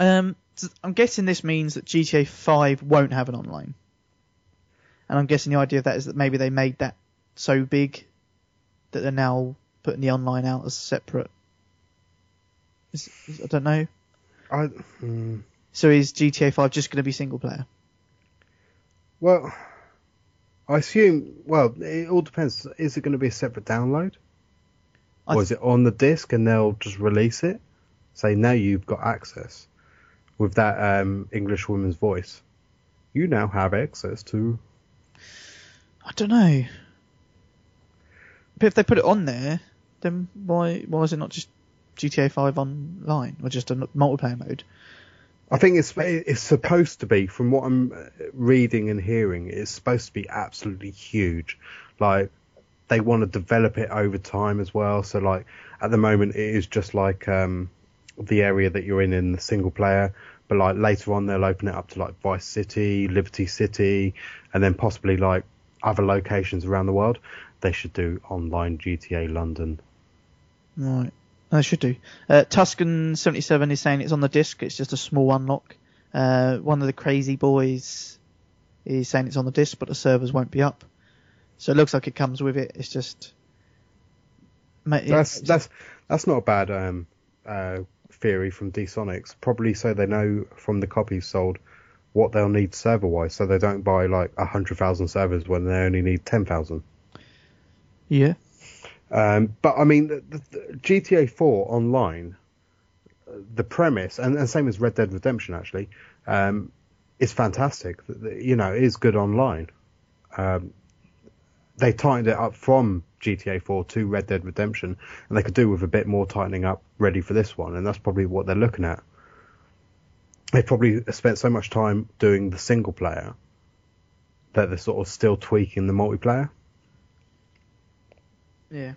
[SPEAKER 8] Um, so I'm guessing this means that GTA 5 won't have an online. And I'm guessing the idea of that is that maybe they made that so big that they're now putting the online out as separate. Is, is- I don't know.
[SPEAKER 10] I, hmm.
[SPEAKER 8] So is GTA 5 just going to be single player?
[SPEAKER 10] Well, I assume. Well, it all depends. Is it going to be a separate download,
[SPEAKER 8] I
[SPEAKER 10] or is it on the disc and they'll just release it? Say now you've got access with that um, English woman's voice. You now have access to.
[SPEAKER 8] I don't know. But if they put it on there, then why why is it not just GTA 5 online or just a n- multiplayer mode?
[SPEAKER 10] I think it's it's supposed to be, from what I'm uh, reading and hearing, it's supposed to be absolutely huge. Like they want to develop it over time as well. So like at the moment it is just like um, the area that you're in in the single player, but like later on they'll open it up to like Vice City, Liberty City, and then possibly like other locations around the world. They should do online GTA London.
[SPEAKER 8] Right. I should do. Uh, Tuscan77 is saying it's on the disc. It's just a small unlock. Uh, one of the crazy boys is saying it's on the disc, but the servers won't be up. So it looks like it comes with it. It's just. Ma- it-
[SPEAKER 10] That's that's that's not a bad um, uh, theory from DSonics. Probably so they know from the copies sold what they'll need server wise, so they don't buy like hundred thousand servers when they only need ten thousand.
[SPEAKER 8] Yeah.
[SPEAKER 10] Um, but I mean, the, the, the GTA 4 online, uh, the premise, and, and same as Red Dead Redemption actually, um, is fantastic. The- the- You know, it is good online. Um, they tightened it up from GTA 4 to Red Dead Redemption, and they could do with a bit more tightening up ready for this one, and that's probably what they're looking at. They probably spent so much time doing the single player that they're sort of still tweaking the multiplayer.
[SPEAKER 8] Yeah.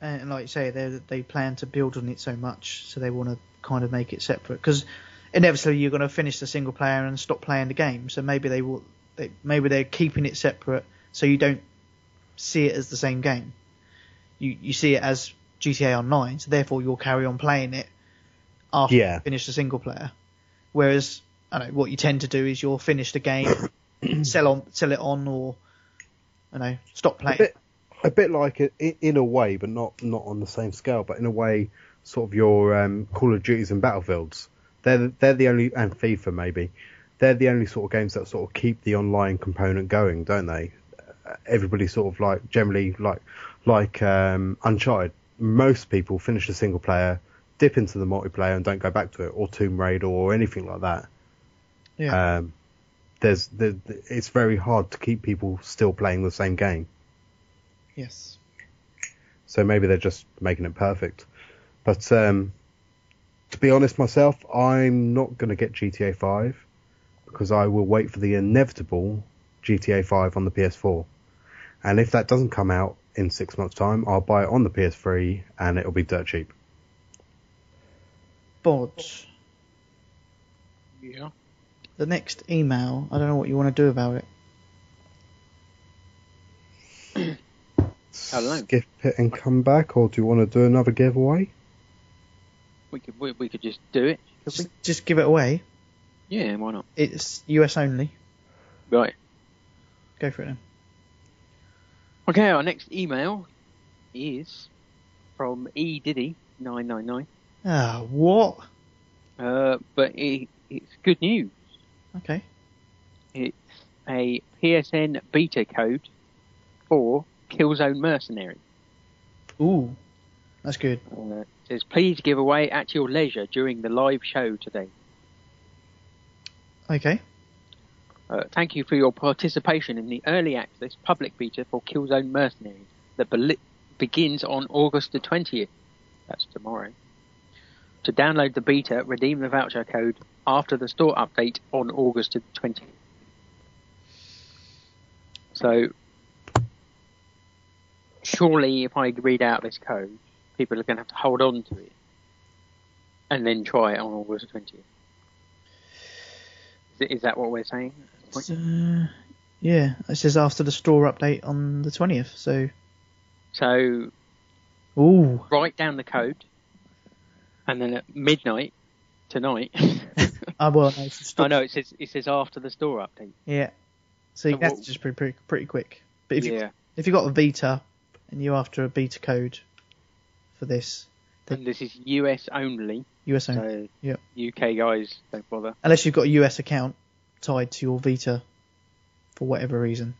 [SPEAKER 8] and like you say, they they plan to build on it so much, so they want to kind of make it separate because inevitably you're going to finish the single player and stop playing the game. So maybe they will, they, maybe they're keeping it separate so you don't see it as the same game. You you see it as GTA Online, so therefore you'll carry on playing it after
[SPEAKER 10] Yeah.
[SPEAKER 8] you finish the single player. Whereas I don't know what you tend to do is you'll finish the game, sell on sell it on, or I don't know stop
[SPEAKER 10] A
[SPEAKER 8] playing.
[SPEAKER 10] bit, a bit like it i- in a way, but not not on the same scale. But in a way, sort of your um, Call of Duties and Battlefields. They're they're the only and FIFA maybe. They're the only sort of games that sort of keep the online component going, don't they? Uh, Everybody sort of like generally like like um, Uncharted. Most people finish the single player, dip into the multiplayer, and don't go back to it, or Tomb Raider, or anything like that.
[SPEAKER 8] Yeah.
[SPEAKER 10] Um, there's there, it's very hard to keep people still playing the same game.
[SPEAKER 8] Yes.
[SPEAKER 10] So maybe they're just making it perfect. But um, to be honest myself, I'm not going to get GTA 5 because I will wait for the inevitable GTA 5 on the PS4. And if that doesn't come out in six months' time, I'll buy it on the PS3 and it'll be dirt cheap.
[SPEAKER 8] Bodge,
[SPEAKER 9] Yeah.
[SPEAKER 8] the next email, I don't know what you want to do about it.
[SPEAKER 10] Skip it and come back, or do you want to do another giveaway?
[SPEAKER 9] We could we, we could just do it.
[SPEAKER 8] Just, just give it away.
[SPEAKER 9] Yeah, why not?
[SPEAKER 8] It's US only.
[SPEAKER 9] Right.
[SPEAKER 8] Go for it then.
[SPEAKER 9] Okay, our next email is from E Diddy nine nine nine.
[SPEAKER 8] Ah, what?
[SPEAKER 9] Uh, but it, it's good news.
[SPEAKER 8] Okay.
[SPEAKER 9] It's a PSN beta code for Killzone Mercenary.
[SPEAKER 8] Ooh, that's good.
[SPEAKER 9] Uh, it says please give away at your leisure during the live show today.
[SPEAKER 8] Okay.
[SPEAKER 9] Uh, thank you for your participation in the early access public beta for Killzone Mercenaries that beli- begins on August the 20th. That's tomorrow. To download the beta, redeem the voucher code after the store update on August the 20th. So, surely if I read out this code, people are going to have to hold on to it and then try it on August the 20th. Is, it, is that what we're saying?
[SPEAKER 8] It's, uh, yeah, it says after the store update on the 20th, so.
[SPEAKER 9] So
[SPEAKER 8] Ooh,
[SPEAKER 9] write down the code, and then at midnight tonight.
[SPEAKER 8] I will. no, it's the
[SPEAKER 9] I
[SPEAKER 8] store-
[SPEAKER 9] know it says it says after the store update.
[SPEAKER 8] ah, Yeah. So you
[SPEAKER 9] So
[SPEAKER 8] that's
[SPEAKER 9] what-
[SPEAKER 8] just pretty, pretty, pretty quick. But if,
[SPEAKER 9] Yeah.
[SPEAKER 8] you, if you got a beta and you're after a beta code for this,
[SPEAKER 9] And this is US only.
[SPEAKER 8] US only. yeah.
[SPEAKER 9] So UK guys don't bother.
[SPEAKER 8] Unless you've got a US account tied to your Vita for whatever reason,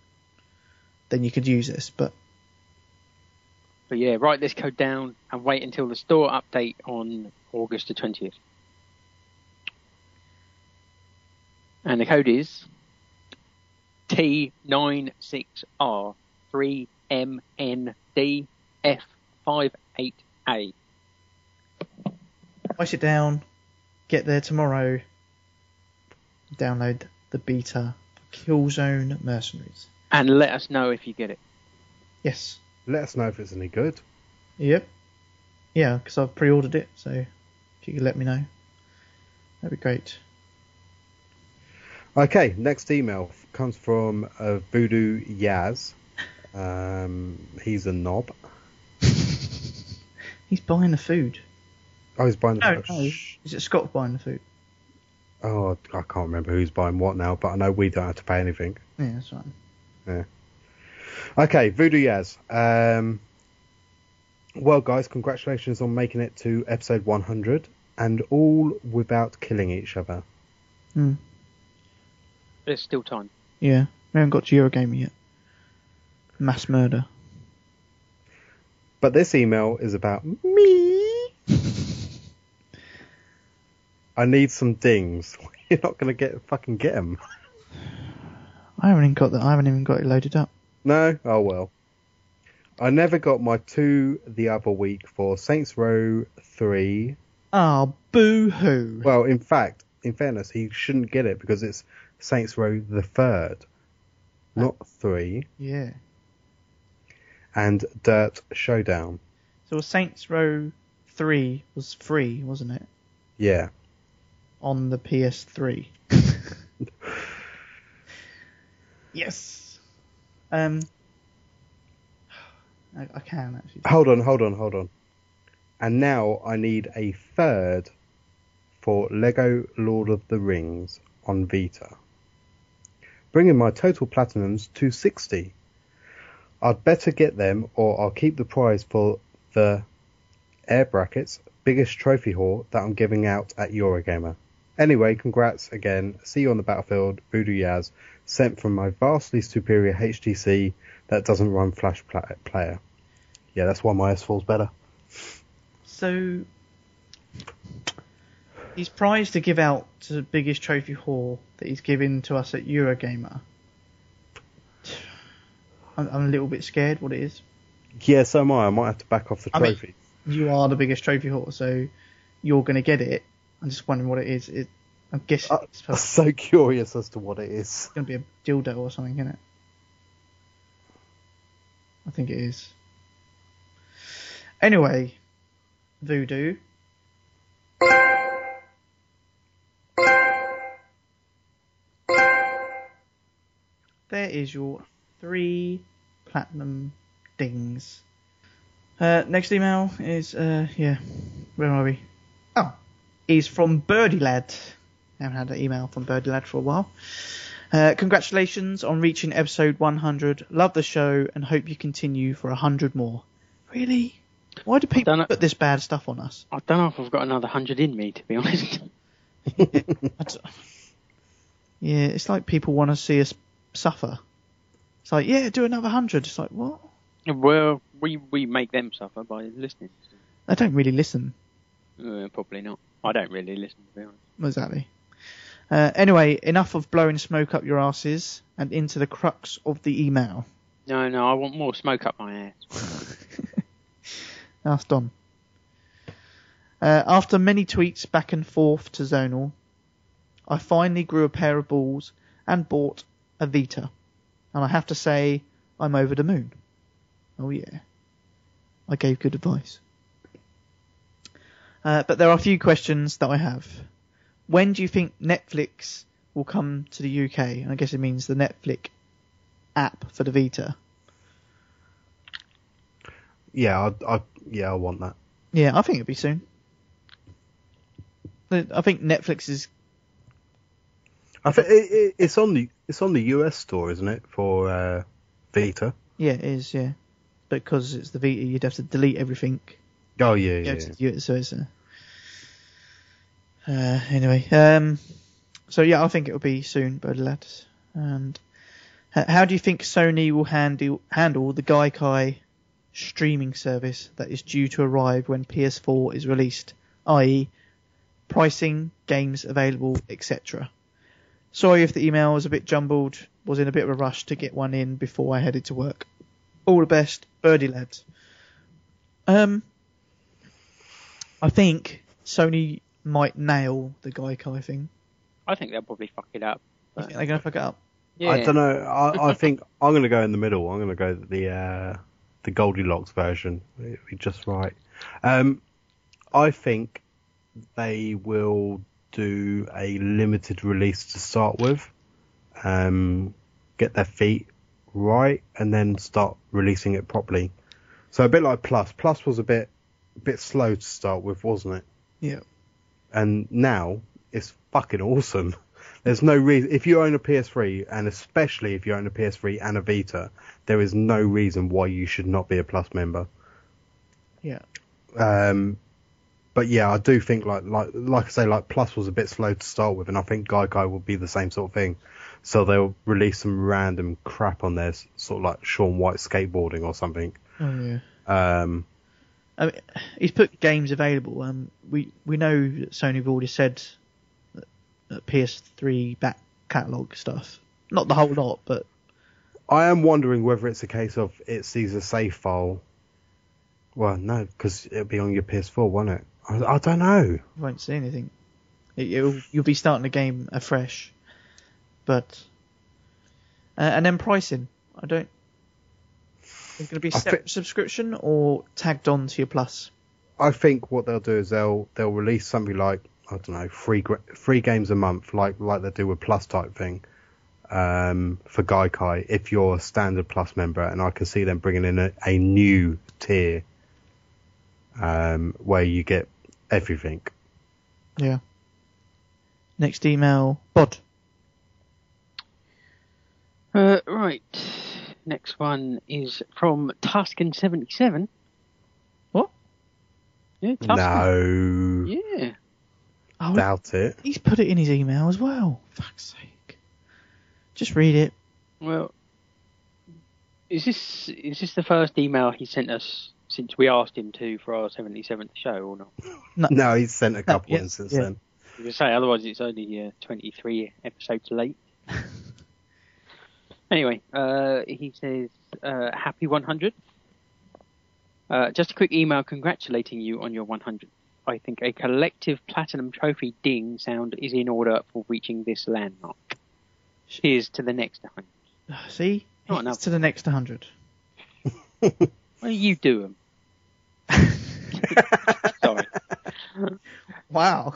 [SPEAKER 8] then you could use this. But
[SPEAKER 9] But yeah, write this code down and wait until the store update on August the twentieth. And the code is T nine six R three M N D F five eight A.
[SPEAKER 8] write it down, get there tomorrow, download the beta for Killzone Mercenaries.
[SPEAKER 9] And let us know if you get it.
[SPEAKER 8] Yes.
[SPEAKER 10] Let us know if it's any good.
[SPEAKER 8] Yep. Yeah, because I've pre ordered it, so if you could let me know, that'd be great.
[SPEAKER 10] Okay, next email f- comes from uh, Voodoo Yaz. Um, he's a knob.
[SPEAKER 8] He's buying the food.
[SPEAKER 10] Oh, he's buying the.
[SPEAKER 8] No, no. Is it Scott buying the food?
[SPEAKER 10] Oh, I can't remember who's buying what now, but I know we don't have to pay anything.
[SPEAKER 8] Yeah, that's right.
[SPEAKER 10] Yeah. Okay, Voodoo Yaz. Um, well, guys, congratulations on making it to episode 100, and all without killing each other.
[SPEAKER 8] Hmm.
[SPEAKER 9] There's still time.
[SPEAKER 8] Yeah, we haven't got to Eurogamer yet. Mass murder.
[SPEAKER 10] But this email is about
[SPEAKER 8] Me?
[SPEAKER 10] I need some dings. You're not going to get fucking get them.
[SPEAKER 8] I haven't even got that. I haven't even got it loaded up.
[SPEAKER 10] No? Oh well. I never got my two the other week for Saints Row 3.
[SPEAKER 8] Ah, boo hoo.
[SPEAKER 10] Well, in fact, in fairness, he shouldn't get it because it's Saints Row the third, not 3,
[SPEAKER 8] Yeah.
[SPEAKER 10] and Dirt Showdown.
[SPEAKER 8] It's So Saints Row 3 was free, wasn't it?
[SPEAKER 10] Yeah.
[SPEAKER 8] On the PS3. yes. Um, I, I can actually.
[SPEAKER 10] Hold on, hold on, hold on. And now I need a third for Lego Lord of the Rings on Vita, bringing my total platinums to 60. I'd better get them or I'll keep the prize for the air brackets biggest trophy haul that I'm giving out at Eurogamer. Anyway, congrats again. See you on the battlefield, Voodoo Yaz, sent from my vastly superior HTC that doesn't run Flash pla- Player. Yeah, that's why my S4's better.
[SPEAKER 8] So he's prized to give out to the biggest trophy haul that he's given to us at Eurogamer. I'm, I'm a little bit scared what it is.
[SPEAKER 10] Yeah, so am I. I might have to back off the
[SPEAKER 8] I mean-
[SPEAKER 10] trophy.
[SPEAKER 8] You are the biggest trophy haul, so you're going to get it. I'm just wondering what it is. It, I'm guessing it's
[SPEAKER 10] I'm so curious as to what it is.
[SPEAKER 8] going to be a dildo or something, isn't it? I think it is. Anyway, Voodoo. There is your three platinum dings. Uh, next email is, uh, yeah, where are we? Oh, is from Birdie Lad. I haven't had an email from Birdie Lad for a while. Uh, congratulations on reaching episode 100. Love the show and hope you continue for 100 more. Really? Why do people put this bad stuff on us?
[SPEAKER 9] I don't know if I've got another hundred in me, to be honest.
[SPEAKER 8] Yeah, it's like people want to see us suffer. It's like, yeah, do another 100. It's like, what?
[SPEAKER 9] well, we we make them suffer by listening.
[SPEAKER 8] They don't really listen.
[SPEAKER 9] Uh, probably not. I don't really listen, to be honest.
[SPEAKER 8] Exactly. Uh, anyway, enough of blowing smoke up your asses and into the crux of the email.
[SPEAKER 9] No, no, I want more smoke up my ass.
[SPEAKER 8] That's done. Uh, after many tweets back and forth to Zonal, I finally grew a pair of balls and bought a Vita. And I have to say, I'm over the moon. Oh yeah. I gave good advice. Uh, but there are a few questions that I have. When do you think Netflix will come to the UK? And I guess it means the Netflix app for the Vita.
[SPEAKER 10] Yeah, I, I yeah, I want that.
[SPEAKER 8] Yeah, I think it'll be soon. I I think Netflix is
[SPEAKER 10] I think it, it, it's on the it's on the US store, isn't it, for uh, Vita?
[SPEAKER 8] yeah, it is yeah, because it's the Vita, you'd have to delete everything.
[SPEAKER 10] Oh yeah,
[SPEAKER 8] Go
[SPEAKER 10] yeah.
[SPEAKER 8] to the- so it's a, uh, anyway, um, so yeah, I think it'll be soon, but lads. And h- how do you think Sony will handle handle the Gaikai streaming service that is due to arrive when PS4 is released, i.e., pricing, games available, etc. Sorry if the email was a bit jumbled. Was in a bit of a rush to get one in before I headed to work. All the best, Birdie lads. Um, I think Sony might nail the Gaikai thing.
[SPEAKER 9] I think they'll probably fuck it up.
[SPEAKER 8] You think they're gonna fuck it up?
[SPEAKER 10] I don't know. I, I think I'm going to go in the middle. I'm going to go the uh, the Goldilocks version. It'll be just right. Um, I think they will do a limited release to start with. Um, get their feet right, and then start releasing it properly. So a bit like Plus. Plus was a bit a bit slow to start with, wasn't it?
[SPEAKER 8] Yeah.
[SPEAKER 10] and now it's fucking awesome. There's no reason if you own a PS3, and especially if you own a PS3 and a Vita, there is no reason why you should not be a Plus member.
[SPEAKER 8] Yeah.
[SPEAKER 10] Um, but yeah, I do think like like like I say, like Plus was a bit slow to start with, and I think Gaikai will be the same sort of thing. So they'll release some random crap on there, s- sort of like Sean White skateboarding or something.
[SPEAKER 8] Oh yeah.
[SPEAKER 10] Um,
[SPEAKER 8] I mean, he's put games available. Um, we we know that Sony have already said that, that PS3 back catalog stuff. Not the whole lot, but
[SPEAKER 10] I am wondering whether it's a case of it sees a save file. Well, no, because it'll be on your PS4, won't it? I, I don't know.
[SPEAKER 8] you won't see anything. It, you'll you'll be starting the game afresh. But uh, and then pricing. I don't. It's going to be separate subscription or tagged on to your Plus?
[SPEAKER 10] I think what they'll do is they'll they'll release something like I don't know free free games a month, like like they do with Plus type thing um, for Gaikai if you're a standard Plus member, and I can see them bringing in a, a new tier um, where you get everything.
[SPEAKER 8] Yeah. Next email, Bod.
[SPEAKER 9] Uh, right. Next one is from Tuscan77.
[SPEAKER 8] What?
[SPEAKER 9] Yeah, Tuscan.
[SPEAKER 10] No,
[SPEAKER 9] Yeah.
[SPEAKER 10] doubt it.
[SPEAKER 8] He's put it in his email as well. Fuck's sake. Just read it.
[SPEAKER 9] Well, is this is this the first email he sent us since we asked him to for our 77th show or not?
[SPEAKER 8] Oh.
[SPEAKER 10] No, he's sent a couple in since then.
[SPEAKER 9] You say otherwise it's only uh, 23 episodes late. anyway, uh, he says uh, happy 100. Uh, just a quick email congratulating you on your 100. I think a collective platinum trophy ding sound is in order for reaching this landmark. Cheers to the next 100.
[SPEAKER 8] See?
[SPEAKER 9] Not
[SPEAKER 8] It's to the next 100.
[SPEAKER 9] What do you do 'em? Sorry.
[SPEAKER 8] Wow.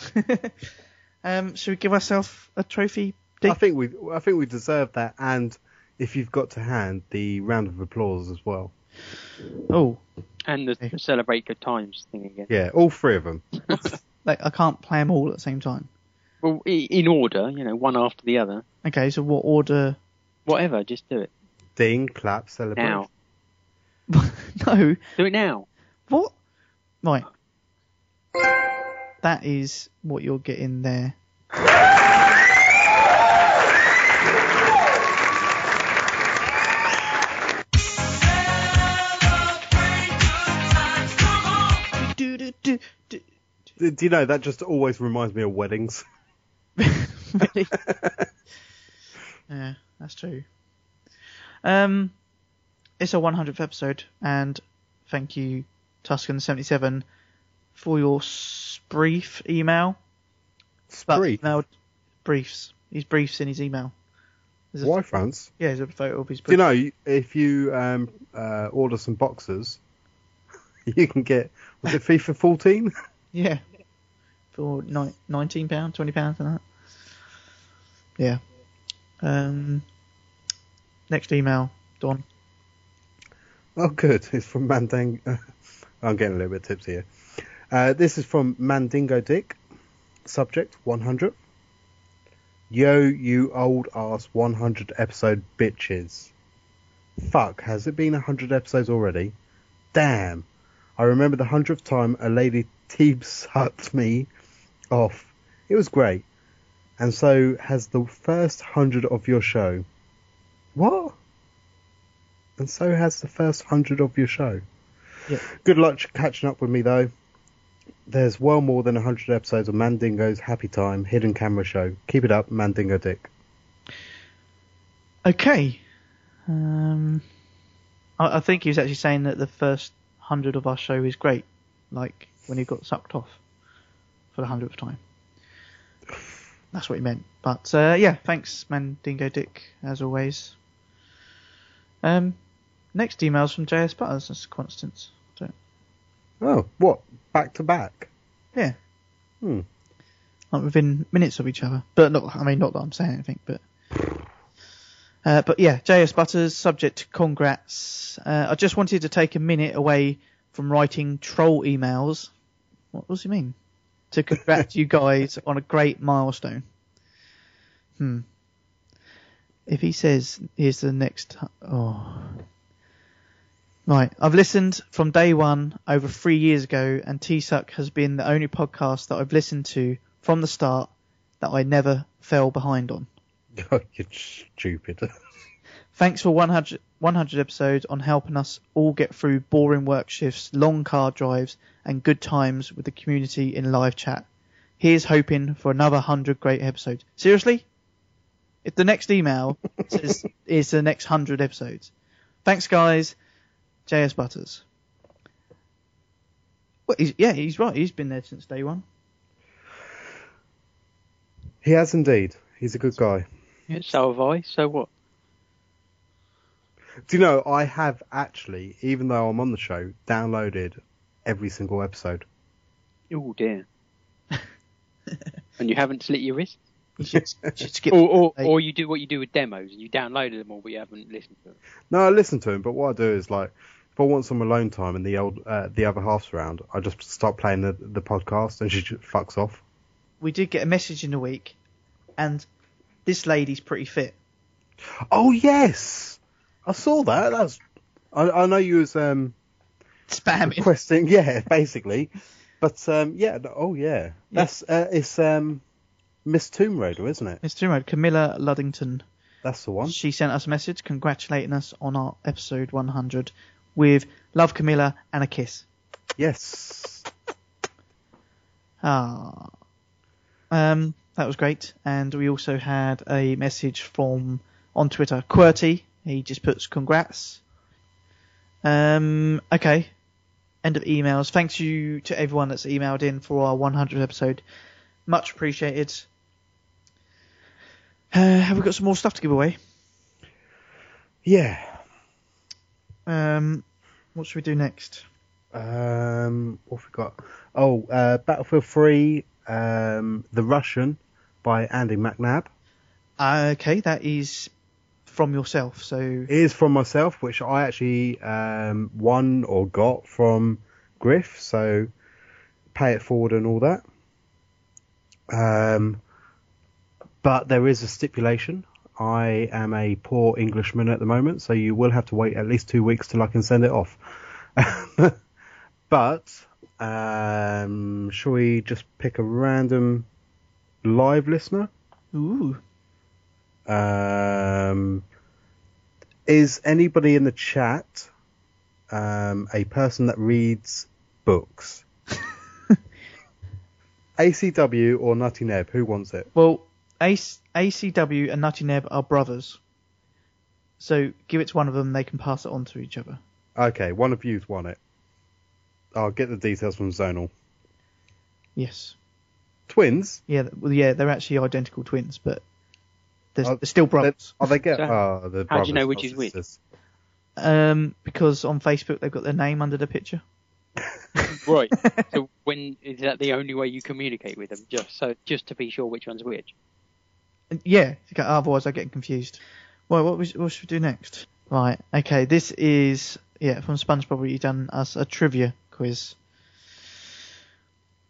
[SPEAKER 8] um, should we give ourselves a trophy?
[SPEAKER 10] I think we I think we deserve that, and if you've got to hand the round of applause as well.
[SPEAKER 8] Oh,
[SPEAKER 9] And the celebrate good times thing again.
[SPEAKER 10] yeah, all three of them.
[SPEAKER 8] Like, I can't play them all at the same time.
[SPEAKER 9] Well, i- in order, you know, one after the other.
[SPEAKER 8] Okay, so what order?
[SPEAKER 9] Whatever, just do it
[SPEAKER 10] Ding, clap, celebrate.
[SPEAKER 9] now.
[SPEAKER 8] No.
[SPEAKER 9] Do it now.
[SPEAKER 8] What? Right. That is what you're getting there.
[SPEAKER 10] Do do you know that just always reminds me of weddings?
[SPEAKER 8] Yeah, that's true. Um, it's our 100th episode, and thank you, Tuscan77, for your s- brief email. Brief? Now, briefs. He's briefs in his email. There's a-
[SPEAKER 10] Why France?
[SPEAKER 8] Yeah, there's a photo of his
[SPEAKER 10] Do you
[SPEAKER 8] briefs.
[SPEAKER 10] know if you um, uh, order some boxes, you can get was it FIFA 14?
[SPEAKER 8] Yeah. For ni- £19, £20 and that. Yeah. Um, next email, Don.
[SPEAKER 10] Oh, good. It's from Mandang. I'm getting a little bit tipsy here. Uh, this is from Mandingo Dick. Subject 100. Yo, you old ass 100 episode bitches. Fuck, has it been 100 episodes already? Damn. I remember the 100th time a lady teeb sucked me off. It was great. And so has the first 100 of your show. What? and so has the first hundred of your show.
[SPEAKER 8] Yeah.
[SPEAKER 10] Good luck catching up with me though. There's well more than hundred episodes of Mandingo's Happy Time Hidden Camera Show. Keep it up, Mandingo Dick.
[SPEAKER 8] Okay. Um, I, I think he was actually saying that the first hundred of our show is great, like when he got sucked off for the hundredth time. That's what he meant. But uh, yeah, thanks, Mandingo Dick, as always. Um, next email's from JS Butters. That's Constance. Don't-
[SPEAKER 10] Oh, what? Back to back?
[SPEAKER 8] Yeah.
[SPEAKER 10] Hmm.
[SPEAKER 8] Like within minutes of each other. But not, I mean, not that I'm saying anything, but. Uh, but yeah, JS Butters, subject congrats. Uh, I just wanted to take a minute away from writing troll emails. What does he mean? To congrats you guys on a great milestone. Hmm. If he says, here's the next. Oh. Right. I've listened from day one over three years ago, and T-Suck has been the only podcast that I've listened to from the start that I never fell behind on.
[SPEAKER 10] God, you're stupid.
[SPEAKER 8] Thanks for 100, 100 episodes on helping us all get through boring work shifts, long car drives, and good times with the community in live chat. Here's hoping for another 100 great episodes. Seriously? If the next email says is the next 100 episodes. Thanks, guys. JS Butters. Well, he's, yeah, he's right. He's been there since day one.
[SPEAKER 10] He has indeed. He's a good guy.
[SPEAKER 9] Yeah, so have I. So what?
[SPEAKER 10] Do you know, I have actually, even though I'm on the show, downloaded every single episode.
[SPEAKER 9] Oh dear. and you haven't slit your wrists?
[SPEAKER 10] skip-
[SPEAKER 9] or, or, or you do what you do with demos. You downloaded them all, but you haven't listened to them.
[SPEAKER 10] No, I listen to him, but what I do is like, if I want some alone time and the old uh, the other half's around, I just start playing the the podcast and she just fucks off.
[SPEAKER 8] we did get a message in the week, and this lady's pretty fit.
[SPEAKER 10] Oh yes, I saw that. That's I, I know you was um
[SPEAKER 8] spamming
[SPEAKER 10] requesting, yeah, basically. But um, yeah, no- oh yeah, that's uh, it's um Miss Tomb Raider, isn't it?
[SPEAKER 8] Miss Tomb Raider, Camilla Luddington.
[SPEAKER 10] That's the one.
[SPEAKER 8] She sent us a message congratulating us on our episode 100 with love, Camilla, and a kiss.
[SPEAKER 10] Yes.
[SPEAKER 8] Ah. Um, that was great. And we also had a message from on Twitter, QWERTY. He just puts congrats. Um, okay. End of emails. Thanks you to everyone that's emailed in for our 100th episode. Much appreciated. Uh, have we got some more stuff to give away?
[SPEAKER 10] Yeah.
[SPEAKER 8] Um, what should we do next?
[SPEAKER 10] Um, what have we got? Oh, uh, Battlefield 3, um, The Russian by Andy McNab.
[SPEAKER 8] Okay, that is from yourself, so
[SPEAKER 10] It is from myself, which I actually um, won or got from Griff, so pay it forward and all that. Um, but there is a stipulation. I am a poor Englishman at the moment, so you will have to wait at least two weeks till I can send it off. but um, shall we just pick a random live listener?
[SPEAKER 8] Ooh.
[SPEAKER 10] Um, is anybody in the chat um, a person that reads books? ACW or Nutty Neb? Who wants it?
[SPEAKER 8] Well, AC, ACW and Nutty Neb are brothers. So give it to one of them, they can pass it on to each other.
[SPEAKER 10] Okay, one of you's won it. I'll get the details from Zonal.
[SPEAKER 8] Yes.
[SPEAKER 10] Twins?
[SPEAKER 8] Yeah, th- well, yeah, they're actually identical twins, but they're, they're still brothers.
[SPEAKER 10] Are they get? Oh, the
[SPEAKER 9] Uh, How do you know
[SPEAKER 10] brothers,
[SPEAKER 9] which is
[SPEAKER 10] not
[SPEAKER 9] which?
[SPEAKER 10] sisters.
[SPEAKER 8] Um, because on Facebook they've got their name under the picture.
[SPEAKER 9] Right. so when is that the only way you communicate with them? Just so just to be sure which one's which.
[SPEAKER 8] And Yeah, okay, otherwise I get confused. Well, what, was, what should we do next? Right, okay, this is, yeah, from SpongeBob, you've done us a trivia quiz.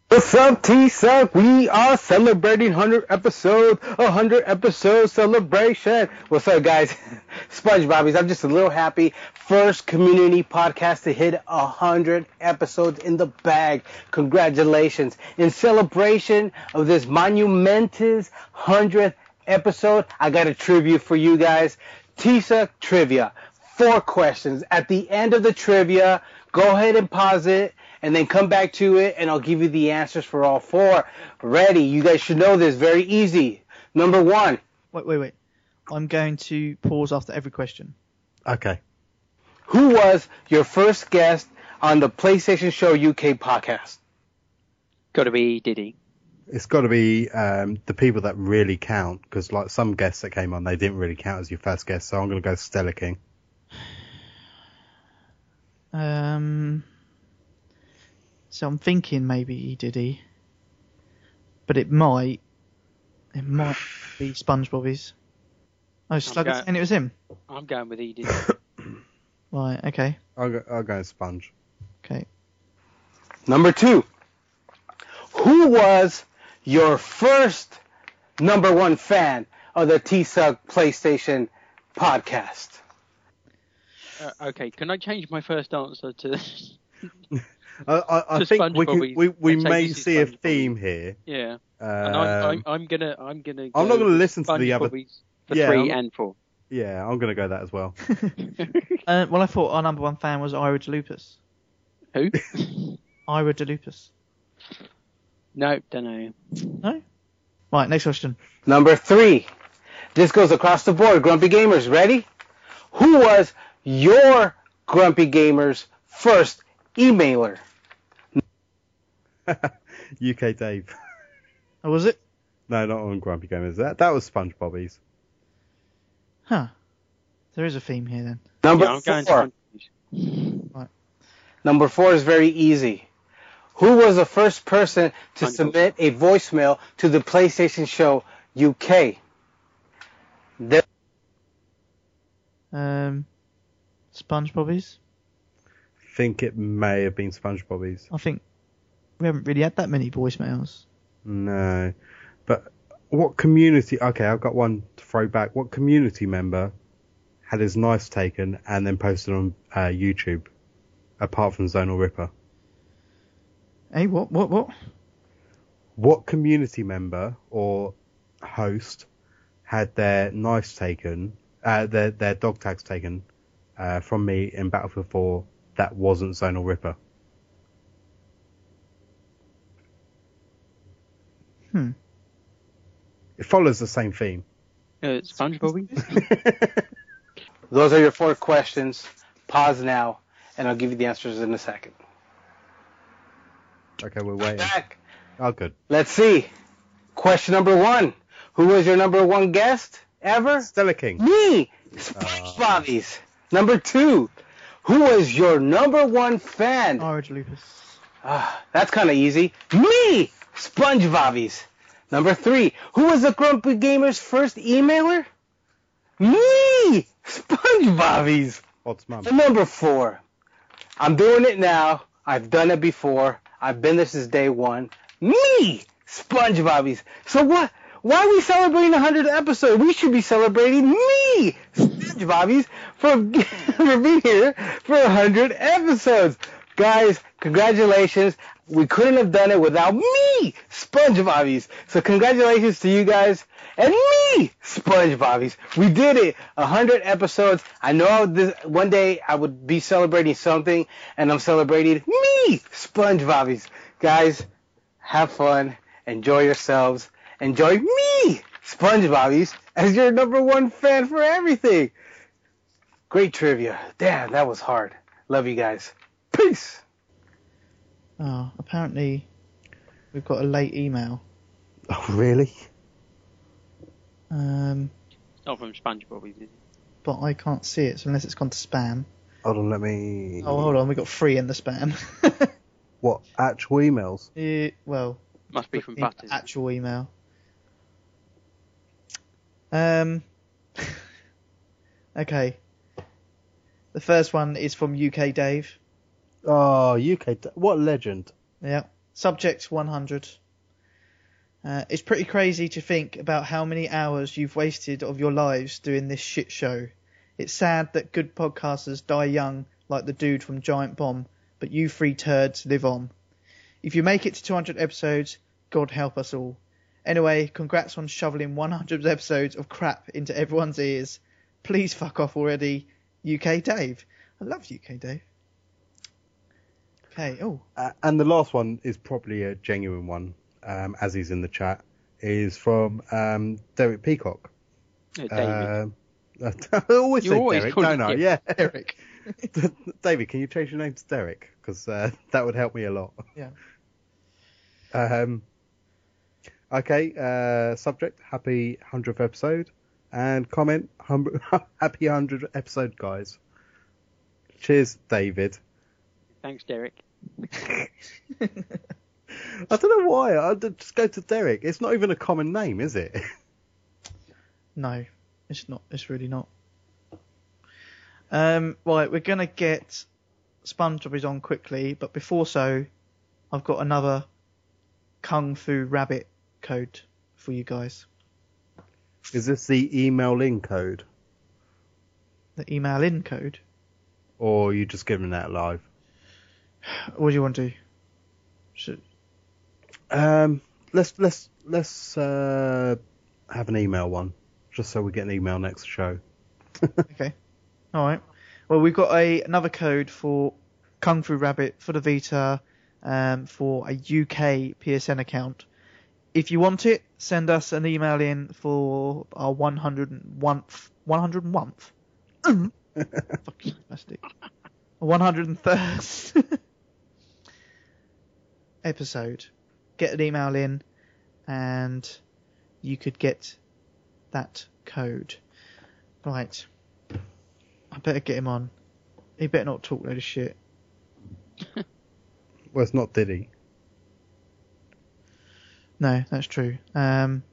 [SPEAKER 15] What's up, T-Suck? We are celebrating 100 episodes, 100 episode celebration. What's up, guys? SpongeBobbies, I'm just a little happy. First community podcast to hit 100 episodes in the bag. Congratulations. In celebration of this monumentous 100th episode, I got a tribute for you guys. T-Suck trivia. Four questions. At the end of the trivia, go ahead and pause it and then come back to it and I'll give you the answers for all four. Ready? You guys should know this. Very easy. Number one.
[SPEAKER 8] Wait, wait, wait. I'm going to pause after every question.
[SPEAKER 10] Okay.
[SPEAKER 15] Who was your first guest on the PlayStation Show UK podcast?
[SPEAKER 9] Got to be Diddy.
[SPEAKER 10] It's got to be um, the people that really count, because like some guests that came on, they didn't really count as your first guest. So I'm going to go Stella King.
[SPEAKER 8] Um, so I'm thinking maybe he did he, but it might, it might be SpongeBob's. Oh, Slugger,
[SPEAKER 9] going-
[SPEAKER 8] and it was him.
[SPEAKER 9] I'm going with E Diddy.
[SPEAKER 8] Right. Okay.
[SPEAKER 10] I'll go, I'll go Sponge.
[SPEAKER 8] Okay.
[SPEAKER 15] Number two. Who was your first number one fan of the T-Suck PlayStation podcast?
[SPEAKER 9] uh, okay, can I change my first answer to
[SPEAKER 10] I, I, I
[SPEAKER 9] To
[SPEAKER 10] think we,
[SPEAKER 9] SpongeBobbies,
[SPEAKER 10] can, we, we
[SPEAKER 9] let's say
[SPEAKER 10] may
[SPEAKER 9] this is
[SPEAKER 10] see a theme here.
[SPEAKER 9] yeah?
[SPEAKER 10] Um,
[SPEAKER 9] and I'm, I'm, I'm gonna I'm gonna.
[SPEAKER 10] I'm
[SPEAKER 9] go
[SPEAKER 10] not going to listen to the other.
[SPEAKER 9] SpongeBobbies for
[SPEAKER 10] Yeah,
[SPEAKER 9] 3
[SPEAKER 10] I'm-
[SPEAKER 9] and four.
[SPEAKER 10] Yeah, I'm going to go that as well.
[SPEAKER 8] Uh, well, I thought our number one fan was Ira DeLupus.
[SPEAKER 9] Who?
[SPEAKER 8] Ira DeLupus.
[SPEAKER 9] No, don't know.
[SPEAKER 8] No. Right. Next question.
[SPEAKER 15] Number three. This goes across the board. Grumpy Gamers, ready? Who was your Grumpy Gamers first emailer?
[SPEAKER 10] UK Dave.
[SPEAKER 8] Oh, was it?
[SPEAKER 10] No, not on Grumpy Gamers. That that was SpongeBobby's.
[SPEAKER 8] Huh. There is a theme here then.
[SPEAKER 15] Number
[SPEAKER 8] Yeah, I'm going to
[SPEAKER 15] four. Number four is very easy. Who was the first person to submit a voicemail to the PlayStation Show UK? There-
[SPEAKER 8] Um, SpongeBobbies.
[SPEAKER 10] think it may have been SpongeBobby's.
[SPEAKER 8] I think we haven't really had that many voicemails.
[SPEAKER 10] No. But what community? Okay, I've got one to throw back. What community member had his knife taken and then posted on uh, YouTube, apart from Zonal Ripper?
[SPEAKER 8] Hey, what, what, what?
[SPEAKER 10] What community member or host had their knives taken, uh, their, their dog tags taken uh, from me in Battlefield 4 that wasn't Zonal Ripper?
[SPEAKER 8] Hmm.
[SPEAKER 10] It follows the same theme.
[SPEAKER 9] Uh, SpongeBobby.
[SPEAKER 15] Those are your four questions. Pause now, and I'll give you the answers in a second.
[SPEAKER 10] Okay, we're waiting. Oh, good.
[SPEAKER 15] Let's see. Question number one. Who was your number one guest ever?
[SPEAKER 10] Stella King. Uh,
[SPEAKER 15] Me. SpongeBobbies. Number two. Who was your number one fan? Ah,
[SPEAKER 8] Orange Lupus.
[SPEAKER 15] that's kind of easy. Me. SpongeBobbies. Number three. Who was the Grumpy Gamer's first emailer? Me. SpongeBobbies.
[SPEAKER 10] Odds mum.
[SPEAKER 15] And number four. I'm doing it now. I've done it before. I've been there since day one. Me, SpongeBobbies. So what? Why are we celebrating the 100th episode? We should be celebrating me, SpongeBobbies, for for being here for 100 episodes. Guys, congratulations. We couldn't have done it without me, SpongeBobbies. So congratulations to you guys and me, SpongeBobbies. We did it. 100 episodes. I know this, one day I would be celebrating something and I'm celebrating me, SpongeBobbies. Guys, have fun. Enjoy yourselves. Enjoy me, SpongeBobbies, as your number one fan for everything. Great trivia. Damn, that was hard. Love you guys. Peace.
[SPEAKER 8] Oh, apparently we've got a late email.
[SPEAKER 10] Oh, really?
[SPEAKER 8] Um,
[SPEAKER 9] Not from SpongeBobby. Is it?
[SPEAKER 8] but I can't see it, so unless it's gone to spam.
[SPEAKER 10] Hold on, let me.
[SPEAKER 8] Oh, hold on, we got three in the spam.
[SPEAKER 10] What actual emails?
[SPEAKER 8] Eh, well,
[SPEAKER 9] Must be from
[SPEAKER 8] the actual email. Um. okay. The first one is from UK Dave.
[SPEAKER 10] Oh, UK. What legend?
[SPEAKER 8] Yeah. Subject 100. Uh, it's pretty crazy to think about how many hours you've wasted of your lives doing this shit show. It's sad that good podcasters die young, like the dude from Giant Bomb, but you three turds live on. If you make it to 200 episodes, God help us all. Anyway, congrats on shoveling 100 episodes of crap into everyone's ears. Please fuck off already, UK Dave. I love UK Dave. Okay, oh.
[SPEAKER 10] Uh, and the last one is probably a genuine one, um, as he's in the chat, is from um, Derek Peacock.
[SPEAKER 9] Uh, David.
[SPEAKER 10] Um, I always
[SPEAKER 9] You
[SPEAKER 10] say
[SPEAKER 9] always
[SPEAKER 10] Derek,
[SPEAKER 9] call
[SPEAKER 10] don't
[SPEAKER 9] him
[SPEAKER 10] I?
[SPEAKER 9] Derek.
[SPEAKER 10] Yeah.
[SPEAKER 8] Derek.
[SPEAKER 10] David, can you change your name to Derek? Because uh, that would help me a lot.
[SPEAKER 8] Yeah.
[SPEAKER 10] Um, okay, uh, subject, happy 100th episode. And comment, hum- happy 100th episode, guys. Cheers, David.
[SPEAKER 9] Thanks, Derek.
[SPEAKER 10] I don't know why. I d- just go to Derek. It's not even a common name, is it?
[SPEAKER 8] No, it's not. It's really not. Um, right, we're gonna get SpongeBob's on quickly, but before so, I've got another Kung Fu Rabbit code for you guys.
[SPEAKER 10] Is this the email in code,
[SPEAKER 8] The email in code.
[SPEAKER 10] or are you just giving that live?
[SPEAKER 8] What do you want to do? Should...
[SPEAKER 10] Um, let's let's let's uh, have an email one, just so we get an email next show.
[SPEAKER 8] okay. All right. Well, we've got a another code for Kung Fu Rabbit for the Vita, um, for a UK PSN account. If you want it, send us an email in for our 101th, 101th, Mm. fucking plastic, 103rd episode. Get an email in, and you could get that code. Right.
[SPEAKER 14] I better get him on. He better not talk load of shit.
[SPEAKER 10] Well, it's not Diddy.
[SPEAKER 14] No, that's true. Um,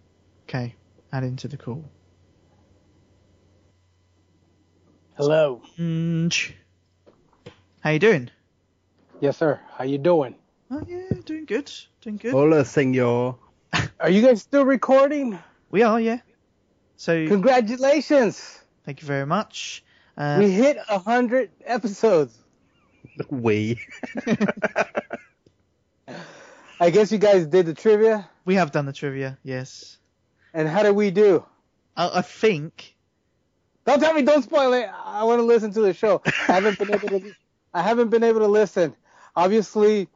[SPEAKER 14] okay, add into the call.
[SPEAKER 16] Hello.
[SPEAKER 14] Mm, How you doing?
[SPEAKER 16] Yes, sir. How you doing?
[SPEAKER 14] Oh yeah, doing good. Doing good.
[SPEAKER 10] Hola, senor.
[SPEAKER 16] Are you guys still recording?
[SPEAKER 14] We are, yeah. So
[SPEAKER 15] congratulations.
[SPEAKER 14] Thank you very much. Uh,
[SPEAKER 15] we hit a hundred episodes.
[SPEAKER 10] We.
[SPEAKER 15] I guess you guys did the trivia.
[SPEAKER 14] We have done the trivia, yes.
[SPEAKER 15] And how did we do?
[SPEAKER 14] I, I think.
[SPEAKER 15] Don't tell me. Don't spoil it. I want to listen to the show. I haven't been able to. I haven't been able to listen. Obviously,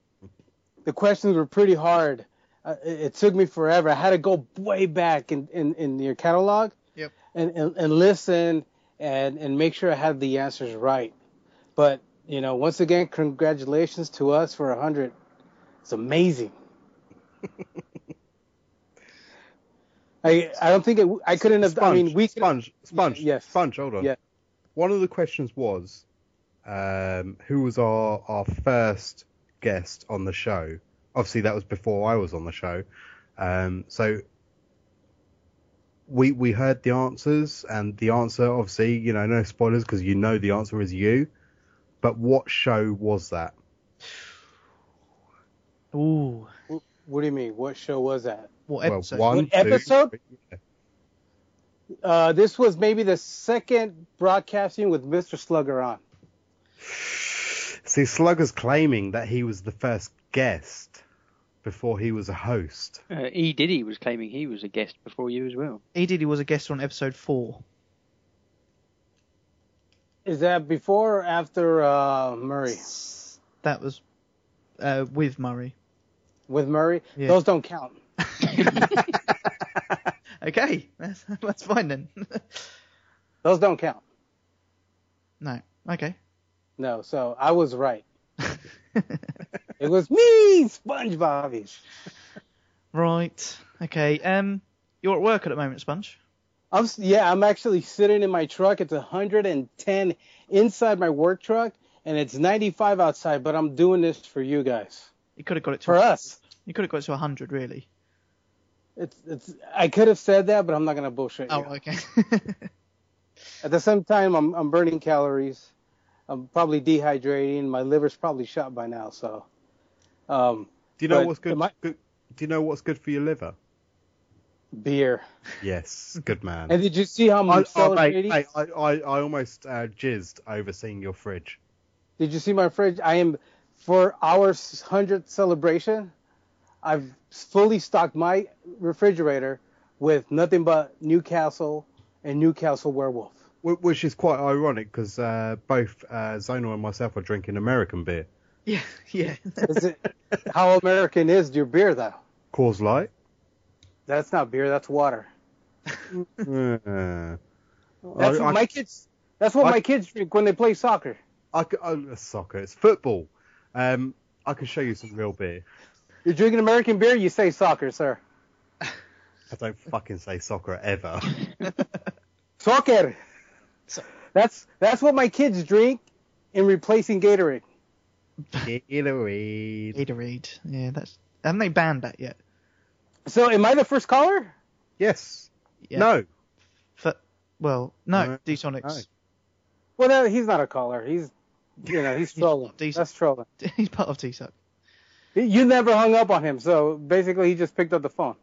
[SPEAKER 15] the questions were pretty hard. Uh, it, it took me forever. I had to go way back in in, in your catalog.
[SPEAKER 14] Yep.
[SPEAKER 15] and, and, and listen and, and make sure I had the answers right. But, you know, once again, congratulations to us for 100. It's amazing. I I don't think it, I couldn't have. I mean, we could-
[SPEAKER 10] sponge sponge sponge. Hold on.
[SPEAKER 15] Yeah.
[SPEAKER 10] One of the questions was, um, who was our our first guest on the show? Obviously, that was before I was on the show. Um, so we we heard the answers, and the answer, obviously, you know, no spoilers because you know the answer is you. But what show was that?
[SPEAKER 14] Ooh.
[SPEAKER 15] What do you mean? What show was that?
[SPEAKER 14] What
[SPEAKER 10] Well, episode? one, two,
[SPEAKER 15] episode? Uh, this was maybe the second broadcasting with Mr. Slugger on.
[SPEAKER 10] See, Slugger's claiming that he was the first guest before he was a host.
[SPEAKER 9] Uh, e Diddy was claiming he was a guest before you as well.
[SPEAKER 14] E Diddy was a guest on episode four.
[SPEAKER 15] Is that before or after uh, Murray?
[SPEAKER 14] That was uh, with Murray.
[SPEAKER 15] With Murray?
[SPEAKER 14] Yeah.
[SPEAKER 15] Those don't count.
[SPEAKER 14] Okay, that's, that's fine then.
[SPEAKER 15] Those don't count.
[SPEAKER 14] no, okay.
[SPEAKER 15] No, so I was right. it was me, SpongeBobbies.
[SPEAKER 14] Right, okay. Um, You're at work at the moment, Sponge.
[SPEAKER 15] I'm s- yeah, I'm actually sitting in my truck. It's 110 inside my work truck, and it's 95 outside. But I'm doing this for you guys.
[SPEAKER 14] You could have got it to
[SPEAKER 15] for us.
[SPEAKER 14] You could have got it to 100, really.
[SPEAKER 15] It's it's. I could have said that, but I'm not gonna bullshit you.
[SPEAKER 14] Oh, okay.
[SPEAKER 15] At the same time, I'm I'm burning calories. I'm probably dehydrating. My liver's probably shot by now. So. Um,
[SPEAKER 10] Do you know
[SPEAKER 15] but
[SPEAKER 10] what's good,
[SPEAKER 15] am I-
[SPEAKER 10] good? Do you know what's good for your liver?
[SPEAKER 15] Beer.
[SPEAKER 10] Yes, good man.
[SPEAKER 15] And did you see how
[SPEAKER 10] I,
[SPEAKER 15] much
[SPEAKER 10] oh, mate,
[SPEAKER 15] celebrating?
[SPEAKER 10] mate, I, I, I almost uh, jizzed over seeing your fridge.
[SPEAKER 15] Did you see my fridge? I am for our hundredth celebration. I've fully stocked my refrigerator with nothing but Newcastle and Newcastle Werewolf.
[SPEAKER 10] Wh- Which is quite ironic because uh, both uh, Zonal and myself are drinking American beer.
[SPEAKER 14] Yeah, yeah.
[SPEAKER 15] Is it, how American is your beer though?
[SPEAKER 10] Cause Light?
[SPEAKER 15] That's not beer. That's water.
[SPEAKER 10] Uh,
[SPEAKER 15] That's
[SPEAKER 10] I-
[SPEAKER 15] what
[SPEAKER 10] I-
[SPEAKER 15] my kids. That's what
[SPEAKER 10] I-
[SPEAKER 15] my kids drink when they play soccer.
[SPEAKER 10] I c- oh, it's soccer. It's football. Um, I can show you some real beer.
[SPEAKER 15] You're drinking American beer. You say soccer, sir.
[SPEAKER 10] I don't fucking say soccer ever.
[SPEAKER 15] Soccer. That's that's what my kids drink in replacing Gatorade.
[SPEAKER 10] Gatorade.
[SPEAKER 14] Gatorade. Yeah, that's. Haven't they banned that yet?
[SPEAKER 15] So am I the first caller?
[SPEAKER 10] Yes.
[SPEAKER 14] Yeah.
[SPEAKER 10] No.
[SPEAKER 14] For, well, no,
[SPEAKER 15] No,
[SPEAKER 14] Detonics.
[SPEAKER 15] no. Well, no, he's not a caller. He's, you know, he's trolling. That's trolling.
[SPEAKER 14] He's part of TSUC.
[SPEAKER 15] You never hung up on him, so basically he just picked up the phone.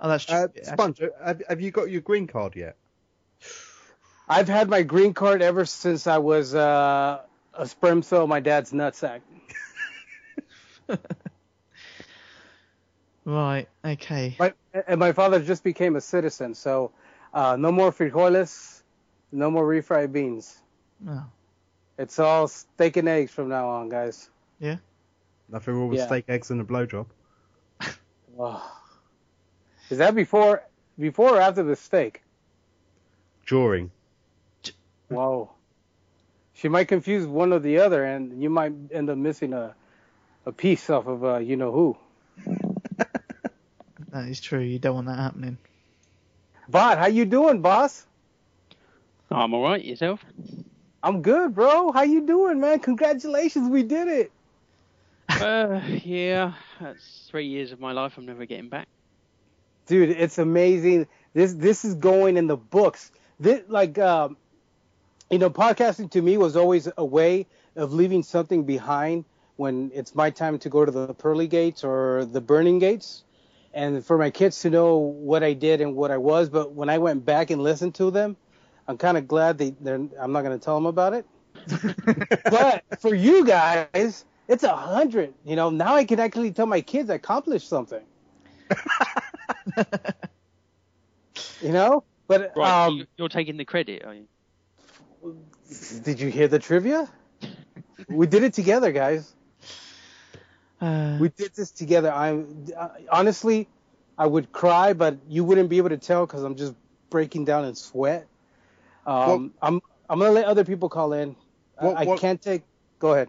[SPEAKER 14] Oh, that's
[SPEAKER 10] true. Uh, Sponge, have, have you got your green card yet?
[SPEAKER 15] I've had my green card ever since I was uh, a sperm cell in my dad's nutsack.
[SPEAKER 14] Right, okay.
[SPEAKER 15] My, and my father just became a citizen, so uh, no more frijoles, no more refried beans.
[SPEAKER 14] Oh.
[SPEAKER 15] It's all steak and eggs from now on, guys.
[SPEAKER 10] Nothing wrong with
[SPEAKER 15] Yeah.
[SPEAKER 10] steak, eggs, and a blowjob.
[SPEAKER 15] Oh. Is that before, before or after the steak?
[SPEAKER 10] During.
[SPEAKER 15] Whoa. She might confuse one or the other, and you might end up missing a a piece off of uh, you know who.
[SPEAKER 14] That is true. You don't want that happening.
[SPEAKER 15] Bot, how you doing, boss?
[SPEAKER 9] I'm all right. Yourself?
[SPEAKER 15] I'm good, bro. How you doing, man? Congratulations, we did it.
[SPEAKER 9] uh, yeah, that's three years of my life I'm never getting back.
[SPEAKER 15] dude it's amazing this this is going in the books this like um you know podcasting to me was always a way of leaving something behind when it's my time to go to the pearly gates or the burning gates and for my kids to know what i did and what i was but when i went back and listened to them i'm kind of glad they they're i'm not going to tell them about it but for you guys it's a hundred you know now i can actually tell my kids i accomplished something you know but
[SPEAKER 9] Right,
[SPEAKER 15] um
[SPEAKER 9] you- you're taking the credit, are you?
[SPEAKER 15] Did you hear the trivia? we did it together, guys. we did this together. I'm uh, honestly, I would cry, but you wouldn't be able to tell because I'm just breaking down in sweat. Um, I'm I'm gonna let other people call in. I-
[SPEAKER 10] What-
[SPEAKER 15] I
[SPEAKER 10] what-
[SPEAKER 15] can't take. Go ahead.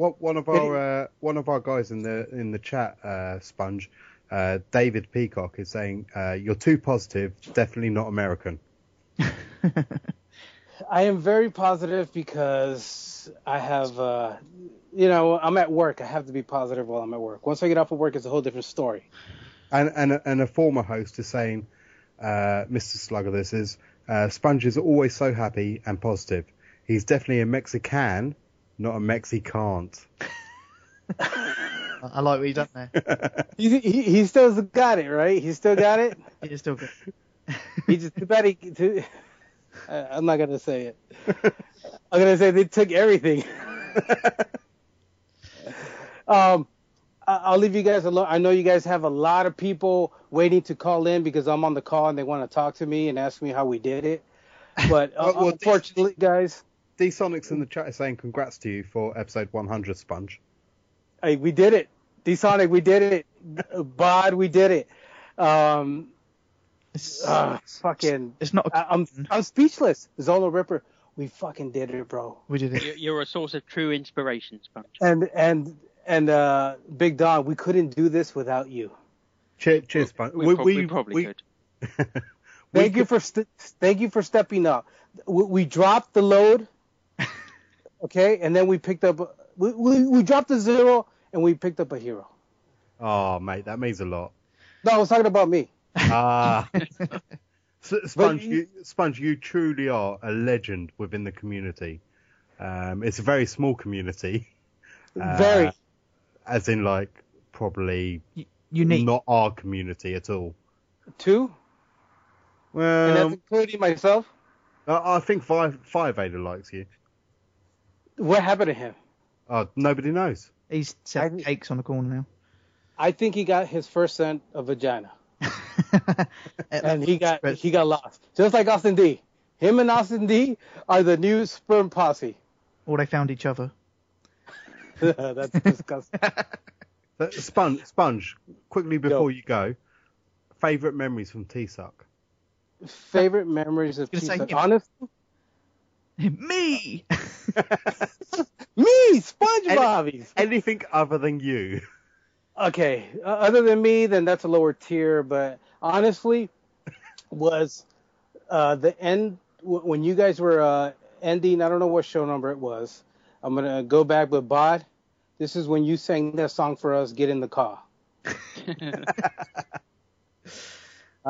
[SPEAKER 10] What one of
[SPEAKER 15] Did
[SPEAKER 10] our uh, one of our guys in the in the chat, uh, Sponge, uh, David Peacock is saying uh, you're too positive. Definitely not American.
[SPEAKER 15] I am very positive because I have, uh, you know, I'm at work. I have to be positive while I'm at work. Once I get off of work, it's a whole different story.
[SPEAKER 10] And and a- and a former host is saying, uh, Mr. Slugger, this is uh, Sponge is always so happy and positive. He's definitely a Mexican, not a Mexicant.
[SPEAKER 14] I like what you done there.
[SPEAKER 15] he, he he still's got it, right? He still got it.
[SPEAKER 14] He's still good.
[SPEAKER 15] He just too bad he. Too, I, I'm not gonna say it. I'm gonna say they took everything. um, I, I'll leave you guys alone. I know you guys have a lot of people waiting to call in because I'm on the call and they want to talk to me and ask me how we did it. But uh, unfortunately, guys,
[SPEAKER 10] D Sonics in the chat is saying congrats to you for episode 100, Sponge.
[SPEAKER 15] Hey, we did it. Sonic, we did it. Bod, we did it. Um, ah, fucking.
[SPEAKER 14] It's not.
[SPEAKER 15] i am I, I'm I'm speechless. Zola Ripper, we fucking did it, bro.
[SPEAKER 14] We did
[SPEAKER 9] You're, you're a source of true inspiration, Sponge.
[SPEAKER 15] And and and uh, Big Don, we couldn't do this without you.
[SPEAKER 10] Cheers, cheers Sponge.
[SPEAKER 9] We, prob- we probably could.
[SPEAKER 15] Thank you for st- thank you for stepping up. We, we dropped the load, okay, and then we picked up. We, we we dropped the zero and we picked up a hero.
[SPEAKER 10] Oh, mate, that means a lot.
[SPEAKER 15] No, I was talking about me.
[SPEAKER 10] Ah. S- Sponge,
[SPEAKER 15] you-
[SPEAKER 10] you, Sponge, you truly are a legend within the community. Um, it's a very small community. Uh,
[SPEAKER 15] Very.
[SPEAKER 10] As in, like, probably
[SPEAKER 14] unique.
[SPEAKER 10] Not our community at all.
[SPEAKER 15] Two?
[SPEAKER 10] Well,
[SPEAKER 15] and that's including myself.
[SPEAKER 10] I, I think five five Ada likes you.
[SPEAKER 15] What happened to him?
[SPEAKER 10] Uh, nobody knows.
[SPEAKER 14] He's selling cakes on the corner now.
[SPEAKER 15] I think he got his first scent of vagina. and he got he got lost. Just like Austin D. Him and Austin D are the new sperm posse.
[SPEAKER 14] Or they found each other.
[SPEAKER 15] That's disgusting.
[SPEAKER 10] Uh, Sponge, Sponge, quickly before you go, favorite memories from T-Suck.
[SPEAKER 15] Favorite memories of
[SPEAKER 10] Gonna say
[SPEAKER 15] pizza.
[SPEAKER 10] him.
[SPEAKER 15] Honestly,
[SPEAKER 14] me,
[SPEAKER 15] me, SpongeBobby.
[SPEAKER 10] anything other than you.
[SPEAKER 15] Okay, uh, other than me, then that's a lower tier. But honestly, was uh, the end w- when you guys were uh, ending? I don't know what show number it was. I'm gonna go back, but Bod, this is when you sang that song for us. Get in the car. All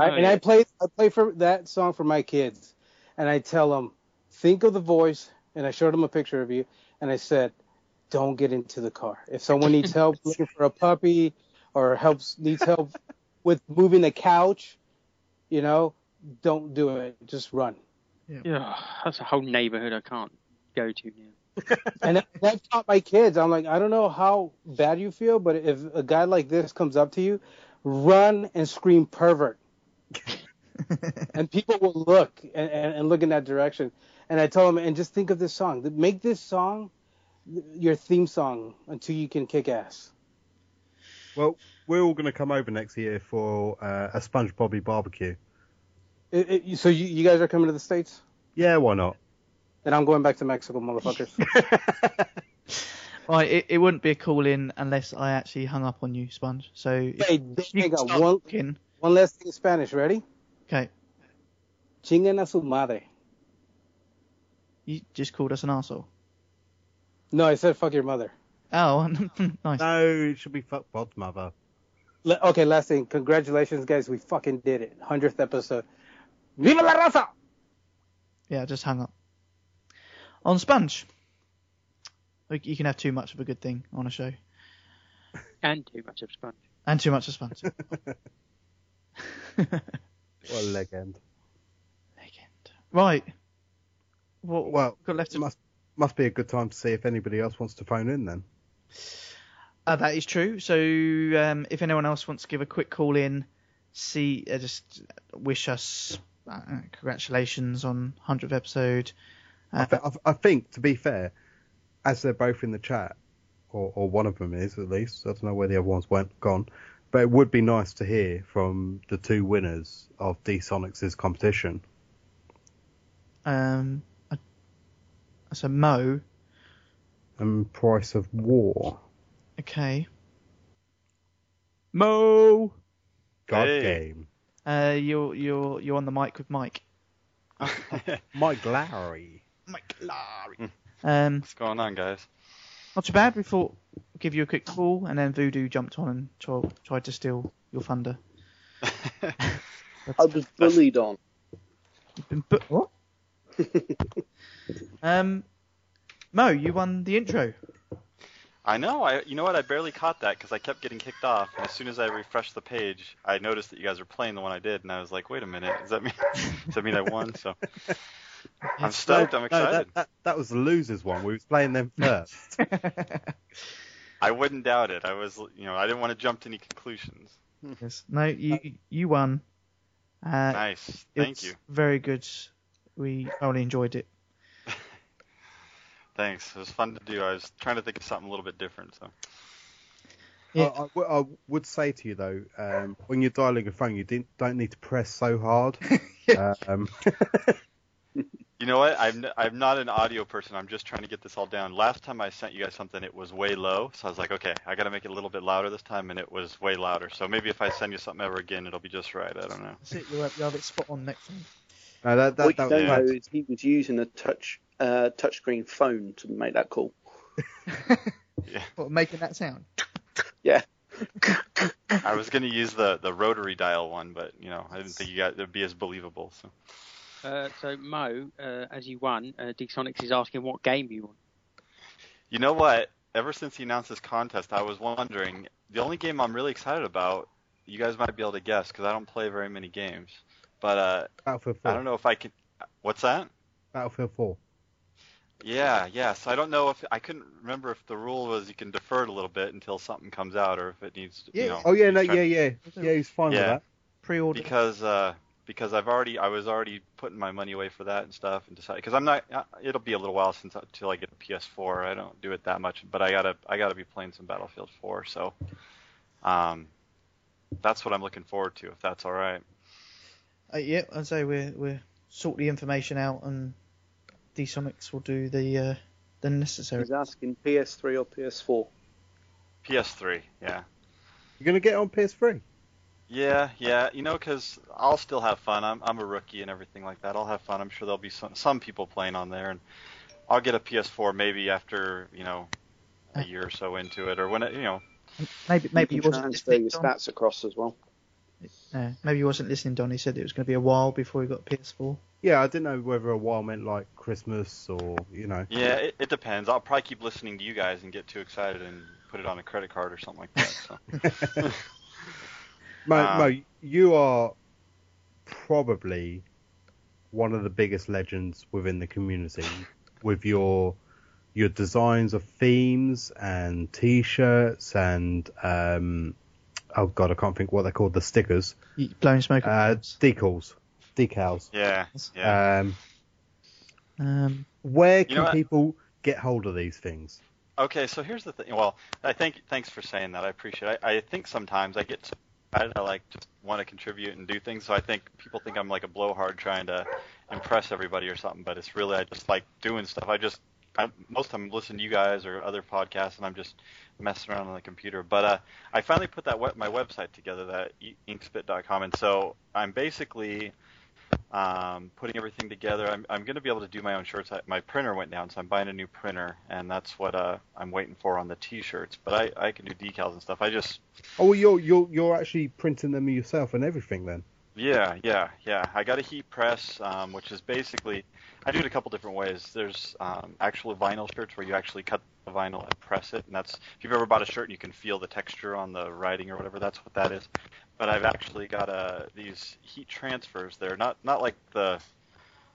[SPEAKER 15] right,
[SPEAKER 9] Oh,
[SPEAKER 15] and
[SPEAKER 9] yeah.
[SPEAKER 15] I play I play for that song for my kids, and I tell them, think of the voice, and I showed them a picture of you, and I said, don't get into the car. If someone needs help looking for a puppy, or helps needs help with moving the couch, you know, don't do it. Just run.
[SPEAKER 9] Yeah. that's a whole neighbourhood I can't go to now.
[SPEAKER 15] and that taught my kids. I'm like, I don't know how bad you feel, but if a guy like this comes up to you, run and scream pervert. and people will look and, and, and look in that direction. And I tell them, and just think of this song. Make this song your theme song until you can kick ass.
[SPEAKER 10] Well, we're all going to come over next year for uh, a Sponge Bobby barbecue.
[SPEAKER 15] It- it- so you, you guys are coming to the States?
[SPEAKER 10] Yeah, why not?
[SPEAKER 15] Then I'm going back to Mexico, motherfuckers.
[SPEAKER 14] Right, it, it wouldn't be a call in unless I actually hung up on you, Sponge. So if-
[SPEAKER 15] hey, they got
[SPEAKER 14] start
[SPEAKER 15] one,
[SPEAKER 14] looking.
[SPEAKER 15] one last thing in Spanish. Ready?
[SPEAKER 14] okay,
[SPEAKER 15] Chingan a su madre.
[SPEAKER 8] You just called us an arsehole.
[SPEAKER 15] No, I said fuck your mother.
[SPEAKER 8] Oh, nice.
[SPEAKER 15] No, it should be fuck Bob's mother. okay, last thing. Congratulations, guys. We fucking did it. 100th episode. Viva la raza!
[SPEAKER 8] Yeah, I just hung up. On Sponge. Like, You can have too much of a good thing on a show.
[SPEAKER 9] and too much of sponge.
[SPEAKER 8] And too much of Sponge.
[SPEAKER 10] What a legend.
[SPEAKER 8] right.
[SPEAKER 10] Well, must must be a good time to see if anybody else wants to phone in then.
[SPEAKER 8] Uh, that is true. So um, if anyone else wants to give a quick call in, see, uh, just wish us uh, congratulations on 100th episode.
[SPEAKER 10] I, th- I, th- I think, to be fair, as they're both in the chat, or, or one of them is at least. I don't know where the other ones went gone, but it would be nice to hear from the two winners of D Sonics' competition.
[SPEAKER 8] Um, I- so Mo,
[SPEAKER 10] And Price of War.
[SPEAKER 8] okay. Mo,
[SPEAKER 10] God
[SPEAKER 8] Hey.
[SPEAKER 10] game.
[SPEAKER 8] uh, you're you're you're on the mic with Mike.
[SPEAKER 10] Mike Lowry.
[SPEAKER 8] Mike
[SPEAKER 2] Hmm.
[SPEAKER 8] Lowry.
[SPEAKER 9] uh,
[SPEAKER 8] Um,
[SPEAKER 2] What's going on, guys?
[SPEAKER 8] Not too bad. We thought we'd give you a quick call, and then Voodoo jumped on and try, tried to steal your thunder.
[SPEAKER 17] I was bullied on.
[SPEAKER 8] You've been bu- what? um, Mo, you won the intro.
[SPEAKER 2] I know. I you know what? I barely caught that because I kept getting kicked off. And as soon as I refreshed the page, I noticed that you guys were playing the one I did, and I was like, "Wait a minute, does that mean does that mean I won?" So I'm stoked. I'm
[SPEAKER 10] No, that-
[SPEAKER 2] excited.
[SPEAKER 10] that, that was the losers one. We was playing them first.
[SPEAKER 2] I wouldn't doubt it. I was, you know, I didn't want to jump to any conclusions.
[SPEAKER 8] Yes. No, you you won. Uh,
[SPEAKER 2] Nice. Thank
[SPEAKER 8] it's
[SPEAKER 2] you.
[SPEAKER 8] Very good. We thoroughly enjoyed it.
[SPEAKER 2] Thanks. It was fun to do. I was trying to think of something a little bit different. So
[SPEAKER 10] I, I w- I would say to you though, um, when you're dialing a phone, you didn't, don't need to press so hard. um,
[SPEAKER 2] you know what? I'm n- I'm not an audio person. I'm just trying to get this all down. Last time I sent you guys something, it was way low, so I was like, okay, I got to make it a little bit louder this time, and it was way louder. So maybe if I send you something ever again, it'll be just right. I don't know.
[SPEAKER 8] That's it. You'll have, you'll have it spot on next time.
[SPEAKER 10] no, Uh, that, that,
[SPEAKER 17] what
[SPEAKER 10] that
[SPEAKER 17] you
[SPEAKER 10] was
[SPEAKER 17] don't
[SPEAKER 10] bad.
[SPEAKER 17] know is he was using a touch uh, touchscreen phone to make that call.
[SPEAKER 8] What, making that sound.
[SPEAKER 17] Yeah.
[SPEAKER 2] I was going to use the the rotary dial one, but you know, I didn't think you got it'd be as believable. So
[SPEAKER 9] Uh, so Mo, uh, as you won, uh, Sonics is asking what game you won.
[SPEAKER 2] you know what? Ever since he announced this contest, I was wondering. The only game I'm really excited about, you guys might be able to guess because I don't play very many games. But uh,
[SPEAKER 10] Battlefield
[SPEAKER 2] I
[SPEAKER 10] 4.
[SPEAKER 2] don't know if I can. What's that?
[SPEAKER 10] Battlefield 4.
[SPEAKER 2] Yeah, yeah. So I don't know if I couldn't remember if the rule was you can defer it a little bit until something comes out, or if it needs. to- You know,
[SPEAKER 10] oh yeah,
[SPEAKER 2] you
[SPEAKER 10] no,
[SPEAKER 2] try-
[SPEAKER 10] yeah, yeah, yeah. He's fine
[SPEAKER 2] Yeah.
[SPEAKER 10] with
[SPEAKER 8] Pre-order.
[SPEAKER 2] because uh, because I've already I was already putting my money away for that and stuff and decided because I'm not uh, it'll be a little while since until I get a PS4 I don't do it that much but I gotta I gotta be playing some Battlefield 4 so um that's what I'm looking forward to if that's all right
[SPEAKER 8] Uh, yeah, I'd say we're we're sort the information out, and D-Sonics will do the uh, the necessary.
[SPEAKER 17] He's asking PS3 or PS4.
[SPEAKER 2] PS3 yeah
[SPEAKER 10] You're gonna get it on PS3.
[SPEAKER 2] yeah yeah you know because I'll still have fun I'm I'm a rookie and everything like that I'll have fun I'm sure there'll be some some people playing on there and I'll get a PS4 maybe after you know a year or so into it or when it you know
[SPEAKER 8] Maybe maybe
[SPEAKER 17] you
[SPEAKER 8] you
[SPEAKER 17] can
[SPEAKER 8] wasn't
[SPEAKER 17] transfer your stats across as well.
[SPEAKER 8] uh, maybe you wasn't listening, Don. He said it was going to be a while before he got PS4.
[SPEAKER 10] Yeah, I didn't know whether a while meant like Christmas or you know.
[SPEAKER 2] Yeah, it, it depends. I'll probably keep listening to you guys and get too excited and put it on a credit card or something like that. So.
[SPEAKER 10] Mo,
[SPEAKER 2] Um,
[SPEAKER 10] Mo, you are probably one of the biggest legends within the community with your your designs of themes and t-shirts and um oh god I can't think what they're called the stickers
[SPEAKER 8] You blowing smoke.
[SPEAKER 10] uh decals decals
[SPEAKER 2] yeah
[SPEAKER 10] um
[SPEAKER 8] um
[SPEAKER 10] where
[SPEAKER 2] You know
[SPEAKER 10] can
[SPEAKER 2] what?
[SPEAKER 10] people get hold of these things
[SPEAKER 2] okay, so here's the thing. Well, I think thanks for saying that. I appreciate. it. I, I think sometimes I get so excited. I like just want to contribute and do things. So I think people think I'm like a blowhard trying to impress everybody or something. But it's really I just like doing stuff. I just I, most of the time listen to you guys or other podcasts, and I'm just messing around on the computer. But uh, I finally put that web, my website together, that e- inkspit.com, and so I'm basically um, putting everything together. I'm, I'm going to be able to do my own shirts. I, my printer went down, so I'm buying a new printer, and that's what uh, I'm waiting for on the T-shirts. But I, I can do decals and stuff. I just
[SPEAKER 10] Oh, well, you're you're you're actually printing them yourself and everything then.
[SPEAKER 2] Yeah, yeah, yeah. I got a heat press, um, which is basically I do it a couple different ways. There's um, actual vinyl shirts where you actually cut the vinyl and press it, and that's if you've ever bought a shirt and you can feel the texture on the writing or whatever, that's what that is. But I've actually got uh, these heat transfers. They're not not like the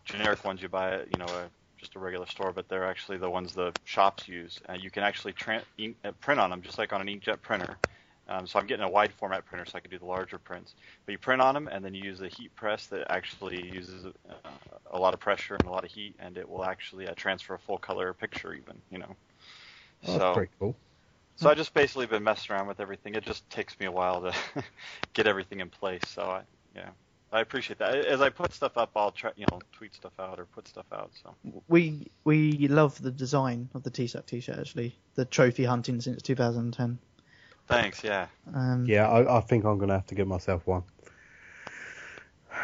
[SPEAKER 2] generic ones you buy at you know a, just a regular store, but they're actually the ones the shops use. Uh, you can actually tran ink, uh, print on them just like on an inkjet printer. Um, so I'm getting a wide format printer so I can do the larger prints. But you print on them and then you use a heat press that actually uses uh, a lot of pressure and a lot of heat, and it will actually uh, transfer a full color picture even. You know.
[SPEAKER 10] Oh,
[SPEAKER 2] so
[SPEAKER 10] that's pretty cool.
[SPEAKER 2] so I just basically been messing around with everything. It just takes me a while to get everything in place. So I yeah. I appreciate that. As I put stuff up, I'll try, you know, tweet stuff out or put stuff out. So
[SPEAKER 14] We we love the design of the T-Suck T-shirt actually. The trophy hunting since 2010.
[SPEAKER 2] thanks, yeah.
[SPEAKER 14] Um,
[SPEAKER 10] yeah, I, I think I'm gonna have to give myself one.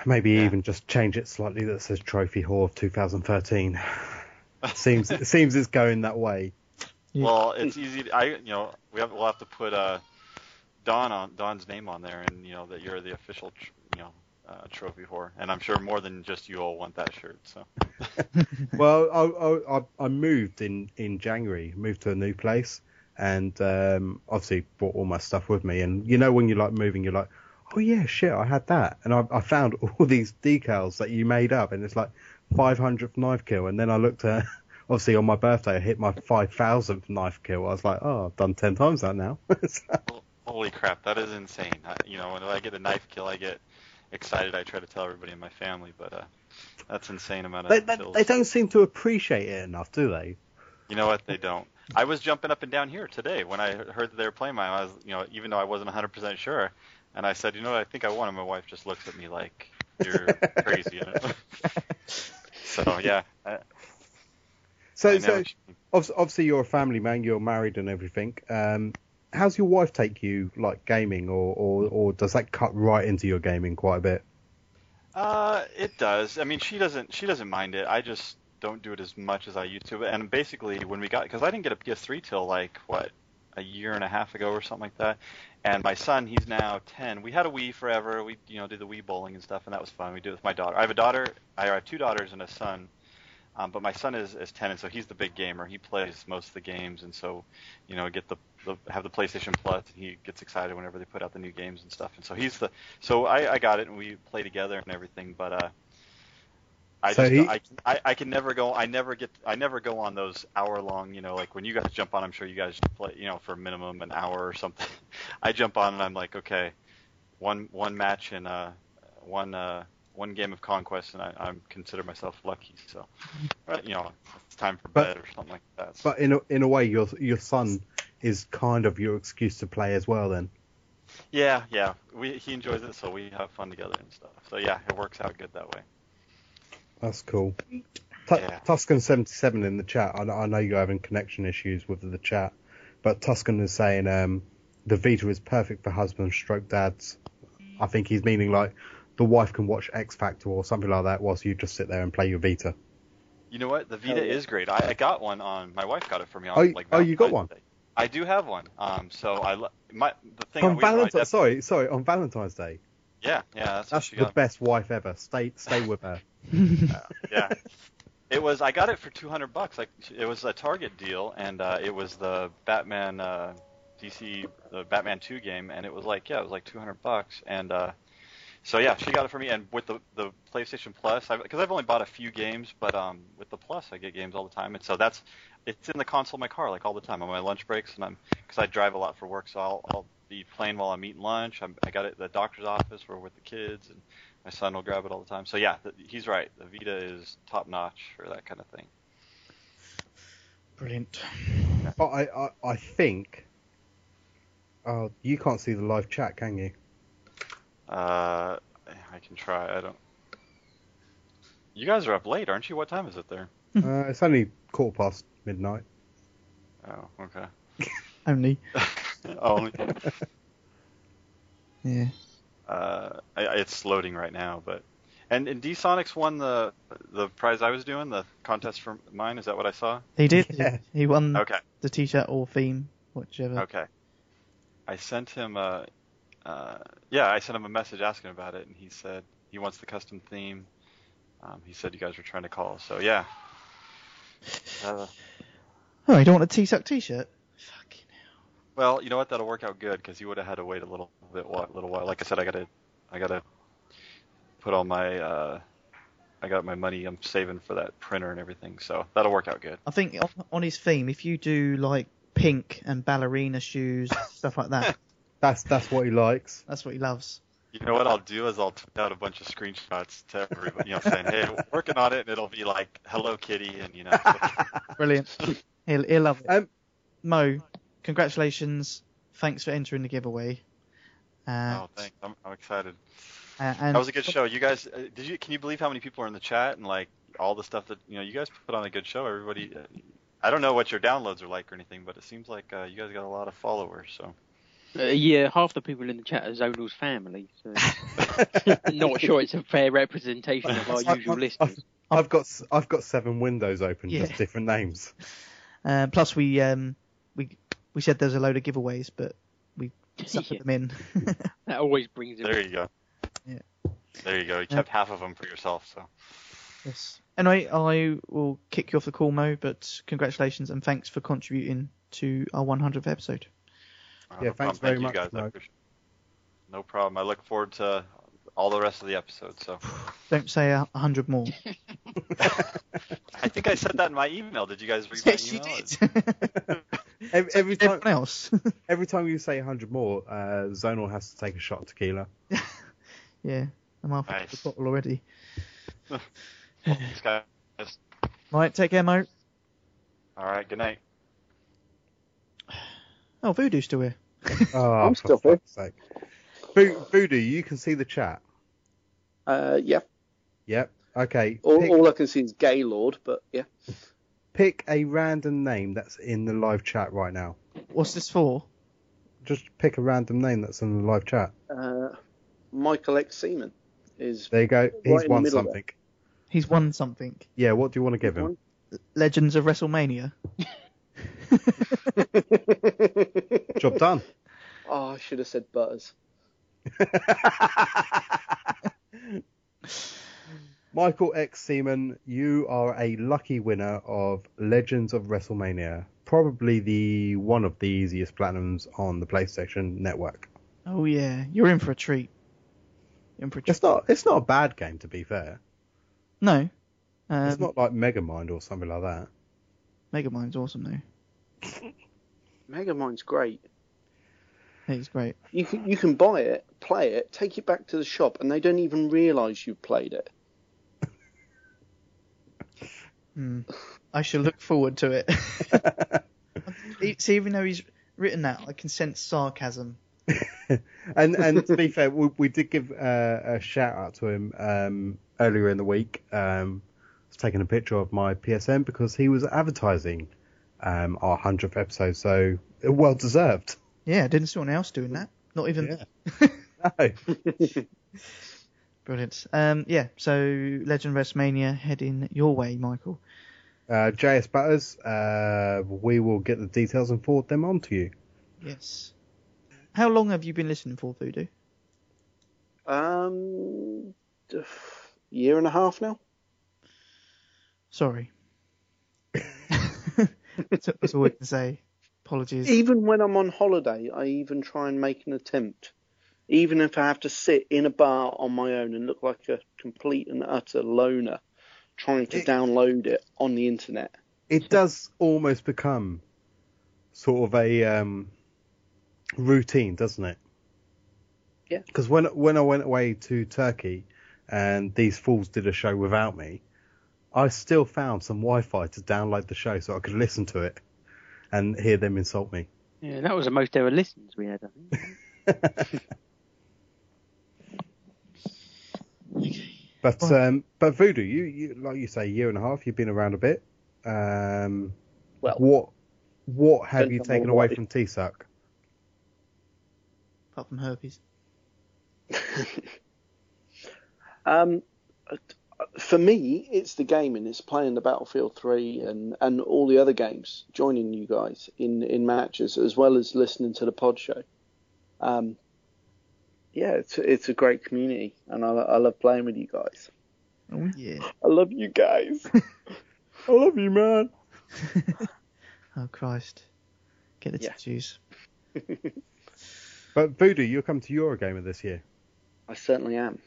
[SPEAKER 10] Maybe even just change it slightly that says Trophy Whore of 2013. seems it seems it's going that way.
[SPEAKER 2] Well, it's easy. To, I you know we have we'll have to put uh, Don on Don's name on there, and you know that you're the official tr- you know uh, trophy whore, and I'm sure more than just you all want that shirt. So
[SPEAKER 10] well, I, I I- I moved in in January, moved to a new place, and um, obviously brought all my stuff with me. And you know when you like moving, you're like, oh yeah, shit, I had that, and I, I found all these decals that you made up, and it's like 500th knife kill, and then I looked at. Obviously, on my birthday, I hit my 5,000th knife kill. I was like, oh, I've done 10 times that now.
[SPEAKER 2] holy crap, that is insane. I, you know when I get a knife kill, I get excited. I try to tell everybody in my family, but uh, that's insane amount of
[SPEAKER 10] they, they,
[SPEAKER 2] kills.
[SPEAKER 10] they don't seem to appreciate it enough, do they?
[SPEAKER 2] You know what? They don't. I was jumping up and down here today when I heard that they were playing mine. I was, you know, even though I wasn't 100% sure, and I said, you know what? I think I won. And my wife just looks at me like you're crazy. so yeah, I,
[SPEAKER 10] So,
[SPEAKER 2] I know
[SPEAKER 10] so
[SPEAKER 2] what
[SPEAKER 10] obvi- obviously you're a family man, you're married and everything. Um, how's your wife take you like gaming, or, or or does that cut right into your gaming quite a bit?
[SPEAKER 2] Uh, it does. I mean, she doesn't. She doesn't mind it. I just don't do it as much as I used to. And basically, when we got, because I didn't get a PS3 till like what a year and a half ago or something like that. And my son, he's now 10. We had a Wii forever. We, you know, did the Wii bowling and stuff, and that was fun. We did it with my daughter. I have a daughter. I have two daughters and a son. Um, but my son is, is 10, and so he's the big gamer. He plays most of the games, and so, you know, get the, the have the PlayStation Plus, and he gets excited whenever they put out the new games and stuff. And so he's the so I, I got it, and we play together and everything. But uh, I
[SPEAKER 10] So
[SPEAKER 2] just
[SPEAKER 10] he-
[SPEAKER 2] I, I I can never go. I never get. I never go on those hour long. You know, like when you guys jump on, I'm sure you guys play. You know, for a minimum an hour or something. I jump on and I'm like, okay, one one match and uh one uh one game of conquest, and I, I consider myself lucky. So, but, you know, it's time for
[SPEAKER 10] But-
[SPEAKER 2] bed or something like that.
[SPEAKER 10] But in a, in a way, your your son is kind of your excuse to play as well. Then
[SPEAKER 2] Yeah, yeah. We he enjoys it, so we have fun together and stuff. So yeah, it works out good that way.
[SPEAKER 10] that's cool. Tu- Tuscan seventy seven in the chat. I, know- I know you're having connection issues with the chat, but Tuscan is saying um, the Vita is perfect for husbands stroke dads. I think he's meaning like the wife can watch X Factor or something like that whilst you just sit there and play your Vita.
[SPEAKER 2] You know what? The Vita is great. I, I got one on. My wife got it for me on
[SPEAKER 10] Oh, you-
[SPEAKER 2] like.
[SPEAKER 10] oh, you got
[SPEAKER 2] Valentine's
[SPEAKER 10] one.
[SPEAKER 2] Day. I do have one. Um, so I lo- my the thing
[SPEAKER 10] on
[SPEAKER 2] we- my
[SPEAKER 10] Valentine's,
[SPEAKER 2] def-
[SPEAKER 10] sorry, sorry, on Valentine's Day.
[SPEAKER 2] Yeah, yeah. That's, what
[SPEAKER 10] That's
[SPEAKER 2] she
[SPEAKER 10] the
[SPEAKER 2] got.
[SPEAKER 10] best wife ever. Stay, stay with her.
[SPEAKER 2] yeah. It was I got it for 200 bucks. Like it was a Target deal and uh, it was the Batman uh, DC the Batman 2 game and it was like yeah, it was like 200 bucks and uh, so yeah, she got it for me and with the the PlayStation Plus because I've only bought a few games, but um with the Plus I get games all the time and so that's it's in the console of my car like all the time on my lunch breaks and I'm because I drive a lot for work, so I'll I'll be playing while I'm eating lunch. I'm, I got it at the doctor's office or with the kids and my son will grab it all the time. So yeah, th he's right. The Vita is top notch for that kind of thing.
[SPEAKER 14] Brilliant.
[SPEAKER 10] But I, I, I think. Oh, you can't see the live chat, can you?
[SPEAKER 2] Uh, I can try. I don't. You guys are up late, aren't you? What time is it there?
[SPEAKER 8] Hmm.
[SPEAKER 10] uh, it's only quarter past midnight.
[SPEAKER 2] Oh, okay. Oh,
[SPEAKER 14] Only.
[SPEAKER 2] Only.
[SPEAKER 14] Yeah.
[SPEAKER 2] Uh, I, I- it's loading right now, but And and D Sonics won the the prize I was doing the contest for mine. Is that what I saw?
[SPEAKER 8] He did. He won
[SPEAKER 2] Okay.
[SPEAKER 8] the t-shirt or theme, whichever.
[SPEAKER 2] Okay. I sent him a, uh, yeah, I sent him a message asking about it, and he said he wants the custom theme. Um, he said you guys were trying to call, so yeah. Uh,
[SPEAKER 8] Oh, you don't want a T-suck T-shirt?
[SPEAKER 2] well, you know what? That'll work out good because you would have had to wait a little bit, a little while. Like I said, I gotta, I gotta put all my, uh, I got my money I'm saving for that printer and everything, so that'll work out good.
[SPEAKER 8] I think on, on his theme, if you do like pink and ballerina shoes, stuff like that.
[SPEAKER 10] that's that's what he likes.
[SPEAKER 8] That's what he loves.
[SPEAKER 2] You know what I'll do is I'll tweet out a bunch of screenshots to everybody. You know, saying, "Hey, we're working on it," and it'll be like "Hello Kitty," and you know.
[SPEAKER 8] Brilliant. he'll, he'll love it.
[SPEAKER 10] Um,
[SPEAKER 8] Mo, congratulations. Thanks for entering the giveaway. Uh,
[SPEAKER 2] oh, thanks. I'm, I'm excited.
[SPEAKER 8] uh, and
[SPEAKER 2] Oh, that was a good show. You guys, uh, did you? Can you believe how many people are in the chat and like all the stuff that you know? You guys put on a good show. Everybody. uh, I don't know what your downloads are like or anything, but it seems like uh, you guys got a lot of followers. So.
[SPEAKER 9] Uh, yeah, half the people in the chat are Zonal's family, so not sure it's a fair representation of our usual listeners.
[SPEAKER 10] I've got s- I've got seven windows open,
[SPEAKER 8] Yeah.
[SPEAKER 10] just different names.
[SPEAKER 8] Uh, plus, we um, we we said there's a load of giveaways, but we sucked them in.
[SPEAKER 9] That always brings it.
[SPEAKER 2] There you go.
[SPEAKER 8] Yeah.
[SPEAKER 2] There you go. You kept half of them for yourself. So.
[SPEAKER 8] yes. Anyway, I will kick you off the call, Mo. But congratulations and thanks for contributing to our 100th episode.
[SPEAKER 10] Yeah,
[SPEAKER 2] no problem.
[SPEAKER 10] thanks
[SPEAKER 2] Uh, Thank
[SPEAKER 10] very
[SPEAKER 2] you
[SPEAKER 10] much,
[SPEAKER 2] guys. I
[SPEAKER 10] Mo.
[SPEAKER 2] appreciate it. No problem. I look forward to all the rest of the episodes. So.
[SPEAKER 8] Don't say a hundred more.
[SPEAKER 2] I think I said that in my email. Did you guys read my email?
[SPEAKER 10] Every, every time,
[SPEAKER 8] everyone else.
[SPEAKER 10] every time you say 100 more, uh, Zonal has to take a shot of tequila.
[SPEAKER 8] yeah, I'm halfway to the bottle already.
[SPEAKER 2] Thanks, guys.
[SPEAKER 8] Right, take care, Mo.
[SPEAKER 2] All right. Good night.
[SPEAKER 8] Oh, Voodoo's still here.
[SPEAKER 10] Oh,
[SPEAKER 8] I'm
[SPEAKER 10] for fuck's sake. Vo- Voodoo, you can see the chat.
[SPEAKER 17] Uh, yep.
[SPEAKER 10] Yep. Okay.
[SPEAKER 17] All,
[SPEAKER 10] pick,
[SPEAKER 17] all I can see is Gaylord, but yeah.
[SPEAKER 10] pick a random name that's in the live chat right now.
[SPEAKER 8] What's this for?
[SPEAKER 10] Just pick a random name that's in the live chat.
[SPEAKER 17] Uh, Michael X. Seaman is.
[SPEAKER 10] There you go. He's
[SPEAKER 17] in the
[SPEAKER 10] won
[SPEAKER 17] middle there.
[SPEAKER 10] something.
[SPEAKER 8] He's won something.
[SPEAKER 10] Yeah. What do you want to give him?
[SPEAKER 8] Legends of WrestleMania.
[SPEAKER 10] Job done.
[SPEAKER 17] Oh, I should have said Butters.
[SPEAKER 10] Michael X Seaman, you are a lucky winner of Legends of WrestleMania, probably the one of the easiest platinums on the PlayStation Network.
[SPEAKER 8] Oh yeah, you're in for a treat. In for a treat.
[SPEAKER 10] It's not it's not a bad game to be fair.
[SPEAKER 8] No, um,
[SPEAKER 10] it's not like Megamind or something like that.
[SPEAKER 8] Megamind's awesome though.
[SPEAKER 17] Megamind's great.
[SPEAKER 8] He's great.
[SPEAKER 17] You can you can buy it, play it, take it back to the shop, and they don't even realise you've played it.
[SPEAKER 8] Hmm. I shall look forward to it. He- See, even though he's written that, I can sense sarcasm.
[SPEAKER 10] And and to be fair, we, we did give uh, a shout out to him um, earlier in the week. Um, I was taking a picture of my PSN because he was advertising um, our hundredth episode, so well deserved.
[SPEAKER 8] Yeah, I didn't see anyone else doing that. Not even.
[SPEAKER 10] Uh,
[SPEAKER 8] Brilliant. Um, yeah. So, Legend of WrestleMania heading your way, Michael.
[SPEAKER 10] Uh, JS Butters, uh, we will get the details and forward them on to you.
[SPEAKER 8] Yes. How long have you been listening for Voodoo?
[SPEAKER 17] Um, year and a half now.
[SPEAKER 8] Sorry. That's that's all I can say. Apologies.
[SPEAKER 17] Even when I'm on holiday, I even try and make an attempt. Even if I have to sit in a bar on my own and look like a complete and utter loner trying to download it on the internet.
[SPEAKER 10] It does almost become sort of a um, routine, doesn't it?
[SPEAKER 17] Yeah.
[SPEAKER 10] Because when when I went away to Turkey and these fools did a show without me, I still found some Wi-Fi to download the show so I could listen to it and hear them insult me.
[SPEAKER 9] Yeah, that was the most ever listens we had. I think.
[SPEAKER 10] But um, but voodoo, you, you like you say, year and a half. You've been around a bit. Um,
[SPEAKER 17] well,
[SPEAKER 10] what what have
[SPEAKER 8] depends
[SPEAKER 10] you
[SPEAKER 8] on
[SPEAKER 10] taken
[SPEAKER 8] what
[SPEAKER 10] away
[SPEAKER 8] it-
[SPEAKER 10] from TSUC?
[SPEAKER 8] Apart from herpes.
[SPEAKER 17] Um, for me, it's the gaming. It's playing the Battlefield 3 and, and all the other games, joining you guys in, in matches, as well as listening to the pod show. Um, yeah, it's it's a great community, and I, I love playing with you guys.
[SPEAKER 8] Oh, yeah.
[SPEAKER 17] I love you guys. I love you, man.
[SPEAKER 8] Oh, Christ. Get the
[SPEAKER 17] Yeah.
[SPEAKER 8] tattoos.
[SPEAKER 10] But Voodoo, you'll come to Eurogamer this year.
[SPEAKER 17] I certainly am.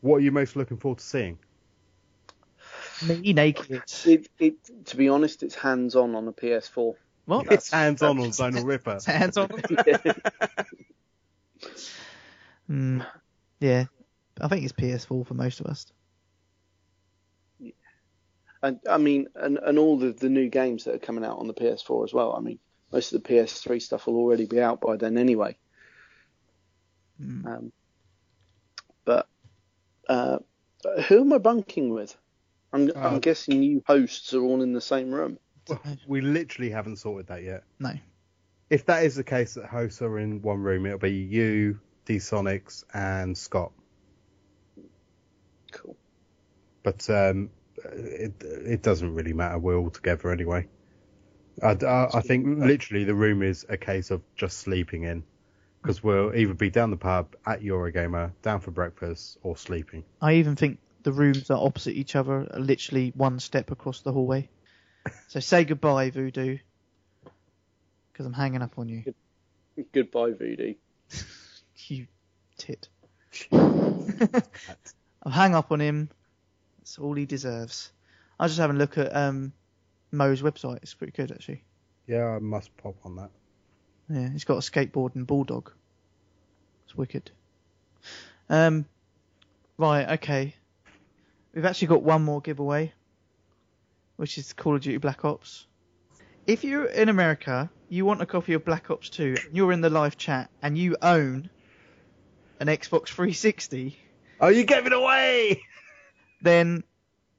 [SPEAKER 10] What are you most looking forward to seeing?
[SPEAKER 8] Me naked.
[SPEAKER 17] It, it, to be honest, it's hands on on the PS4.
[SPEAKER 8] Well,
[SPEAKER 10] it's hands on on Zonal Ripper.
[SPEAKER 8] hands on. Mm, yeah. I think it's PS4 for most of us.
[SPEAKER 17] And I mean, and, and all the, the new games that are coming out on the PS4 as well. I mean, most of the PS3 stuff will already be out by then anyway.
[SPEAKER 8] Hmm.
[SPEAKER 17] Um, but uh, who am I bunking with? I'm,
[SPEAKER 10] Uh,
[SPEAKER 17] I'm guessing you hosts are all in the same room.
[SPEAKER 10] We literally haven't sorted that yet.
[SPEAKER 8] No.
[SPEAKER 10] If that is the case that hosts are in one room, it'll be you, D Sonics, and Scott.
[SPEAKER 17] Cool.
[SPEAKER 10] But um, it it doesn't really matter. We're all together anyway. I, I, I think literally the room is a case of just sleeping in, because we'll either be down the pub at Eurogamer, down for breakfast, or sleeping.
[SPEAKER 8] I even think the rooms that are opposite each other are literally one step across the hallway. So say goodbye, Voodoo, because I'm hanging up on you.
[SPEAKER 17] Goodbye, Voodoo.
[SPEAKER 8] You tit. I'll hang up on him. That's all he deserves. I was just having a look at um, Mo's website. It's pretty good, actually.
[SPEAKER 10] Yeah, I must pop on that.
[SPEAKER 8] Yeah, he's got a skateboard and bulldog. It's wicked. Um, right, okay. We've actually got one more giveaway, which is Call of Duty Black Ops. If you're in America, you want a copy of Black Ops 2, and you're in the live chat, and you own an Xbox 360.
[SPEAKER 10] Oh, you gave it away!
[SPEAKER 8] Then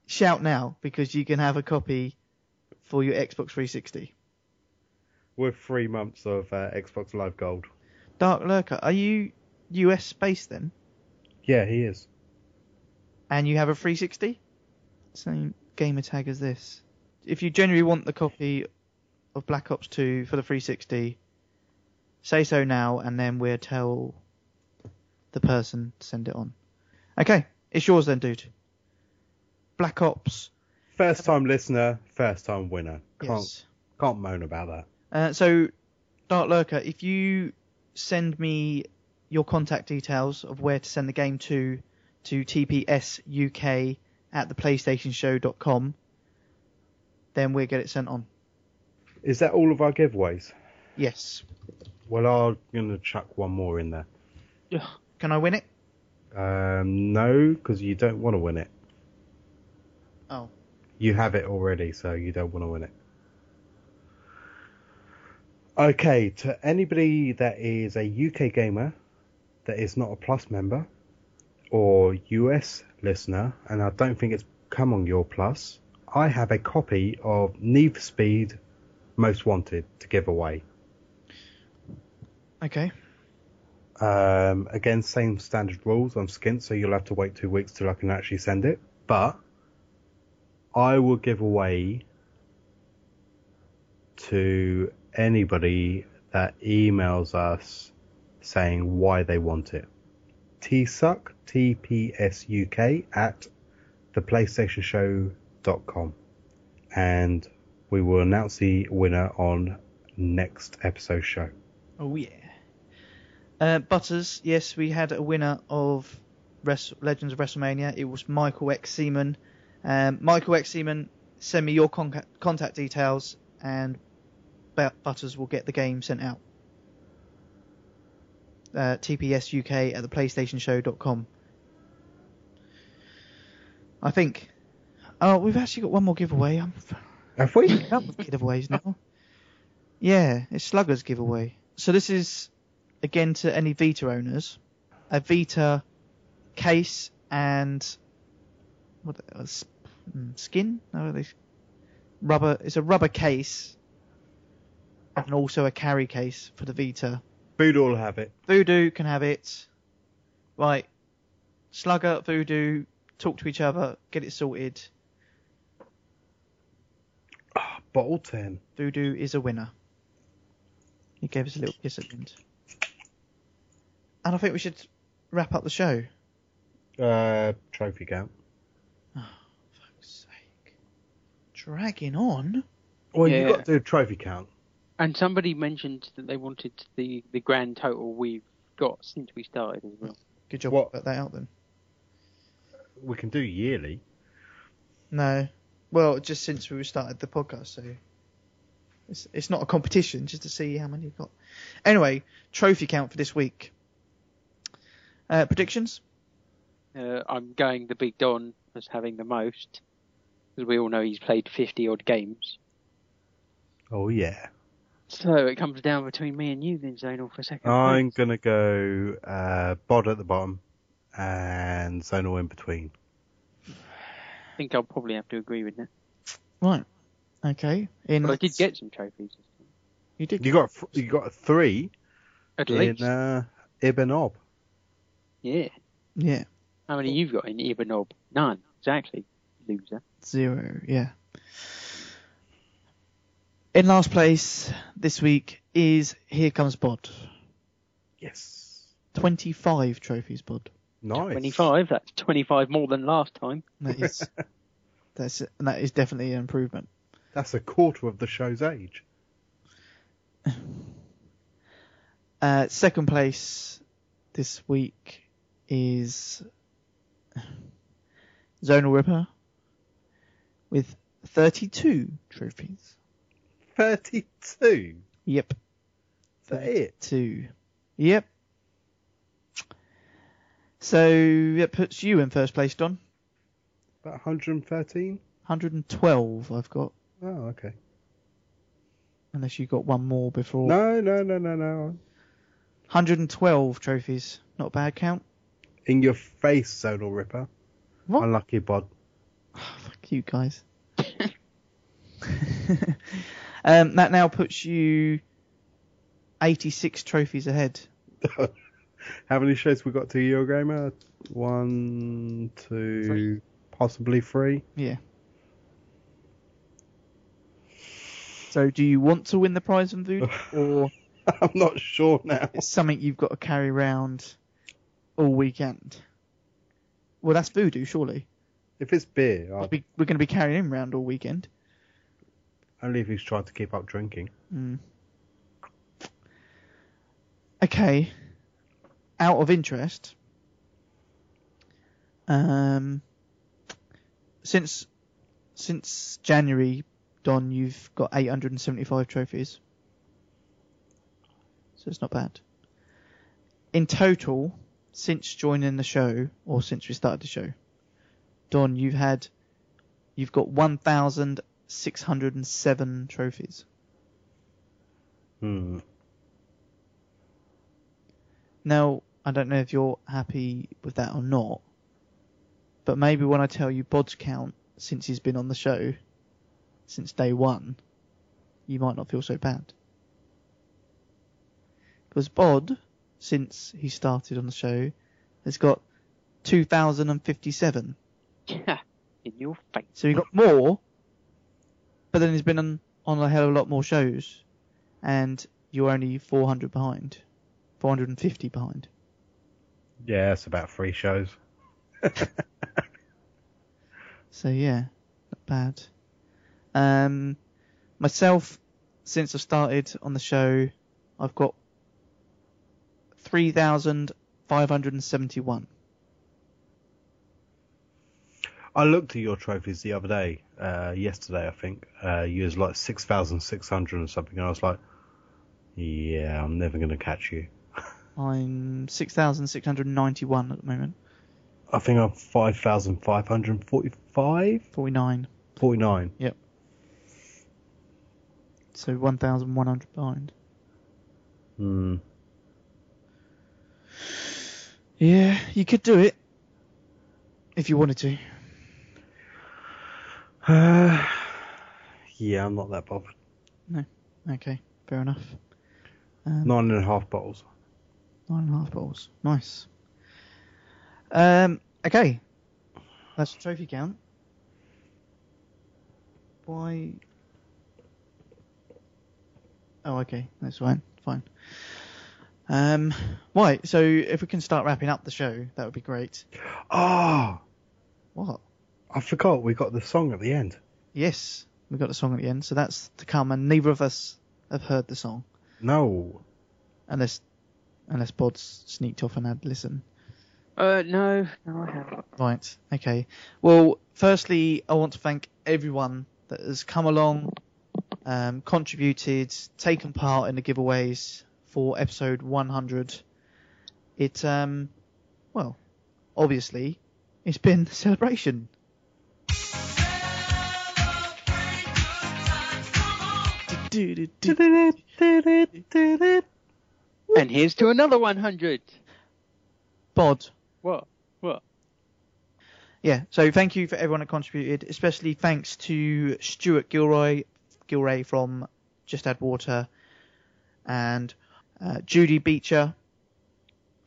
[SPEAKER 8] shout now, because you can have a copy for your Xbox 360.
[SPEAKER 10] We're three months of uh, Xbox Live Gold.
[SPEAKER 8] Dark Lurker, are you US based then?
[SPEAKER 10] Yeah, he is.
[SPEAKER 8] and you have a 360, same gamer tag as this. If you generally want the copy of Black Ops 2 for the 360, say so now, and then we'll tell the person to send it on. Okay, it's yours then, dude. Black Ops.
[SPEAKER 10] First time listener, first time winner. Can't,
[SPEAKER 8] Yes.
[SPEAKER 10] can't moan about that.
[SPEAKER 8] Uh, so, Dark Lurker, if you send me your contact details of where to send the game to, to tpsuk at theplaystationshow.com, then we'll get it sent on.
[SPEAKER 10] Is that all of our giveaways?
[SPEAKER 8] Yes.
[SPEAKER 10] Well, I'm going to chuck one more in there.
[SPEAKER 8] Can I win it?
[SPEAKER 10] Um, no, because you don't want to win it.
[SPEAKER 8] Oh.
[SPEAKER 10] You have it already, so you don't want to win it. Okay, to anybody that is a UK gamer that is not a Plus member or US listener, and I don't think it's come on your Plus, I have a copy of Need for Speed Most Wanted to give away.
[SPEAKER 8] Okay.
[SPEAKER 10] Um, again, same standard rules on skint, so you'll have to wait two weeks till I can actually send it. But I will give away to anybody that emails us saying why they want it. tsuck, T-P-S-U-K, at theplaystationshow.com. And we will announce the winner on next episode show.
[SPEAKER 8] Oh, yeah. Uh, Butters, yes, we had a winner of Wres- Legends of WrestleMania. It was Michael X Seaman. Um, Michael X Seaman, send me your con- contact details, and Bu- Butters will get the game sent out. Uh, TPSUK at theplaystationshow.com. I think. Oh, we've actually got one more giveaway. I'm
[SPEAKER 10] Have we?
[SPEAKER 8] up with giveaways now. Yeah, it's Slugger's giveaway. So this is again to any Vita owners, a Vita case and what uh, s- mm, skin? No, they rubber. It's a rubber case and also a carry case for the Vita.
[SPEAKER 10] Voodoo will have it.
[SPEAKER 8] Voodoo can have it. Right, Slugger, Voodoo, talk to each other, get it sorted.
[SPEAKER 10] Ah, Bottle 10.
[SPEAKER 8] Voodoo is a winner. He gave us a little kiss at the end. And I think we should wrap up the show.
[SPEAKER 10] Uh, trophy count.
[SPEAKER 8] Dragging on.
[SPEAKER 10] Well,
[SPEAKER 9] Yeah.
[SPEAKER 10] you've got to do trophy count.
[SPEAKER 9] And somebody mentioned that they wanted the, the grand total we've got since we started as well.
[SPEAKER 8] Good job. Put that out then.
[SPEAKER 10] We can do yearly.
[SPEAKER 8] No. Well, just since we started the podcast, so it's it's not a competition, just to see how many you've got. Anyway, trophy count for this week. Uh, predictions?
[SPEAKER 9] Uh, I'm going the Big Don as having the most, as we all know he's played 50 odd games.
[SPEAKER 10] Oh, yeah.
[SPEAKER 9] So it comes down between me and you then, Zonal, for second.
[SPEAKER 10] I'm going to go uh, Bod at the bottom and Zonal in between.
[SPEAKER 9] place. I think I'll probably have to agree with that.
[SPEAKER 8] Right. Okay. In
[SPEAKER 9] But I did get some trophies.
[SPEAKER 8] You did.
[SPEAKER 10] You got you got a three
[SPEAKER 9] At
[SPEAKER 10] in
[SPEAKER 9] least.
[SPEAKER 10] uh, Ibn Ob.
[SPEAKER 9] Yeah.
[SPEAKER 8] Yeah.
[SPEAKER 9] How many you've got in Ibanob? None. Exactly. Loser.
[SPEAKER 8] Zero, yeah. In last place this week is Here Comes Bod.
[SPEAKER 10] Yes.
[SPEAKER 8] 25 trophies, Bod.
[SPEAKER 10] Nice.
[SPEAKER 9] 25. That's 25 more than last time.
[SPEAKER 8] That is, that's, and that is definitely an improvement.
[SPEAKER 10] That's a quarter of the show's age.
[SPEAKER 8] Uh, second place this week is Zonal Ripper with 32 trophies.
[SPEAKER 10] 32?
[SPEAKER 8] Yep.
[SPEAKER 10] That it?
[SPEAKER 8] Two. Yep. So that puts you in first place, Don.
[SPEAKER 10] About 113?
[SPEAKER 8] 112 I've got,
[SPEAKER 10] Oh, okay.
[SPEAKER 8] unless you got one more before.
[SPEAKER 10] No, no, no, no, no.
[SPEAKER 8] 112 trophies. Not a bad count.
[SPEAKER 10] In your face, Zonal Ripper.
[SPEAKER 8] What?
[SPEAKER 10] Unlucky bod.
[SPEAKER 8] Fuck you guys. um, that now puts you 86 trophies ahead.
[SPEAKER 10] How many shows we got to Eurogamer? One, two, possibly three.
[SPEAKER 8] Yeah. So do you want to win the prize from Voodoo, or
[SPEAKER 10] I'm not sure now.
[SPEAKER 8] It's something you've got to carry around all weekend. Well, that's Voodoo, surely.
[SPEAKER 10] If it's beer, I'll...
[SPEAKER 8] We, we're going to be carrying him around all weekend.
[SPEAKER 10] only if he's trying to keep up drinking.
[SPEAKER 8] Hmm. Okay. Out of interest, um, since since January, Don, you've got 875 trophies, so it's not bad. In total, since joining the show or since we started the show, Don, you've had you've got 1,607 trophies.
[SPEAKER 10] Hmm.
[SPEAKER 8] Now, I don't know if you're happy with that or not, but maybe when I tell you Bod's count since he's been on the show, since day one, you might not feel so bad. Because Bod, since he started on the show, has got 2,057.
[SPEAKER 9] In your face.
[SPEAKER 8] So he got more, but then he's been on, on a hell of a lot more shows, and you're only 400 behind, 450 behind.
[SPEAKER 10] Yeah, it's about three shows.
[SPEAKER 8] So yeah, not bad. Um, myself, since I've started on the show, I've got three thousand five hundred and seventy-one.
[SPEAKER 10] I looked at your trophies the other day, uh, yesterday, I think. Uh, you was like 6,600 or something, and I was like, yeah, I'm never going to catch you.
[SPEAKER 8] I'm six thousand six hundred ninety-one at the moment.
[SPEAKER 10] I think I'm 5,545?
[SPEAKER 8] 49.
[SPEAKER 10] 49.
[SPEAKER 8] Yep. So one thousand one hundred behind.
[SPEAKER 10] Hmm.
[SPEAKER 8] Yeah, you could do it if you wanted to.
[SPEAKER 10] Uh, yeah, I'm not that bothered.
[SPEAKER 8] No, okay, fair enough. Um,
[SPEAKER 10] Nine and a half bottles.
[SPEAKER 8] Nine and a half balls. Nice. Um, okay. That's a trophy count. Why? Oh, okay. That's fine. Fine. Um, right. So if we can start wrapping up the show, that would be great.
[SPEAKER 10] Ah,
[SPEAKER 8] What?
[SPEAKER 10] I forgot we got the song at the end.
[SPEAKER 8] Yes, we got the song at the end, so that's to come, and neither of us have heard the song
[SPEAKER 10] No.
[SPEAKER 8] unless unless Bod's sneaked off and had listen.
[SPEAKER 9] Uh, no, no, I haven't.
[SPEAKER 8] Right. Okay. Well, firstly, I want to thank everyone that has come along, um, contributed, taken part in the giveaways for episode 100. It, um, well, obviously, it's been a celebration.
[SPEAKER 9] And here's to another 100.
[SPEAKER 8] Bod,
[SPEAKER 9] What? What?
[SPEAKER 8] yeah, so thank you for everyone that contributed, especially thanks to Stuart Gilroy, Gilray from Just Add Water, and uh, Judy Beecher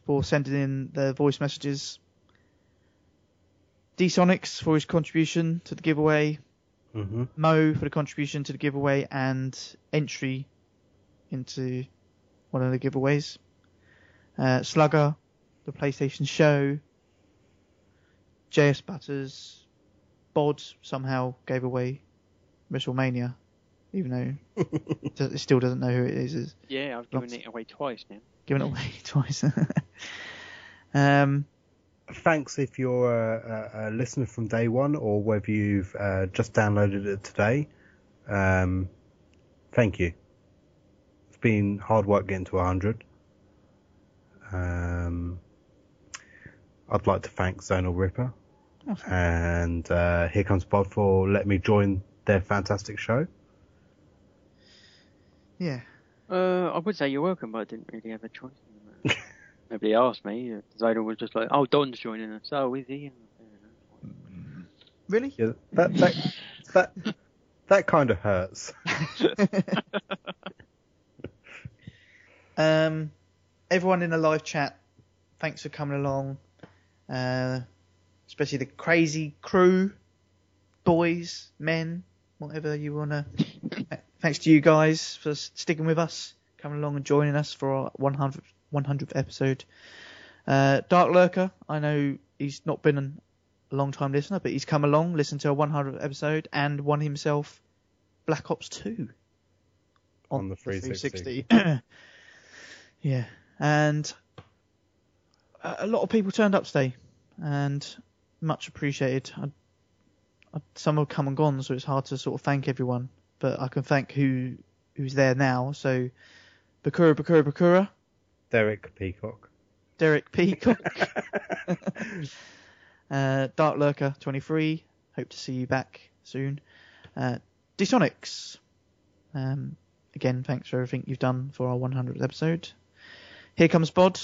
[SPEAKER 8] for sending in the voice messages, D-Sonics for his contribution to the giveaway,
[SPEAKER 10] Mm-hmm.
[SPEAKER 8] Mo for the contribution to the giveaway and entry into one of the giveaways. Uh, Slugger, the PlayStation show. JS Butters, Bod somehow gave away WrestleMania, even though it does- it still doesn't know who it is. It's
[SPEAKER 9] Yeah, I've given it away twice now.
[SPEAKER 8] given it away twice. um,
[SPEAKER 10] Thanks if you're a, a, a listener from day one or whether you've uh, just downloaded it today. Um, thank you. It's been hard work getting to 100. Um, I'd like to thank Zonal Ripper and uh, Here Comes Bod for letting me join their fantastic show.
[SPEAKER 8] yeah.
[SPEAKER 9] Uh, I would say you're welcome, but I didn't really have a choice. in the matter. Nobody asked me. Zidal was just like, "Oh, Don's joining us. Oh, is he?"
[SPEAKER 8] Really?
[SPEAKER 10] Yeah, that that that, that kind of hurts.
[SPEAKER 8] Um, everyone in the live chat, thanks for coming along. Uh, especially the crazy crew, boys, men, whatever you wanna. thanks to you guys for s- sticking with us, coming along and joining us for our 100th, 100th episode. Uh, Dark Lurker, I know he's not been an- a long time listener, but he's come along, listened to a 100th episode, and won himself Black Ops 2
[SPEAKER 10] On the
[SPEAKER 8] 360.
[SPEAKER 10] 360.
[SPEAKER 8] yeah, and a a lot of people turned up today, and much appreciated. I, I, some have come and gone, so it's hard to sort of thank everyone, but I can thank who who's there now. So, Bakura, Bakura, Bakura,
[SPEAKER 10] Derek Peacock.
[SPEAKER 8] Derek Peacock, uh, Dark Lurker 23. Hope to see you back soon. Uh, Disonics. Um, again, thanks for everything you've done for our 100th episode. Here comes Bod.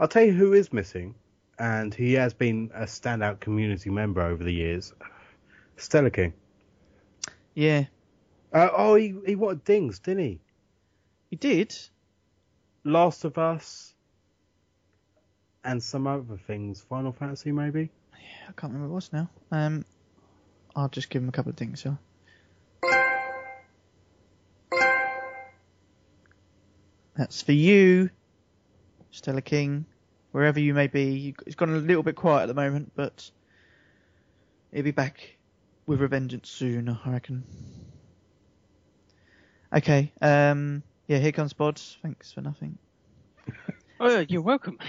[SPEAKER 10] I'll tell you who is missing, and he has been a standout community member over the years. Stella King.
[SPEAKER 8] Yeah.
[SPEAKER 10] Uh, oh, he he wanted dings, didn't he?
[SPEAKER 8] He did.
[SPEAKER 10] Last of Us. And some other things, Final Fantasy maybe.
[SPEAKER 8] I can't remember what it was now. Um, I'll just give him a couple of things. Yeah. That's for you, Stella King, wherever you may be. You- It's gone a little bit quiet at the moment, but it'll be back with a vengeance soon, I reckon. Okay. Um. Yeah. Here comes Bods. Thanks for nothing.
[SPEAKER 9] Oh, you're welcome.
[SPEAKER 8] uh,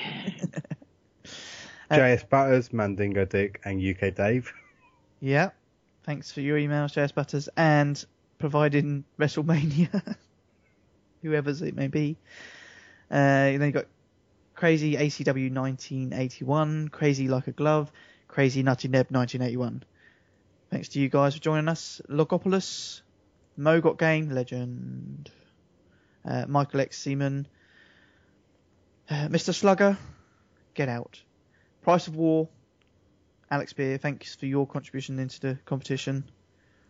[SPEAKER 10] JS Butters, Mandingo Dick, and UK Dave.
[SPEAKER 8] Yeah. Thanks for your emails, JS Butters, and providing WrestleMania, whoever's it may be. Uh, and then you got Crazy ACW 1981, Crazy Like a Glove, Crazy Nutty Neb 1981. Thanks to you guys for joining us. Logopolis, Mogot Game, Legend, uh, Michael X Seaman, uh, Mr. Slugger, Get Out, Price of War, Alex Beer, thanks for your contribution into the competition.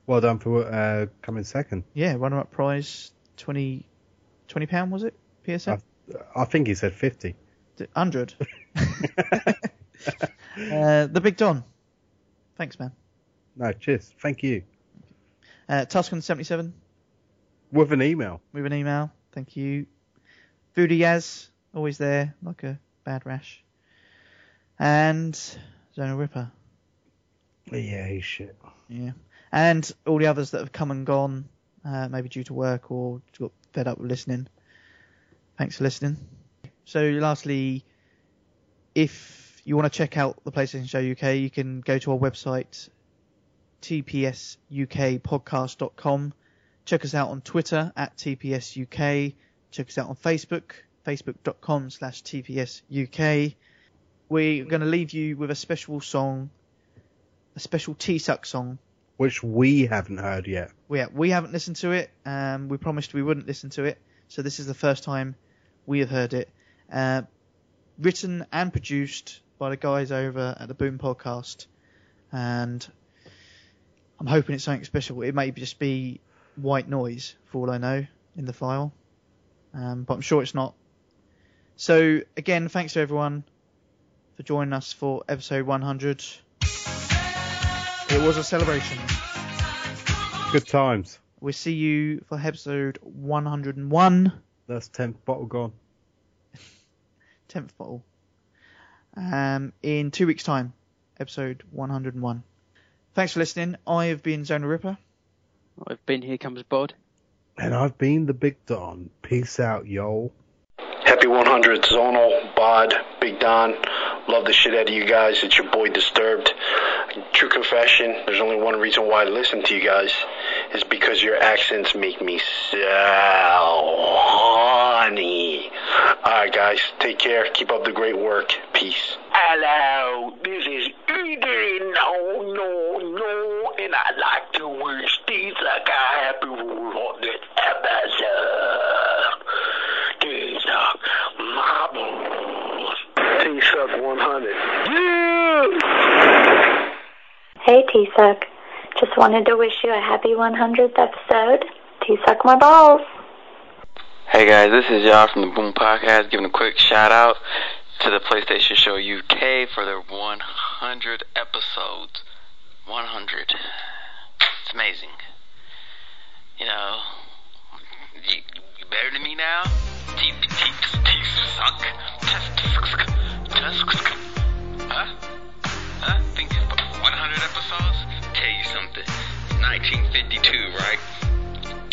[SPEAKER 10] Well done for uh, coming second.
[SPEAKER 8] Yeah, runner up prize 20 £20 pound, was it?
[SPEAKER 10] Uh.
[SPEAKER 8] PSN?
[SPEAKER 10] I think he said fifty.
[SPEAKER 8] D- 100. uh, the Big Don. Thanks, man.
[SPEAKER 10] No, cheers. Thank you.
[SPEAKER 8] Uh, Tuscan77
[SPEAKER 10] With an email.
[SPEAKER 8] with an email. Thank you. Voodoo Yaz, always there, like a bad rash. And Zona Ripper.
[SPEAKER 10] Yeah, he's shit.
[SPEAKER 8] Yeah. And all the others that have come and gone, uh, maybe due to work or got fed up with listening. Thanks for listening. So, lastly, if you want to check out the PlayStation Show UK, you can go to our website, tpsukpodcast.com. Check us out on Twitter at tpsuk. Check us out on Facebook, facebook.com slash tpsuk. We're going to leave you with a special song, a special T-Suck song
[SPEAKER 10] Which we haven't heard yet.
[SPEAKER 8] we, we haven't listened to it. Um, we promised we wouldn't listen to it, so this is the first time we have heard it. Uh, written and produced by the guys over at the Boom Podcast, and I'm hoping it's something special. It may just be white noise, for all I know, in the file, um, but I'm sure it's not. So again, thanks to everyone for joining us for episode 100. It was a celebration.
[SPEAKER 10] Good times.
[SPEAKER 8] We'll see you for episode 101.
[SPEAKER 10] That's 10th bottle gone.
[SPEAKER 8] 10th bottle. Um, in two weeks' time, episode 101. Thanks for listening. I have been Zona Ripper.
[SPEAKER 18] I've been here comes Bod.
[SPEAKER 10] And I've been the Big Don. Peace out, y'all.
[SPEAKER 11] Happy 100, Zonal, Bod, Big Don. Love the shit out of you guys. It's your boy Disturbed. True confession, there's only one reason why I listen to you guys is because your accents make me so horny. Alright, guys, take care. Keep up the great work. Peace.
[SPEAKER 19] Hello, this is Eden. Oh no, no, and I like to wish these like a happy on this episode. These are marbles.
[SPEAKER 11] T-Suck 100.
[SPEAKER 9] Hey, T-Suck. Just wanted to wish you a happy 100th episode. T-Suck my balls.
[SPEAKER 20] Hey guys, this is John from the Boom Podcast giving a quick shout out to the PlayStation Show UK for their 100 episodes. 100. It's amazing. You know, you, you better than me now? T T T suck. Test suck suck. Test suck suck. Huh? Huh? Think it's 100 episodes? Tell you something. 1952, right?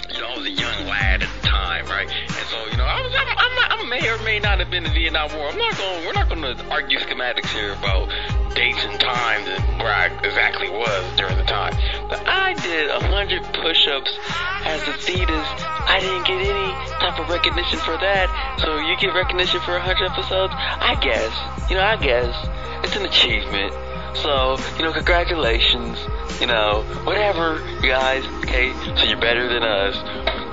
[SPEAKER 20] you know, I was a young lad at the time, right? And so, you know, I was, I'm, I'm not, I may or may not have been in the Vietnam War. I'm not going, we're not going to argue schematics here about dates and times and where I exactly was during the time. But I did 100 push-ups as a fetus. I didn't get any type of recognition for that. So you get recognition for 100 episodes? I guess. You know, I guess. It's an achievement. So, you know, congratulations. You know, whatever, you guys. Okay, so you're better than us.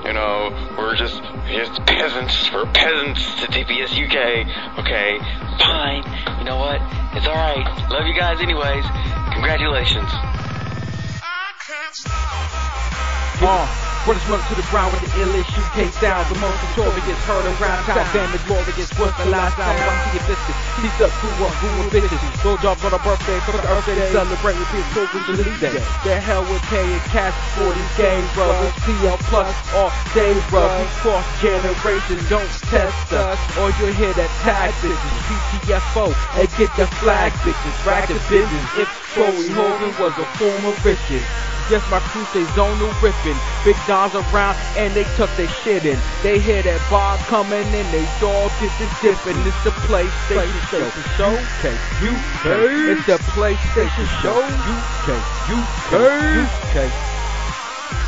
[SPEAKER 20] You know, we're just just peasants. We're peasants to TPS UK. Okay, fine. You know what? It's all right. Love you guys, anyways. Congratulations.
[SPEAKER 17] Uh, what is run to the ground with the illest UK sound? The most notorious heard around town. Damn it, glorious, worth the last time. Watch your distance. He's up, grew up, grew up, bitches. No jobs on a birthday, for the Earth Day. Celebrate with his tokens and lead day. The hell with pay and cash for these games, brothers. CL plus all day, brothers. Cross generation, don't test us. Or you'll hear that tag bitches. BTFO, and get the flag bitches. Racket business. If Troy Hogan was a former riches. Yes, my crew stays zonal ripping. Big Don's around and they tuck their shit in. They hear that bar coming in, they dog get the dipping. It's the PlayStation Show. UK, UK. It's the PlayStation Show. UK, UK, UK.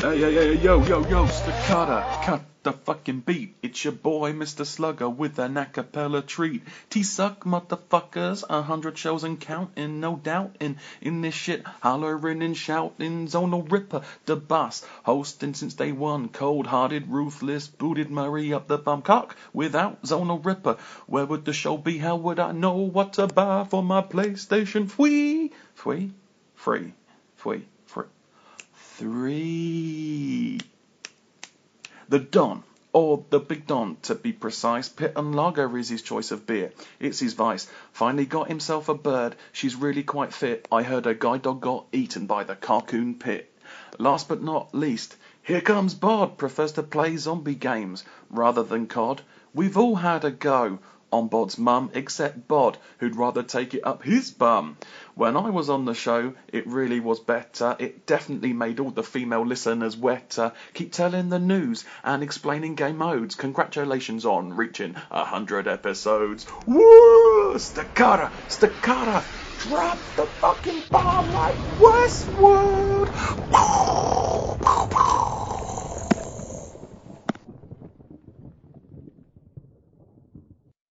[SPEAKER 21] Hey, hey, hey, yo, yo, yo, staccata, cut the fucking beat. It's your boy, Mr. Slugger, with an acapella treat. T-suck motherfuckers, a hundred shows and counting, no doubting. In this shit, hollering and shouting, zonal ripper, the boss, hosting since day one. Cold-hearted, ruthless, booted Murray up the bum cock. Without zonal ripper, where would the show be? How would I know what to buy for my PlayStation? Fwee, fwee, free, fwee, free three. The Don or the Big Don to be precise. Pit and Lager is his choice of beer. It's his vice. Finally got himself a bird. She's really quite fit. I heard her guide dog got eaten by the Carcoon Pit. Last but not least, here comes Bod. Prefers to play zombie games rather than COD. We've all had a go on Bod's mum, except Bod, who'd rather take it up his bum. When I was on the show, it really was better. It definitely made all the female listeners wetter. Keep telling the news and explaining game modes. Congratulations on reaching a hundred episodes. Woo! Staccata, staccata. Drop the fucking bomb like Westwood.